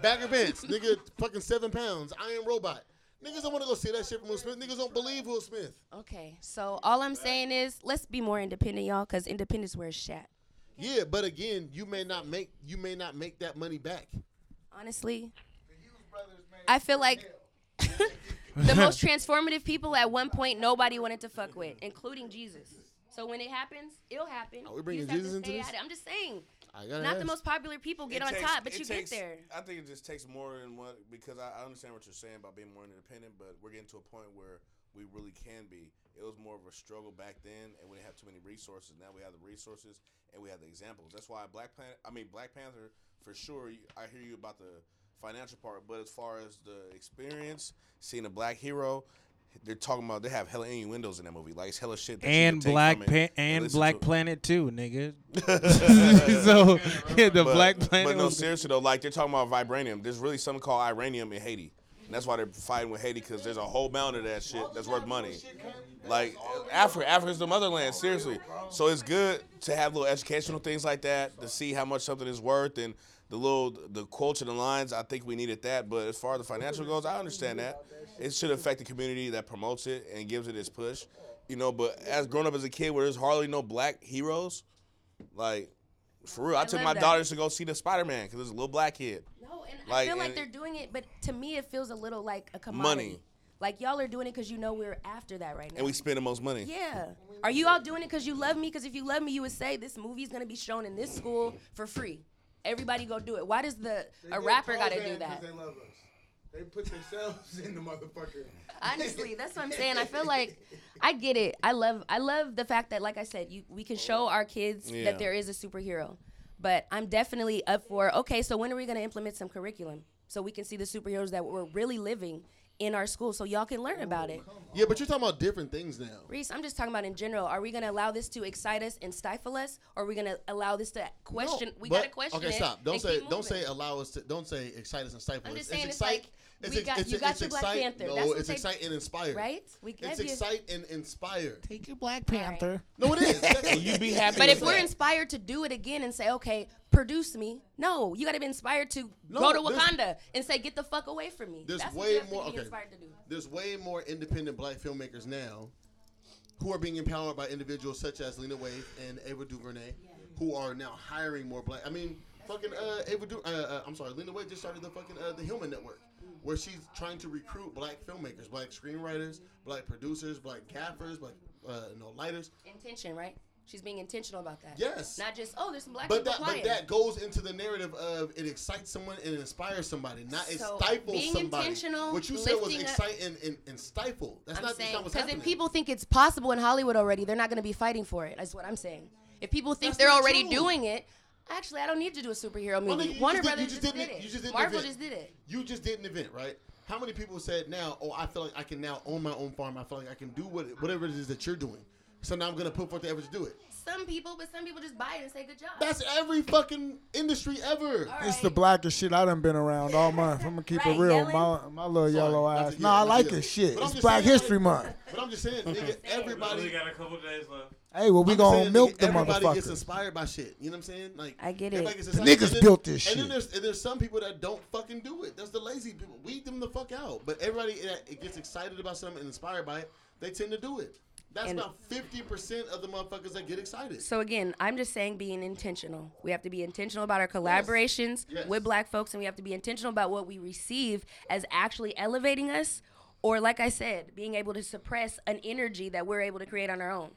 bag of Vance, nigga? Fucking seven pounds. I am Robot. Niggas don't want to go see that shit from Will Smith. Niggas don't believe Will Smith.
Okay, so all I'm saying is let's be more independent, y'all, because independence where it's shat.
Yeah, but again, you may not make you may not make that money back.
Honestly, I feel like [laughs] the most transformative people at one point nobody wanted to fuck with, including Jesus. So when it happens, it'll happen.
Are we
You
bringing
just have to
Jesus into
stay
this?
at it. I'm just saying,
I gotta
not the
ask.
most popular people
It
get on
takes-
top, but
it
you
takes-
get there.
I think it just takes more than one because I, I understand what you're saying about being more independent, but we're getting to a point where we really can be. It was more of a struggle back then, and we didn't have too many resources. Now we have the resources, and we have the examples. That's why Black Panther. I mean, Black Panther for sure. you- I hear you about the financial part, but as far as the experience, seeing a black hero. They're talking about they have hella innuendos in that movie, like it's hella shit. That you can
And
take
Black
from it
pa- and
listen to
Black
it.
Planet
[laughs]
too, nigga. so the
But-
Black Planet
But no,
was
seriously though, like they're talking about vibranium. There's really something called iranium in Haiti. And that's why they're fighting with Haiti because there's a whole mountain of that shit that's worth money. Like Africa, Africa's the motherland, seriously. So it's good to have little educational things like that to see how much something is worth and the little the quotes and the lines. I think we needed that, but as far as the financial goes, I understand that it should affect the community that promotes it and gives it its push. You know, but as growing up as a kid, where there's hardly no black heroes, like for real, I,
I
took
love
my
that.
daughters to go see the Spider Man because there's a little black kid.
No, and
Like,
I feel like
and-
they're doing it, but to me, it feels a little like a commodity.
Money.
Like y'all are doing it because you know we're after that right now.
and we spend the most money.
Yeah. Are you all doing it because you love me? Because if you love me, you would say this movie's gonna be shown in this school for free. Everybody go do it. Why does the a rapper gotta do that?
They
[laughs]
love us. They put
[laughs]
themselves in the motherfucker.
Honestly, that's what I'm saying. I feel like I get it. I love I love the fact that like I said, you we can show our kids
Yeah.
that there is a superhero. But I'm definitely up for okay, so when are we going to implement some curriculum so we can see the superheroes that we're really living in our school so y'all can learn about it.
Yeah, but you're talking about different things now.
Reese, I'm just talking about in general. Are we going to allow this to excite us and stifle us or are we going to allow this to question we
But-
got to question
Okay,
it
stop. Don't
and
say
keep
don't say
moving.
allow us to don't say excite us and stifle
I'm
us.
just saying it's,
excite-
like we got you got your Black
excite-
Panther.
No,
That's what
it's
they-
excite and inspire.
Right? We
It's
gave you-
excite and inspire.
Take your Black Panther.
No, it
[laughs]
is.
you be happy.
But
with
if we're
that.
inspired to do it again and say, okay, produce me, no, you got to be inspired to
No,
go to
there's-
Wakanda and say, get the fuck away from me.
There's
That's what
way
you have
more.
to be
Okay.
inspired to do.
There's way more independent black filmmakers now, who are being empowered by individuals such as Lena Waithe and Ava DuVernay, who are now hiring more black. I mean, fucking uh, Ava. Du- uh, uh, I'm sorry, Lena Waithe just started the fucking uh, the Hillman Network, where she's trying to recruit black filmmakers, black screenwriters, black producers, black gaffers, black uh, no lighters.
Intention, right? She's being intentional about that.
Yes.
Not just, oh, there's some black
But
people
that, but
applying.
that goes into the narrative of it excites someone and it inspires somebody, not it
So,
stifles
being
somebody.
intentional,
what you said was
lifting up-
excite and, and, and stifle. That's
I'm
not that's
saying,
not what's
because
happening.
if people think it's possible in Hollywood already, they're not going to be fighting for it. That's what I'm saying. If people think
That's
they're
not
already
true.
doing it, actually, I don't need to do a superhero
Well, no,
movie.
you
Warner
just did-
Brothers
you
just,
just
did
did an-
it.
you just did an
Marvel
event.
just did it.
you just did an event, right? How many people said now, "Oh, I feel like I can now own my own farm. I feel like I can do what whatever it is that you're doing." So now I'm gonna put forth the effort to do it.
Some people, but some people just buy it and say, good job.
That's every fucking industry ever.
It's the blackest shit I done been around all
[laughs]
month. I'm gonna keep it real. My, my little yellow eyes. No, I like this shit.
But I'm
It's
just
Black
saying,
History Month.
But I'm just saying, nigga, everybody.
We got a couple days left.
Hey, well, we
I'm just
gonna
saying,
milk
nigga,
the
everybody gets
motherfucker.
inspired by shit. You know what I'm saying? Like
I get it.
everybody gets
The
inspired.
niggas
And then-
built this
And then
shit.
there's and there's some people that don't fucking do it. That's the lazy people. Weed them the fuck out. But everybody that it gets excited about something and inspired by it, they tend to do it. That's
And-
about fifty percent of the motherfuckers that get excited.
So again, I'm just saying being intentional. We have to be intentional about our collaborations
Yes.
with black folks and we have to be intentional about what we receive as actually elevating us or like I said, being able to suppress an energy that we're able to create on our own.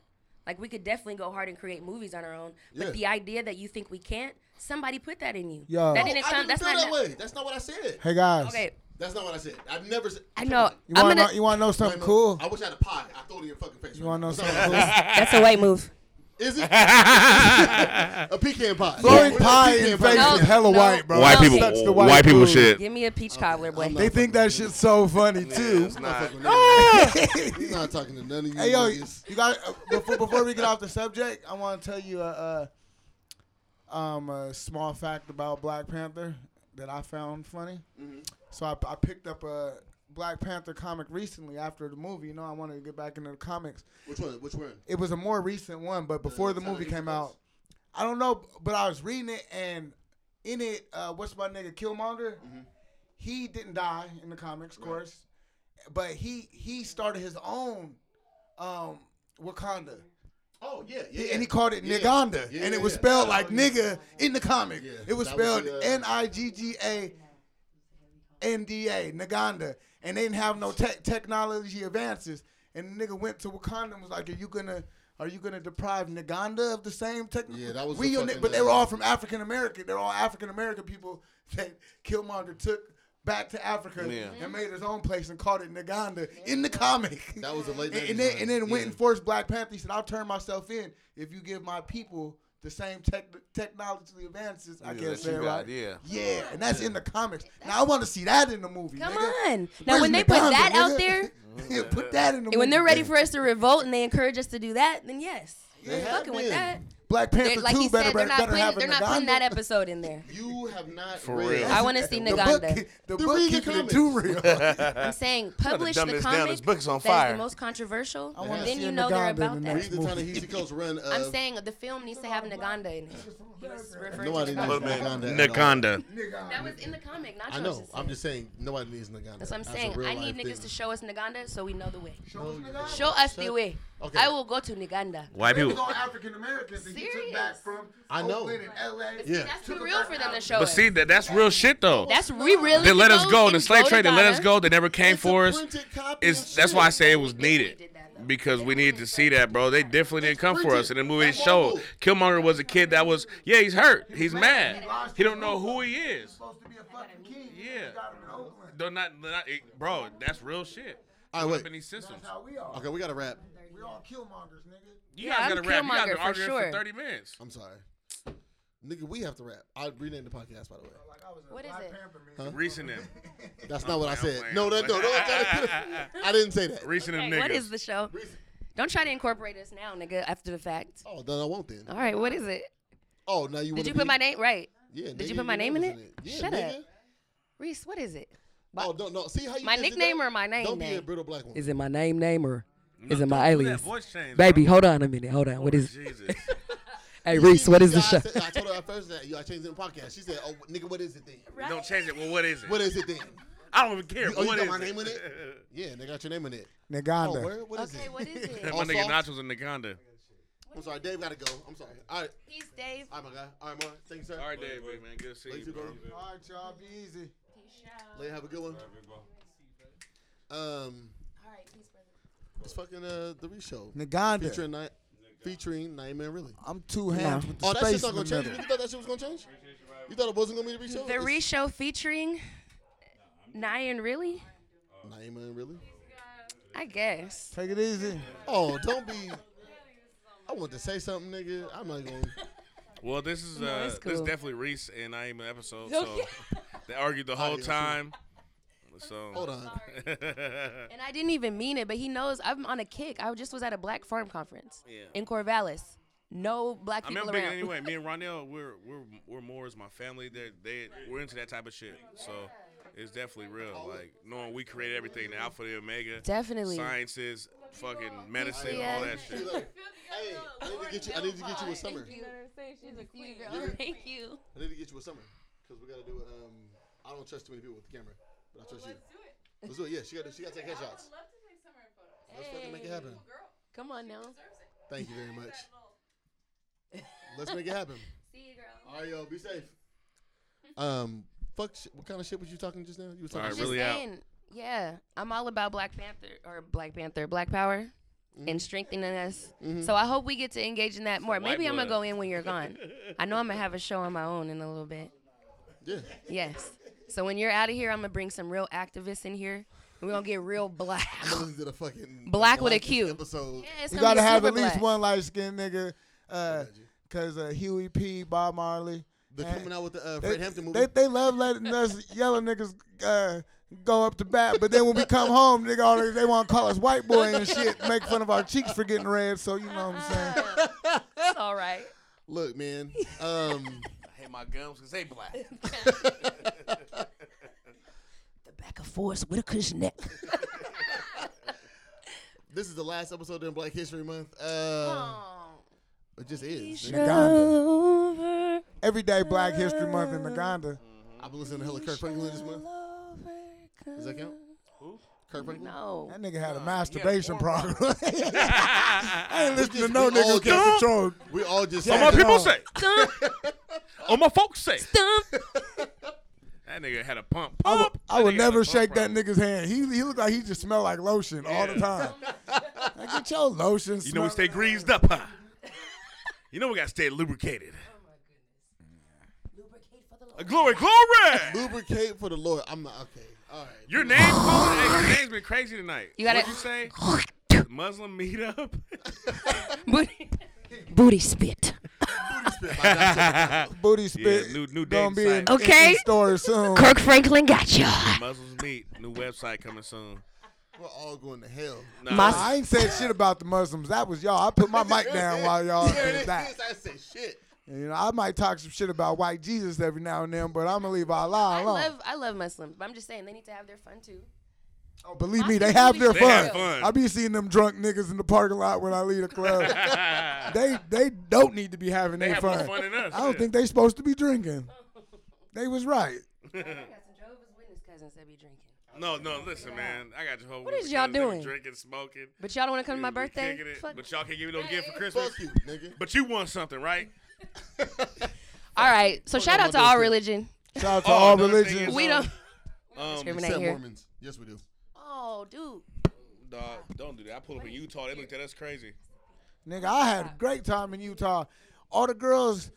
Like we could definitely go hard and create movies on our own, but
Yeah.
the idea that you think we can't, somebody put that in you.
Yo.
That
No,
didn't
I
come
didn't
that's
feel
not
that way. That's not what I said.
Hey guys,
Okay.
That's not what I said. I've never said.
I know.
you
I'm
wanna
gonna
know, you wanna know something cool?
I wish I had a pie. I throw it in your fucking face.
You
right
wanna know
now.
something
[laughs]
cool?
That's a white move.
Is
[laughs]
it? a pecan pie.
Flurry
Yeah.
pie
Pecan
in
pie.
face is hella
no,
white, bro.
White
That's
people-
such the
white people
food.
shit.
Give me a peach cobbler, boy.
They think that shit's so funny too.
I'm not fucking with none of you. I'm not talking to none of you.
Ah! Hey yo,
niggas.
you got uh, before before we get off the subject, I want to tell you a, a um a small fact about Black Panther that I found funny.
Mm-hmm.
So I, I picked up a Black Panther comic recently after the movie. You know, I wanted to get back into the comics.
Which one? Which one?
It was a more recent one, but before the
Tell
movie
me who
came
it was.
out, I don't know. But I was reading it, and in it, uh, what's my nigga Killmonger? He didn't die in the comics, of course, but he he started his own um, Wakanda.
Oh yeah, yeah.
And he called it
Yeah.
Niganda,
Yeah,
and
yeah,
it was
yeah.
spelled
Oh,
like
yeah.
nigga in the comic.
Yeah,
It was
that was
spelled
the, uh,
N I G G A N D A Naganda, and they didn't have no tech technology advances. And the nigga went to Wakanda and was like, "Are you gonna, are you gonna deprive Naganda of the same tech?"
Yeah, that was
we,
the
your ni-
fucking,
but they were
uh,
all from African American. They're all African American people [laughs] that Killmonger took back to Africa
Yeah.
and made his own place and called it Naganda in the comic. [laughs]
That was the late.
And,
90s
and then,
run.
and then went
Yeah.
and forced Black Panther. He said, "I'll turn myself in if you give my people the same tech technology advances." I
Yeah,
can't
that
say
you
it
got,
right.
yeah.
yeah, and that's in the comics. Now I want to see that in the movie.
Come
nigga.
on. Now
Where's
when they put
Wakanda,
that out
nigga? [laughs]
there,
Yeah, put that in the
And [laughs]
movie.
when they're ready for us to revolt and they encourage us to do that, then yes,
They
we're
have
fucking with
been.
that.
Black
They're-
Panther
like
two
he
better
said, they're
better,
not
better
putting,
have
they're
an
not putting
Uganda.
that episode in there.
You have not
For
read.
real.
I want to
[laughs]
see
The book,
Naganda.
the
The
book
read the
keeping it
comments.
[laughs]
too real.
I'm saying
to
publish
dumb
the
this down.
comic
This book is on
that the
fire.
most controversial,
I wanna
then
see
you
a
know they're
Naganda
about
in the
that.
Read the Ta-Nehisi Coates run of.
I'm saying the film needs to have Naganda in it. He was referring
nobody
to
needs Naganda.
Naganda.
at all.
Nakonda.
That was in the comic, not
I know. I'm just saying nobody needs Naganda.
That's what I'm
That's a
saying.
real
I need
life
niggas
thing.
to show us Naganda so we know the way.
No, you don't.
Show us the
Shut-
way.
Okay.
I will go to Naganda.
White
It was
people.
all African Americans that he took back
Serious.
from
I know.
Oakland and L.A.
But
Yeah.
see, that's too real for them to show
But
us.
see that that's real shit though.
that's we really.
They let us
go
go. The
and
slave
to
trade. They let us
Ghana.
go. They never came
It's a
for us.
printed copy
It's
of
that's
shit.
why I say it was
They definitely
needed
did that, though.
because we
They
needed to
definitely
see that, bro. They definitely didn't come for us, and the movie ain't showed. Killmonger was a kid that was yeah, he's hurt, he's mad, he don't know who he is.
supposed to be a fucking king.
Yeah.
He got him in Oakland.
Don't not, not it- bro. That's real shit.
All right,
Up in
wait.
these systems.
That's how we are.
Okay, we got to wrap.
We all killmongers, nigga.
You
Yeah,
guys
I'm
gotta rap. You guys
Killmonger
been
for
arguing for
sure.
thirty minutes.
I'm sorry. Nigga, we have to wrap. I renamed the podcast, by the way.
Like I was a
What is
Black
it?
Panther man.
Recent them.
That's not what I
playing, I'm
said. No, that,
playing.
no, no.
[laughs]
I didn't say that.
Recent them
Okay,
niggas.
what is the show? Don't try to incorporate us now, nigga. After the fact.
Oh, then I won't then.
All right, what is it?
Oh, now you want
Did you put my name right?
Yeah,
Did you
nigga,
put my
your
name in
name
it?
was in it. Yeah,
Shut
nigga.
up, Reese. What is it?
Oh, no, no. See how you
My
just did
nickname
that?
or my name
Don't be
name?
a brittle black one.
it my name name or
No, don't do that voice change, bro. Oh,
hold on a minute. Hold on.
Jesus.
Hey,
I, said- I told her at first that yo, I changed it in the podcast. She said, "Oh, nigga, what is it then?
Don't change it. Well, what is it?
What is it then?
I don't even care.
oh, you
What
got
is
my name in it?
it? [laughs]
Yeah, they got your name in it. Oh,
Naganda.
where? What is
Okay,
it?
what
[laughs]
is it?
My
Oh,
nigga
salt?
Nachos in Uganda.
I'm sorry, Dave got to go. I'm sorry. All right,
Peace, Dave.
all right, my guy. All right, Mark. Thank you, sir.
All right, Dave, big man. Good to see
Later,
you, bro.
bro.
All right, y'all, be easy.
Later, have a good one. Um,
All right, peace, brother.
it's fucking uh the reshow
Naganda.
featuring Ni- featuring Nightmare really.
I'm two hands
No.
with the
Oh, that
space
shit's not
in the
gonna change. You
middle.
thought that shit was gonna change? You thought it wasn't gonna be the reshow?
The re-show featuring Nyan, really?
Nightmare really.
I guess.
Take it easy.
Oh, don't be. I want to say something, nigga. I'm not gonna.
Well, this is
No,
uh,
it's
this is
cool.
definitely Reese and I am an episode. So
Okay.
[laughs] they argued the whole
Audio,
time. So
Hold
[laughs]
on.
And I didn't even mean it, but he knows I'm on a kick. I just was at a black farm conference in Corvallis. No black
I mean,
people
I'm big
around.
anyway. Me and Ronnell, we're we're we're more as my family. They they we're into that type of shit. So it's definitely real. Like knowing we created everything, the Alpha, the Omega,
Definitely.
sciences, fucking medicine, all that
[laughs] Hey,
shit.
I need to get you. I need to get you a summer.
Thank you. She's a cute girl. Thank you.
I need to get you a summer because we gotta do. Um, I don't trust too many people with the camera, but I trust you. Let's do it. Yeah, she got. She got to take headshots. Let's fucking make it happen.
Come on now.
Thank you very much. Let's make it happen.
See you, girl.
All right, yo, be safe. Um, fuck. Sh- what kind of shit was you talking just now? You were talking.
All right,
shit?
Just
really out.
saying, yeah, I'm all about Black Panther or Black Panther, Black Power,
Mm-hmm.
and strengthening us. So I hope we get to engage in that more.
white
Maybe I'm gonna
blood.
go in when
[laughs]
you're gone. I know I'm gonna have a show on my own in a little bit.
Yeah.
[laughs] Yes. So when you're out of here, I'm gonna bring some real activists in here. and We're gonna get real black.
I'm gonna listen to the fucking
Black with a
blackest
Q.
episode.
Yeah, it's
We
gonna
gotta
be
have
super
at least
black.
one light skinned nigga, uh, cause uh, Huey P, Bob Marley.
They're
and
coming out with the uh,
they,
Fred Hampton movie.
they they love letting us yellow niggas uh, go up to bat, but then when we come home, nigga, all they, they want to call us white boy and shit, make fun of our cheeks for getting red. So you know what I'm saying.
It's all right.
Look,
[laughs]
man. Um,
I hate my gums because they black.
The back of force with a cushion neck.
this is the last episode during Black History Month. Uh, it just is. man.
Naganda.
Over.
Every day Black History Month in Naganda.
I've been listening to hella Kirk Franklin this month. Does that count? Kirk Franklin.
No.
That nigga had a masturbation problem. [laughs] I
[laughs]
ain't listening
just-
to no
we all
nigga get
just-
control.
We all just.
All my
said-
people
on.
say.
Stump,
All my folks say.
stump.
That nigga had a pump.
I would,
Pump.
I
That nigga had
would
a
never
pump
shake that
problem.
nigga's hand. He he looked like he just smelled like lotion all the
Yeah. [laughs]
time. like, get your lotion.
You know we stay greased up, huh?
[laughs]
You know we gotta stay lubricated.
Oh
Uh, Glory, glory!
Lubricate for the Lord. I'm not okay. All right.
Your name, hey, your name's been crazy tonight.
You gotta-
What'd you say?
[laughs]
Muslim meetup.
Booty, booty spit.
[laughs] booty spit.
new- new dating
gonna be in,
site.
Okay.
in, in stores soon.
Kirk Franklin got you.
Muslims meet. New website coming soon.
We're all going to hell.
Nah, I ain't said shit about the Muslims. That was y'all. I put my mic down while
[laughs]
y'all
Here it
did
is.
that.
I said shit.
And, you know, I might talk some shit about white Jesus every now and then, but I'm gonna leave Allah
I
alone.
love I love Muslims, but I'm just saying they need to have their fun too.
Believe me, they have their
They
fun.
have fun.
I be seeing them drunk niggas in the parking lot when I leave
[laughs]
the club. they they don't need to be having
They
their
have more
fun.
fun than us,
I don't
yeah.
think they supposed to be drinking. They was right.
I got some Jehovah's Witness cousins that be drinking.
No, no, listen, man. I got Jehovah's
What is y'all
Witnesses, they be
doing?
Drinking, smoking.
But y'all don't wanna come to
We-
my
we
birthday?
kicking it,
Fuck.
But y'all can't give me no gift for Christmas.
Fuck you, nigga.
But you want something, right?
All right, so shout out to all religion.
Shout out to all
another Oh, thing
religions.
is,
[laughs] We
um,
don't. discriminate
Except
here.
Mormons. Yes, we do.
Oh, dude.
Dog, don't do that. I pulled up in Utah. They looked at us crazy.
Nigga, I had a great time in Utah. All the girls,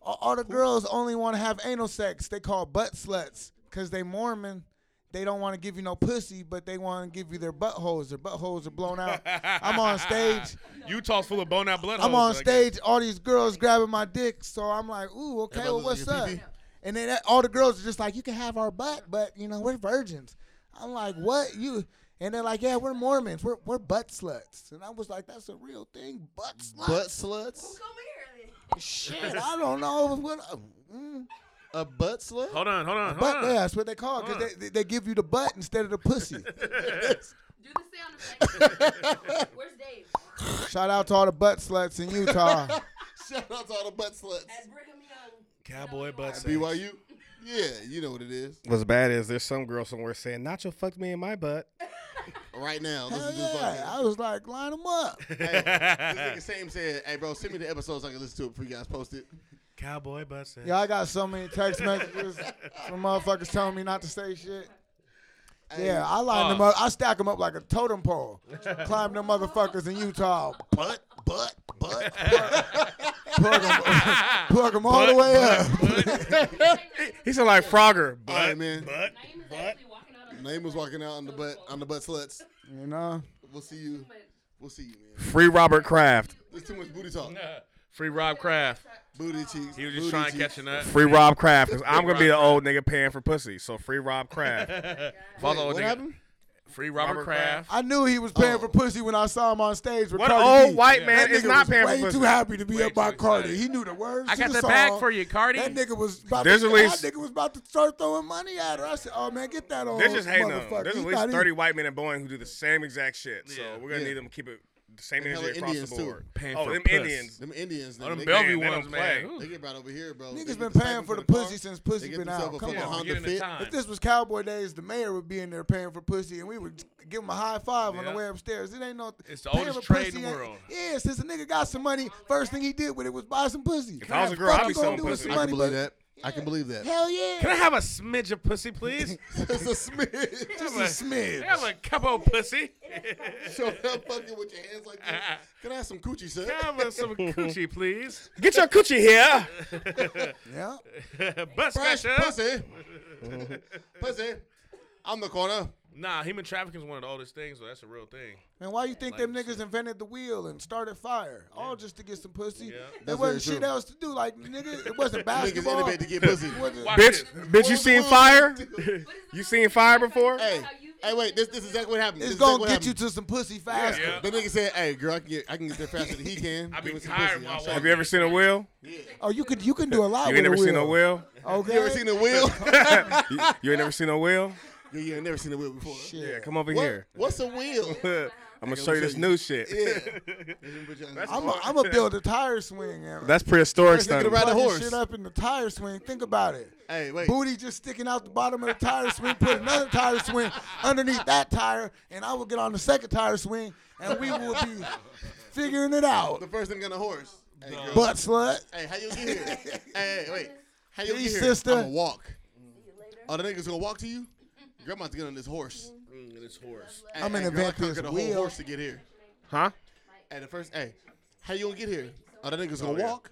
all all the girls only want to have anal sex. They call butt sluts because they Mormon. They don't want to give you no pussy, but they want to give you their buttholes. Their buttholes are
[laughs]
blown out. I'm on stage.
Utah's full of bone out blood.
I'm
holes,
Oh,
on
like-
stage. All these girls grabbing my dick, so I'm like, ooh, okay,
Everybody
well,
looks
what's
like a
up?
pee-pee.
And then that, all the girls are just like, you can have our butt, but you know we're virgins. I'm like, what you? And they're like, yeah, we're Mormons. We're we're butt sluts. And I was like, that's a real thing, butt sluts.
Butt sluts.
Shit, I don't know what. Mm,
A butt slut.
Hold on, hold on, hold
butt,
on.
uh,
yeah, that's what they call it,
Hold
because they, they give you the butt instead of the pussy.
Do the sound
[laughs]
effect.
Where's Dave?
Shout out to all the butt sluts in Utah.
Shout out to all the butt sluts.
At Brigham Young.
Cowboy butt sex.
BYU. Yeah, you know what it is.
What's bad is there's some girl somewhere saying, "Nacho fucked me in my butt."
Right now,
Hell
listen to this
[laughs]
yeah.
podcast.
I was like, line them up.
Hey, this nigga Sam said, "Hey, bro, send me the episode so I can listen to it before you guys post it."
Cowboy butt sex.
Yeah, I got so many text messages from motherfuckers telling me not to say shit. Yeah, I line them
Uh.
up. I stack them up like a totem pole. Climb them motherfuckers in Utah.
Butt, butt,
[laughs]
butt.
Plug them, [laughs] plug 'em all the way up.
[laughs] He sound like Frogger,
all
but
right, man.
Butt.
Naeem is actually walking out on the
Name was walking out on the butt on the butt sluts.
You know?
We'll see you. We'll see you, man.
free Robert Kraft,
There's too much booty talk.
[laughs] Free Rob Kraft.
Booty cheeks.
He was
booty
just trying to
cheeks.
catch a nut.
free Rob Kraft.
[laughs]
Cause I'm gonna be the old nigga paying for pussy, so free Rob Kraft. If I was
Wait,
the old
what
nigga-
happened?
Free Robert,
Robert
Kraft.
I knew he was paying
Oh.
for pussy when I saw him on stage with
What
Cardi
old
B.
white
That
man is
nigga
not
was
paying
way
for
too
pussy?
happy to be
Way
up by
too
Cardi.
excited.
He knew the words.
I
to
got
the
the bag
song.
for you, Cardi.
That nigga was about
There's
to,
at least-
that nigga was about to start throwing money at her. I said, "Oh man, get that old
This is hating on.
motherfucker."
There's
He
at least
thought he-
30 white men in Boeing who do the same exact shit. So
Yeah.
we're gonna
Yeah.
need them to keep it the same
And
energy
hella
across
Indians,
the
too.
board.
Paying
oh,
for
them
puss.
Indians.
Them Indians.
Oh,
nigga,
them
they,
Bellevue
they don't
ones, man.
play.
Ooh.
Get, they get right over here, bro. They
Niggas
get
been
the
paying
stipend
for the
car.
pussy since
They
pussy
get
been
themselves
out.
a
Come
fucking
Yeah,
on.
Honda
get in the
Fit.
time.
[laughs]
If this was cowboy days, the mayor would be in there paying for pussy, and we would
Mm-hmm.
give him a high five on the
Yeah.
way upstairs. It ain't no.
It's the
paying
oldest
for
trade in
pussy
the
ain't-
world.
Yeah, since a nigga got some money, first thing he did with it was buy some pussy.
If I was a
Fuck
girl, I'd
you
be
gonna
selling
do with
pussy.
some
I
money,
can believe
but-
that. I can believe that. [laughs]
Hell yeah.
Can I have a smidge of pussy, please?
It's a smidge.
Have
Just a smidge.
Have a couple of pussy.
Show up fucking with your hands like
[laughs]
this. Can I have some coochie, sir?
Have
[laughs]
us some coochie, please.
Get your coochie here.
Yeah.
[laughs] Butt
Fresh
scratcher.
pussy.
[laughs]
pussy. I'm the corner.
Nah, human trafficking is one of the oldest things, though. That's a real thing.
And why you think them niggas invented the wheel and started fire? All just to get some pussy. There
That's
wasn't
very
shit
true.
else to do. Like nigga, it
[laughs]
wasn't
Niggas
basketball.
innovate to get
[laughs]
pussy.
It wasn't-
Watch
bitch,
this.
bitch, you seen fire? [laughs] you seen fire
[laughs]
before?
Hey, hey, wait. This, this is exactly what happened.
It's
This is
gonna
exactly
get you
what
to some pussy faster.
Yeah.
happened. The nigga said, "Hey, girl, I can get, I can get there faster
[laughs]
than he can.
I
Give
be
me some
tired
pussy.
when
I'm
I
sorry.
Have you ever seen a wheel?
Oh, you could you can do a lot.
You
with
ain't never
a wheel.
seen a wheel.
Okay.
You ever seen a
[laughs]
wheel?
You ain't never seen a wheel.
[laughs] yeah, you ain't never seen a wheel before.
Yeah, come over
What?
here.
What's a
[laughs]
wheel?
I'm gonna show you this new shit.
yeah.
I'm a, I'm a build a tire swing. And
That's prehistoric
First nigga to
stuff.
ride a
fucking
horse.
Shit up in the tire swing. Think about it.
Hey, wait.
Booty just sticking out the bottom of the tire swing. Put another tire swing underneath that tire, and I would get on the second tire swing, and we would be figuring it out.
The first thing on the horse. Hey, girl.
Butt slut.
Hey, how you get here? hey, hey, wait. How you
Hey,
get here?
sister.
I'ma walk. Oh, the niggas gonna walk to you? Girl, I'm about to get on this horse.
This horse.
Hey,
I'm
hey,
gonna
girl, I
invent
conquered
this
a
wheel.
whole horse to get here.
Huh?
Hey, the first. Hey, how you gonna get here? Oh, the niggas gonna walk?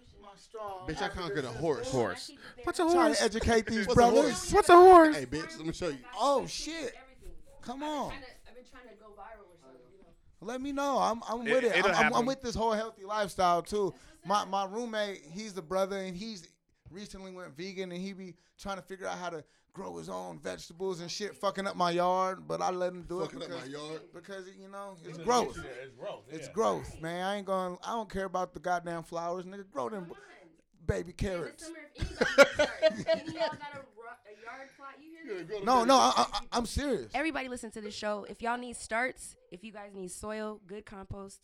Bitch, I conquered a horse.
Horse. What's a
Trying to educate these
What's a
brothers.
horse?
What's a horse?
Hey, bitch, let me show you.
Oh shit!
Everything.
Come on.
Trying to, I've been trying to go viral or something. You know.
Let me know. I'm I'm
It-
with it.
it'll
I'm, I'm, I'm
happen.
with this whole healthy lifestyle too. My my roommate, he's the brother, and he's recently went vegan and he be trying to figure out how to grow his own vegetables and shit, fucking up my yard. But I let him do
Fucking
it
up my
because
yard.
because you know it's
Yeah,
growth.
yeah, it's
growth,
It's
yeah.
growth, man. I ain't going. to I don't care about the goddamn flowers, nigga. Grow them baby carrots.
summer, if anybody,
[laughs]
sorry, any of y'all got a, ru- a yard plot, you hear me?
No, no, I, I, I- I'm serious.
Everybody listen to this show. If y'all need starts, if you guys need soil, good compost,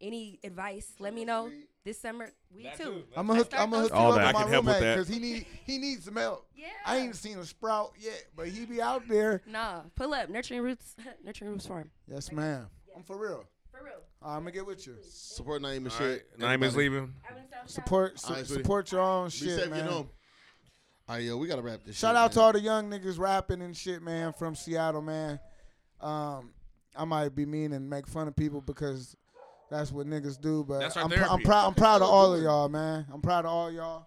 any advice, let me know. This summer, we too.
I'm gonna hook,
I start
I'm gonna hook
those
you
All
up
that.
with
I
my
can help with
roommate
that.
because he need he needs some help.
Yeah.
I ain't seen a sprout yet, but he be out there.
Nah, pull up. Nurturing Roots, [laughs] Nurturing Roots Farm.
Yes, ma'am. I'm for real.
For real.
I'm gonna get with you.
Support Naeem and
All
shit.
right, Naeem is
Everybody.
leaving.
Support
All right,
su-
sweetie.
support your own
Be
shit,
safe,
man.
Get home. All right, yo, we gotta wrap this.
Shout
shit,
out to
man.
all the young niggas rapping and shit, man, from Seattle, man. Um, I might be mean and make fun of people because that's what niggas do, but
That's our
I'm, pr- I'm
therapy.
proud. I'm proud of all of y'all, man. I'm proud of all y'all.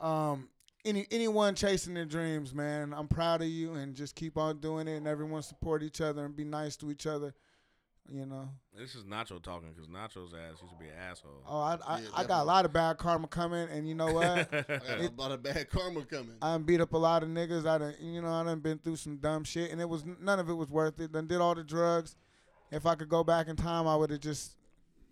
Um, any anyone chasing their dreams, man. I'm proud of you, and just keep on doing it. And everyone support each other and be nice to each other. You know.
This is Nacho talking because Nacho's ass used to be an asshole.
Oh, I
Yeah,
I, I got a
definitely.
lot of bad karma coming, and you know what?
[laughs]
I got a lot of bad karma coming.
I done beat up a lot of niggas. I done, you know, I done been through some dumb shit, and it was none of it was worth it. Done did all the drugs. If I could go back in time, I would have just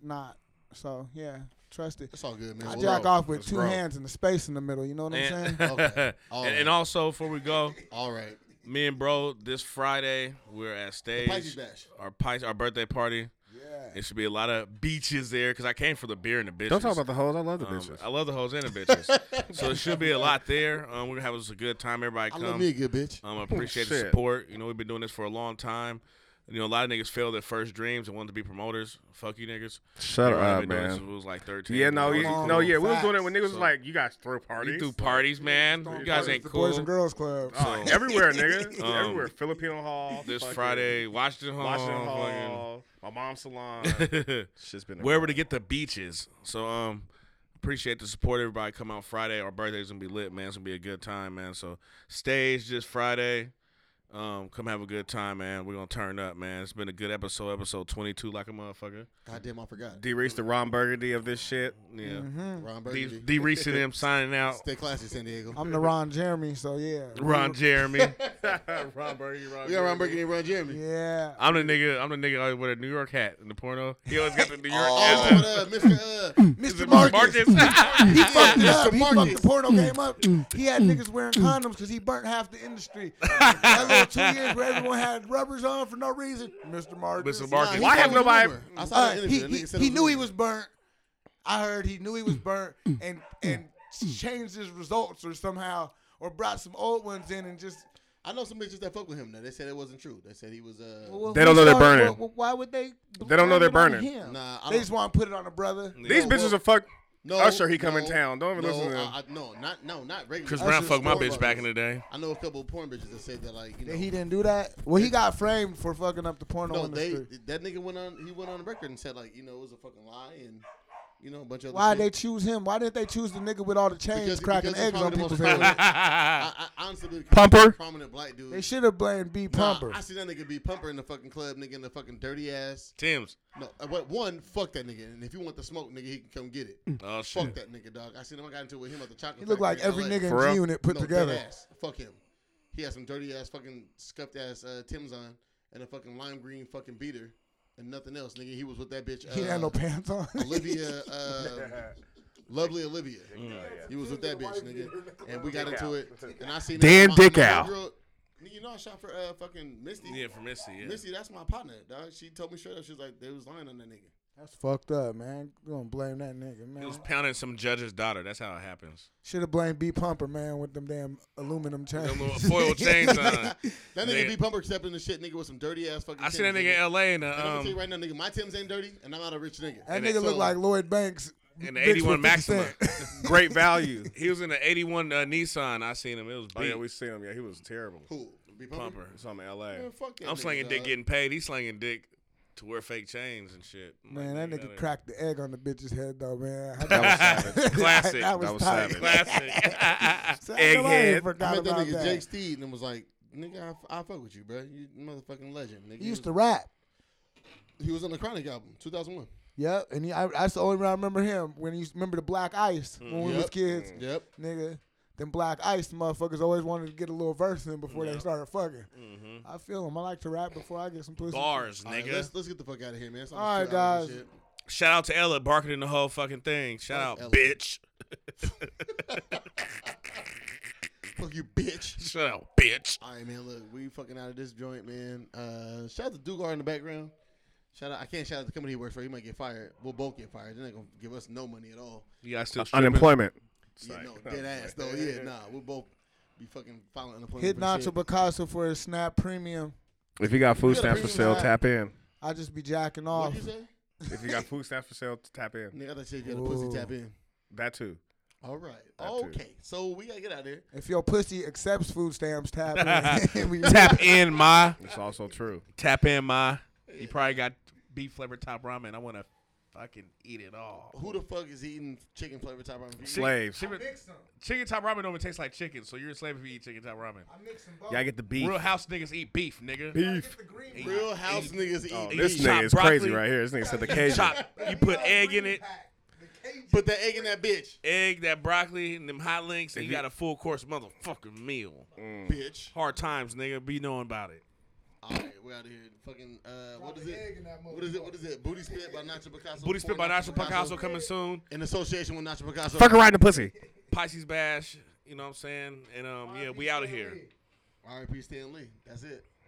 not. So yeah, trust it.
That's all good, man.
I
Well,
jack
bro,
off with
Let's
two
grow.
hands and the space in the middle. You know what I'm saying?
[laughs]
[laughs]
and,
Okay. Oh. All
and,
right.
and also, before we go,
All right.
me and bro, this Friday we're at
Pisces
stage
Bash.
our Pisces, our birthday party.
Yeah.
It should be a lot of beaches there because I came for the beer and the bitches.
Don't talk about the hoes. I love the
Um,
bitches.
I love the hoes and the
[laughs]
bitches. so it should be a lot there. Um, we're gonna have us a good time. Everybody
I
come.
love me a good bitch.
Um, I appreciate the
Oh, Shit.
support. You know, we've been doing this for a long time. You know, a lot of niggas failed their first dreams and wanted to be promoters. Fuck you, niggas.
Shut
Everybody
up,
been doing this since
man.
we was like thirteen.
Yeah,
It
no, you,
wasn't
Come
cool.
no, yeah. We was doing it when niggas was
So-
like, you guys throw parties.
You threw parties, man. You guys ain't
the
cool.
Boys and Girls Club.
So-
Oh, everywhere, nigga.
[laughs] Um,
everywhere. Filipino Hall.
this
fucking
Friday, Washington Hall,
Washington
fucking-
Hall. My
[laughs]
mom's salon. Shit's been. a-
wherever to get the beaches. So um, appreciate the support. Everybody come out Friday. Our birthday's gonna be lit, man. It's gonna be a good time, man. So stage this Friday. Um, come have a good time, man. We're gonna turn up, man. It's been a good episode, episode twenty two, like a motherfucker.
God damn, I forgot. Mm-hmm.
D. Reese, the Ron Burgundy of this shit.
Yeah.
Ron
D,
Burgundy.
D Reese and them signing
[laughs]
out.
Stay classy, San Diego.
I'm the Ron Jeremy, so yeah.
Ron Jeremy.
Ron Burgundy. Ron
we got [laughs] Ron Burgundy and Ron Jeremy.
Yeah.
I'm the nigga. I'm the nigga always with a New York hat in the porno. He always got the New York
Oh,
hat.
what up, Mr. Uh,
Mr.
Marcus.
Marcus.
[laughs]
He fucked it
Mr.
up. He fucked
Marcus.
the porno game
Mm.
up. He had niggas wearing condoms because he burnt half the industry. that little two years where everyone had rubbers on for no reason. Mr. Marcus.
Mr.
Nah,
Marcus.
he
Why
said
have
it was a
nobody?
rumor. I saw
Uh,
that
he
interview. That
he,
nigga said it
he
a
knew he
rumor.
was burnt. I heard he knew he was burnt
Mm.
and and changed his results or somehow or brought some old ones in and just.
I know some bitches that fuck with him. Though they said it wasn't true. They said he was uh.
well,
They
who
don't know they're
started-
burning.
well, why would they?
They don't know
blame
they're
it on
burning.
him?
Nah, I
they
don't-
just want to put it on a brother.
These
No,
bitches
well-
are fuck.
no,
Usher, he come in
no,
town. Don't even
no,
listen to him.
I, I, no, not no, not regular.
Chris
I
Brown
just
fucked my
story
bitch
about
back
this.
in the day.
I know a couple of porn bitches that said that like you know
That he didn't do that. Well, he got framed for fucking up the porno
No, they
industry.
that nigga went on. He went on the record and said like, you know, it was a fucking lie, and you know, a bunch of other
Why
shit.
they choose him? Why didn't they choose the nigga with all the chains
Because-
cracking
because he
eggs on
probably the
people's
most
heads?
prominent- I, I honestly believe he's
Pumper?
the most prominent black dude.
They should have blamed
Nah,
B Pumper.
I see that nigga be pumper in the fucking club, nigga, in the fucking dirty ass.
[laughs] Tim's.
No, uh, but one, fuck that nigga, and if you want the smoke, nigga, he can come get it.
Oh shit.
fuck that nigga, dog. I seen him. I got into it with him at the chocolate.
Mm, he looked like
factory
every
in LA.
nigga
For
in
real?
G Unit put
No,
together.
dead ass. Fuck him. He had some dirty ass fucking scuffed ass uh, Tim's on and a fucking lime green fucking beater and nothing else, nigga. He was with that bitch. Uh,
He had no pants on.
Olivia, uh, lovely Olivia. He was with that bitch, nigga, and we got
Dick
into
out.
it. And I seen that-
Dan
my- my
Dick out.
girl- Nigga, you know I shot for uh, fucking Misty.
Yeah, for Missy. Yeah.
Misty, that's my partner, dog. She told me straight up, she was like, they was lying on that nigga.
[laughs] That's fucked up, man. You gonna blame that nigga,
He
man?
was pounding some judge's daughter. That's how it happens.
Should have blamed B Pumper, man, with them damn aluminum chains.
Them little
[laughs]
foil chains on.
That nigga
Nigga.
be pumper stepping the shit, nigga, with some dirty ass fucking.
uh, I seen that
Timbs,
nigga in L.A. in
And I'm
a
gonna tell you
um
right now, nigga, my Tim's ain't dirty, and I'm not a rich nigga.
That
And
nigga
it-
looked
so-
like Lloyd Banks.
in
bitch
the
for
'81
50
Maxima.
cent.
Great value.
[laughs] He was in the '81 uh, Nissan. I seen him. It was
Oh
beat.
yeah, we seen him. Yeah, he was terrible.
Who? Be pumper.
Pumper.
It's on L.A.
Man, fuck that
I'm
nigga,
slinging dick
dog.
getting paid. He's slinging dick to wear fake chains and shit. I'm like,
[laughs]
[laughs]
Man, that nigga
outta
cracked the egg on the bitch's head though, man. [laughs]
That was savage.
Classic.
That was,
That was
tight.
savage.
here.
[laughs]
Classic. [laughs]
So I know I ain't
Egghead.
I
forgot
met that
about
nigga
that.
Jake Steed and was like, nigga, I, f- I fuck with you, bro. You motherfucking legend, nigga.
He used to
was,
rap.
He was on the Chronic album, 2001.
Yep, and he, I, that's the only reason I remember him when he used, remember the Black Ice when we was
Mm. Yep.
kids,
Yep.
nigga. Them black ice motherfuckers always wanted to get a little verse in before
Yeah.
they started fucking.
Mhm.
I feel them. I like to rap before I get some pussy.
All right, let's, let's get the fuck out of here, man. It's
All
almost
right,
two hours
guys.
and shit.
Shout out to Ella barking the whole fucking thing. Shout out,
Fuck Ella.
bitch.
Fuck you, bitch. [laughs]
Shut up, bitch.
All right, man. Look, we fucking out of this joint, man. Uh, shout out to Dugar in the background. Shout out. I can't shout out the company he works for. He might get fired. We'll both get fired. They're not gonna give us no money at all.
You guys still
Uh,
stripping?
unemployment.
Yeah,
[laughs]
no, dead ass though. Yeah, nah. We'll both be fucking filing unemployment.
Hit
for shit.
Nacho Picasso for his Snap Premium.
If you got
We
food
got a
stamps for
premium
sale,
app.
tap in.
I just be jacking off.
What'd you say?
If you got food stamps for sale, tap in.
Nigga, I thought you got a pussy tap in.
That too.
All right.
That too.
okay. So we gotta get out of there.
If your pussy accepts food
[laughs]
stamps, tap in. [laughs] We-
Tap in my.
It's also true.
Tap in my. You probably got beef flavored top ramen. I want to fucking eat it all.
Who the fuck is eating chicken flavored top ramen?
Slaves.
Chicken, chicken top ramen don't even taste like chicken, so you're a slave if you eat chicken top ramen.
Y'all get the beef.
Real house niggas eat beef, nigga.
Beef.
Eat-
Real house
eat-
niggas eat.
Oh,
beef.
this
You
nigga
chop
is crazy
broccoli.
right here. This nigga said the
you
Cajun.
chop- you put egg in it,
Put that egg in that bitch,
egg, that broccoli, and them hot links, and
If
you
you-
got a full course motherfucking meal.
Mm.
bitch.
Hard times, nigga. Be knowing about it.
All right, we're out of here. Fucking uh, what is it? What is it? What is it? Booty spit by Nacho Picasso.
Booty
for
Spit by Nacho Picasso coming soon.
in association with Nacho Picasso.
Fuck her right in the pussy.
Pisces Bash, you know what I'm saying? And um, yeah, we out of here.
R.I.P. Stan Lee. That's it.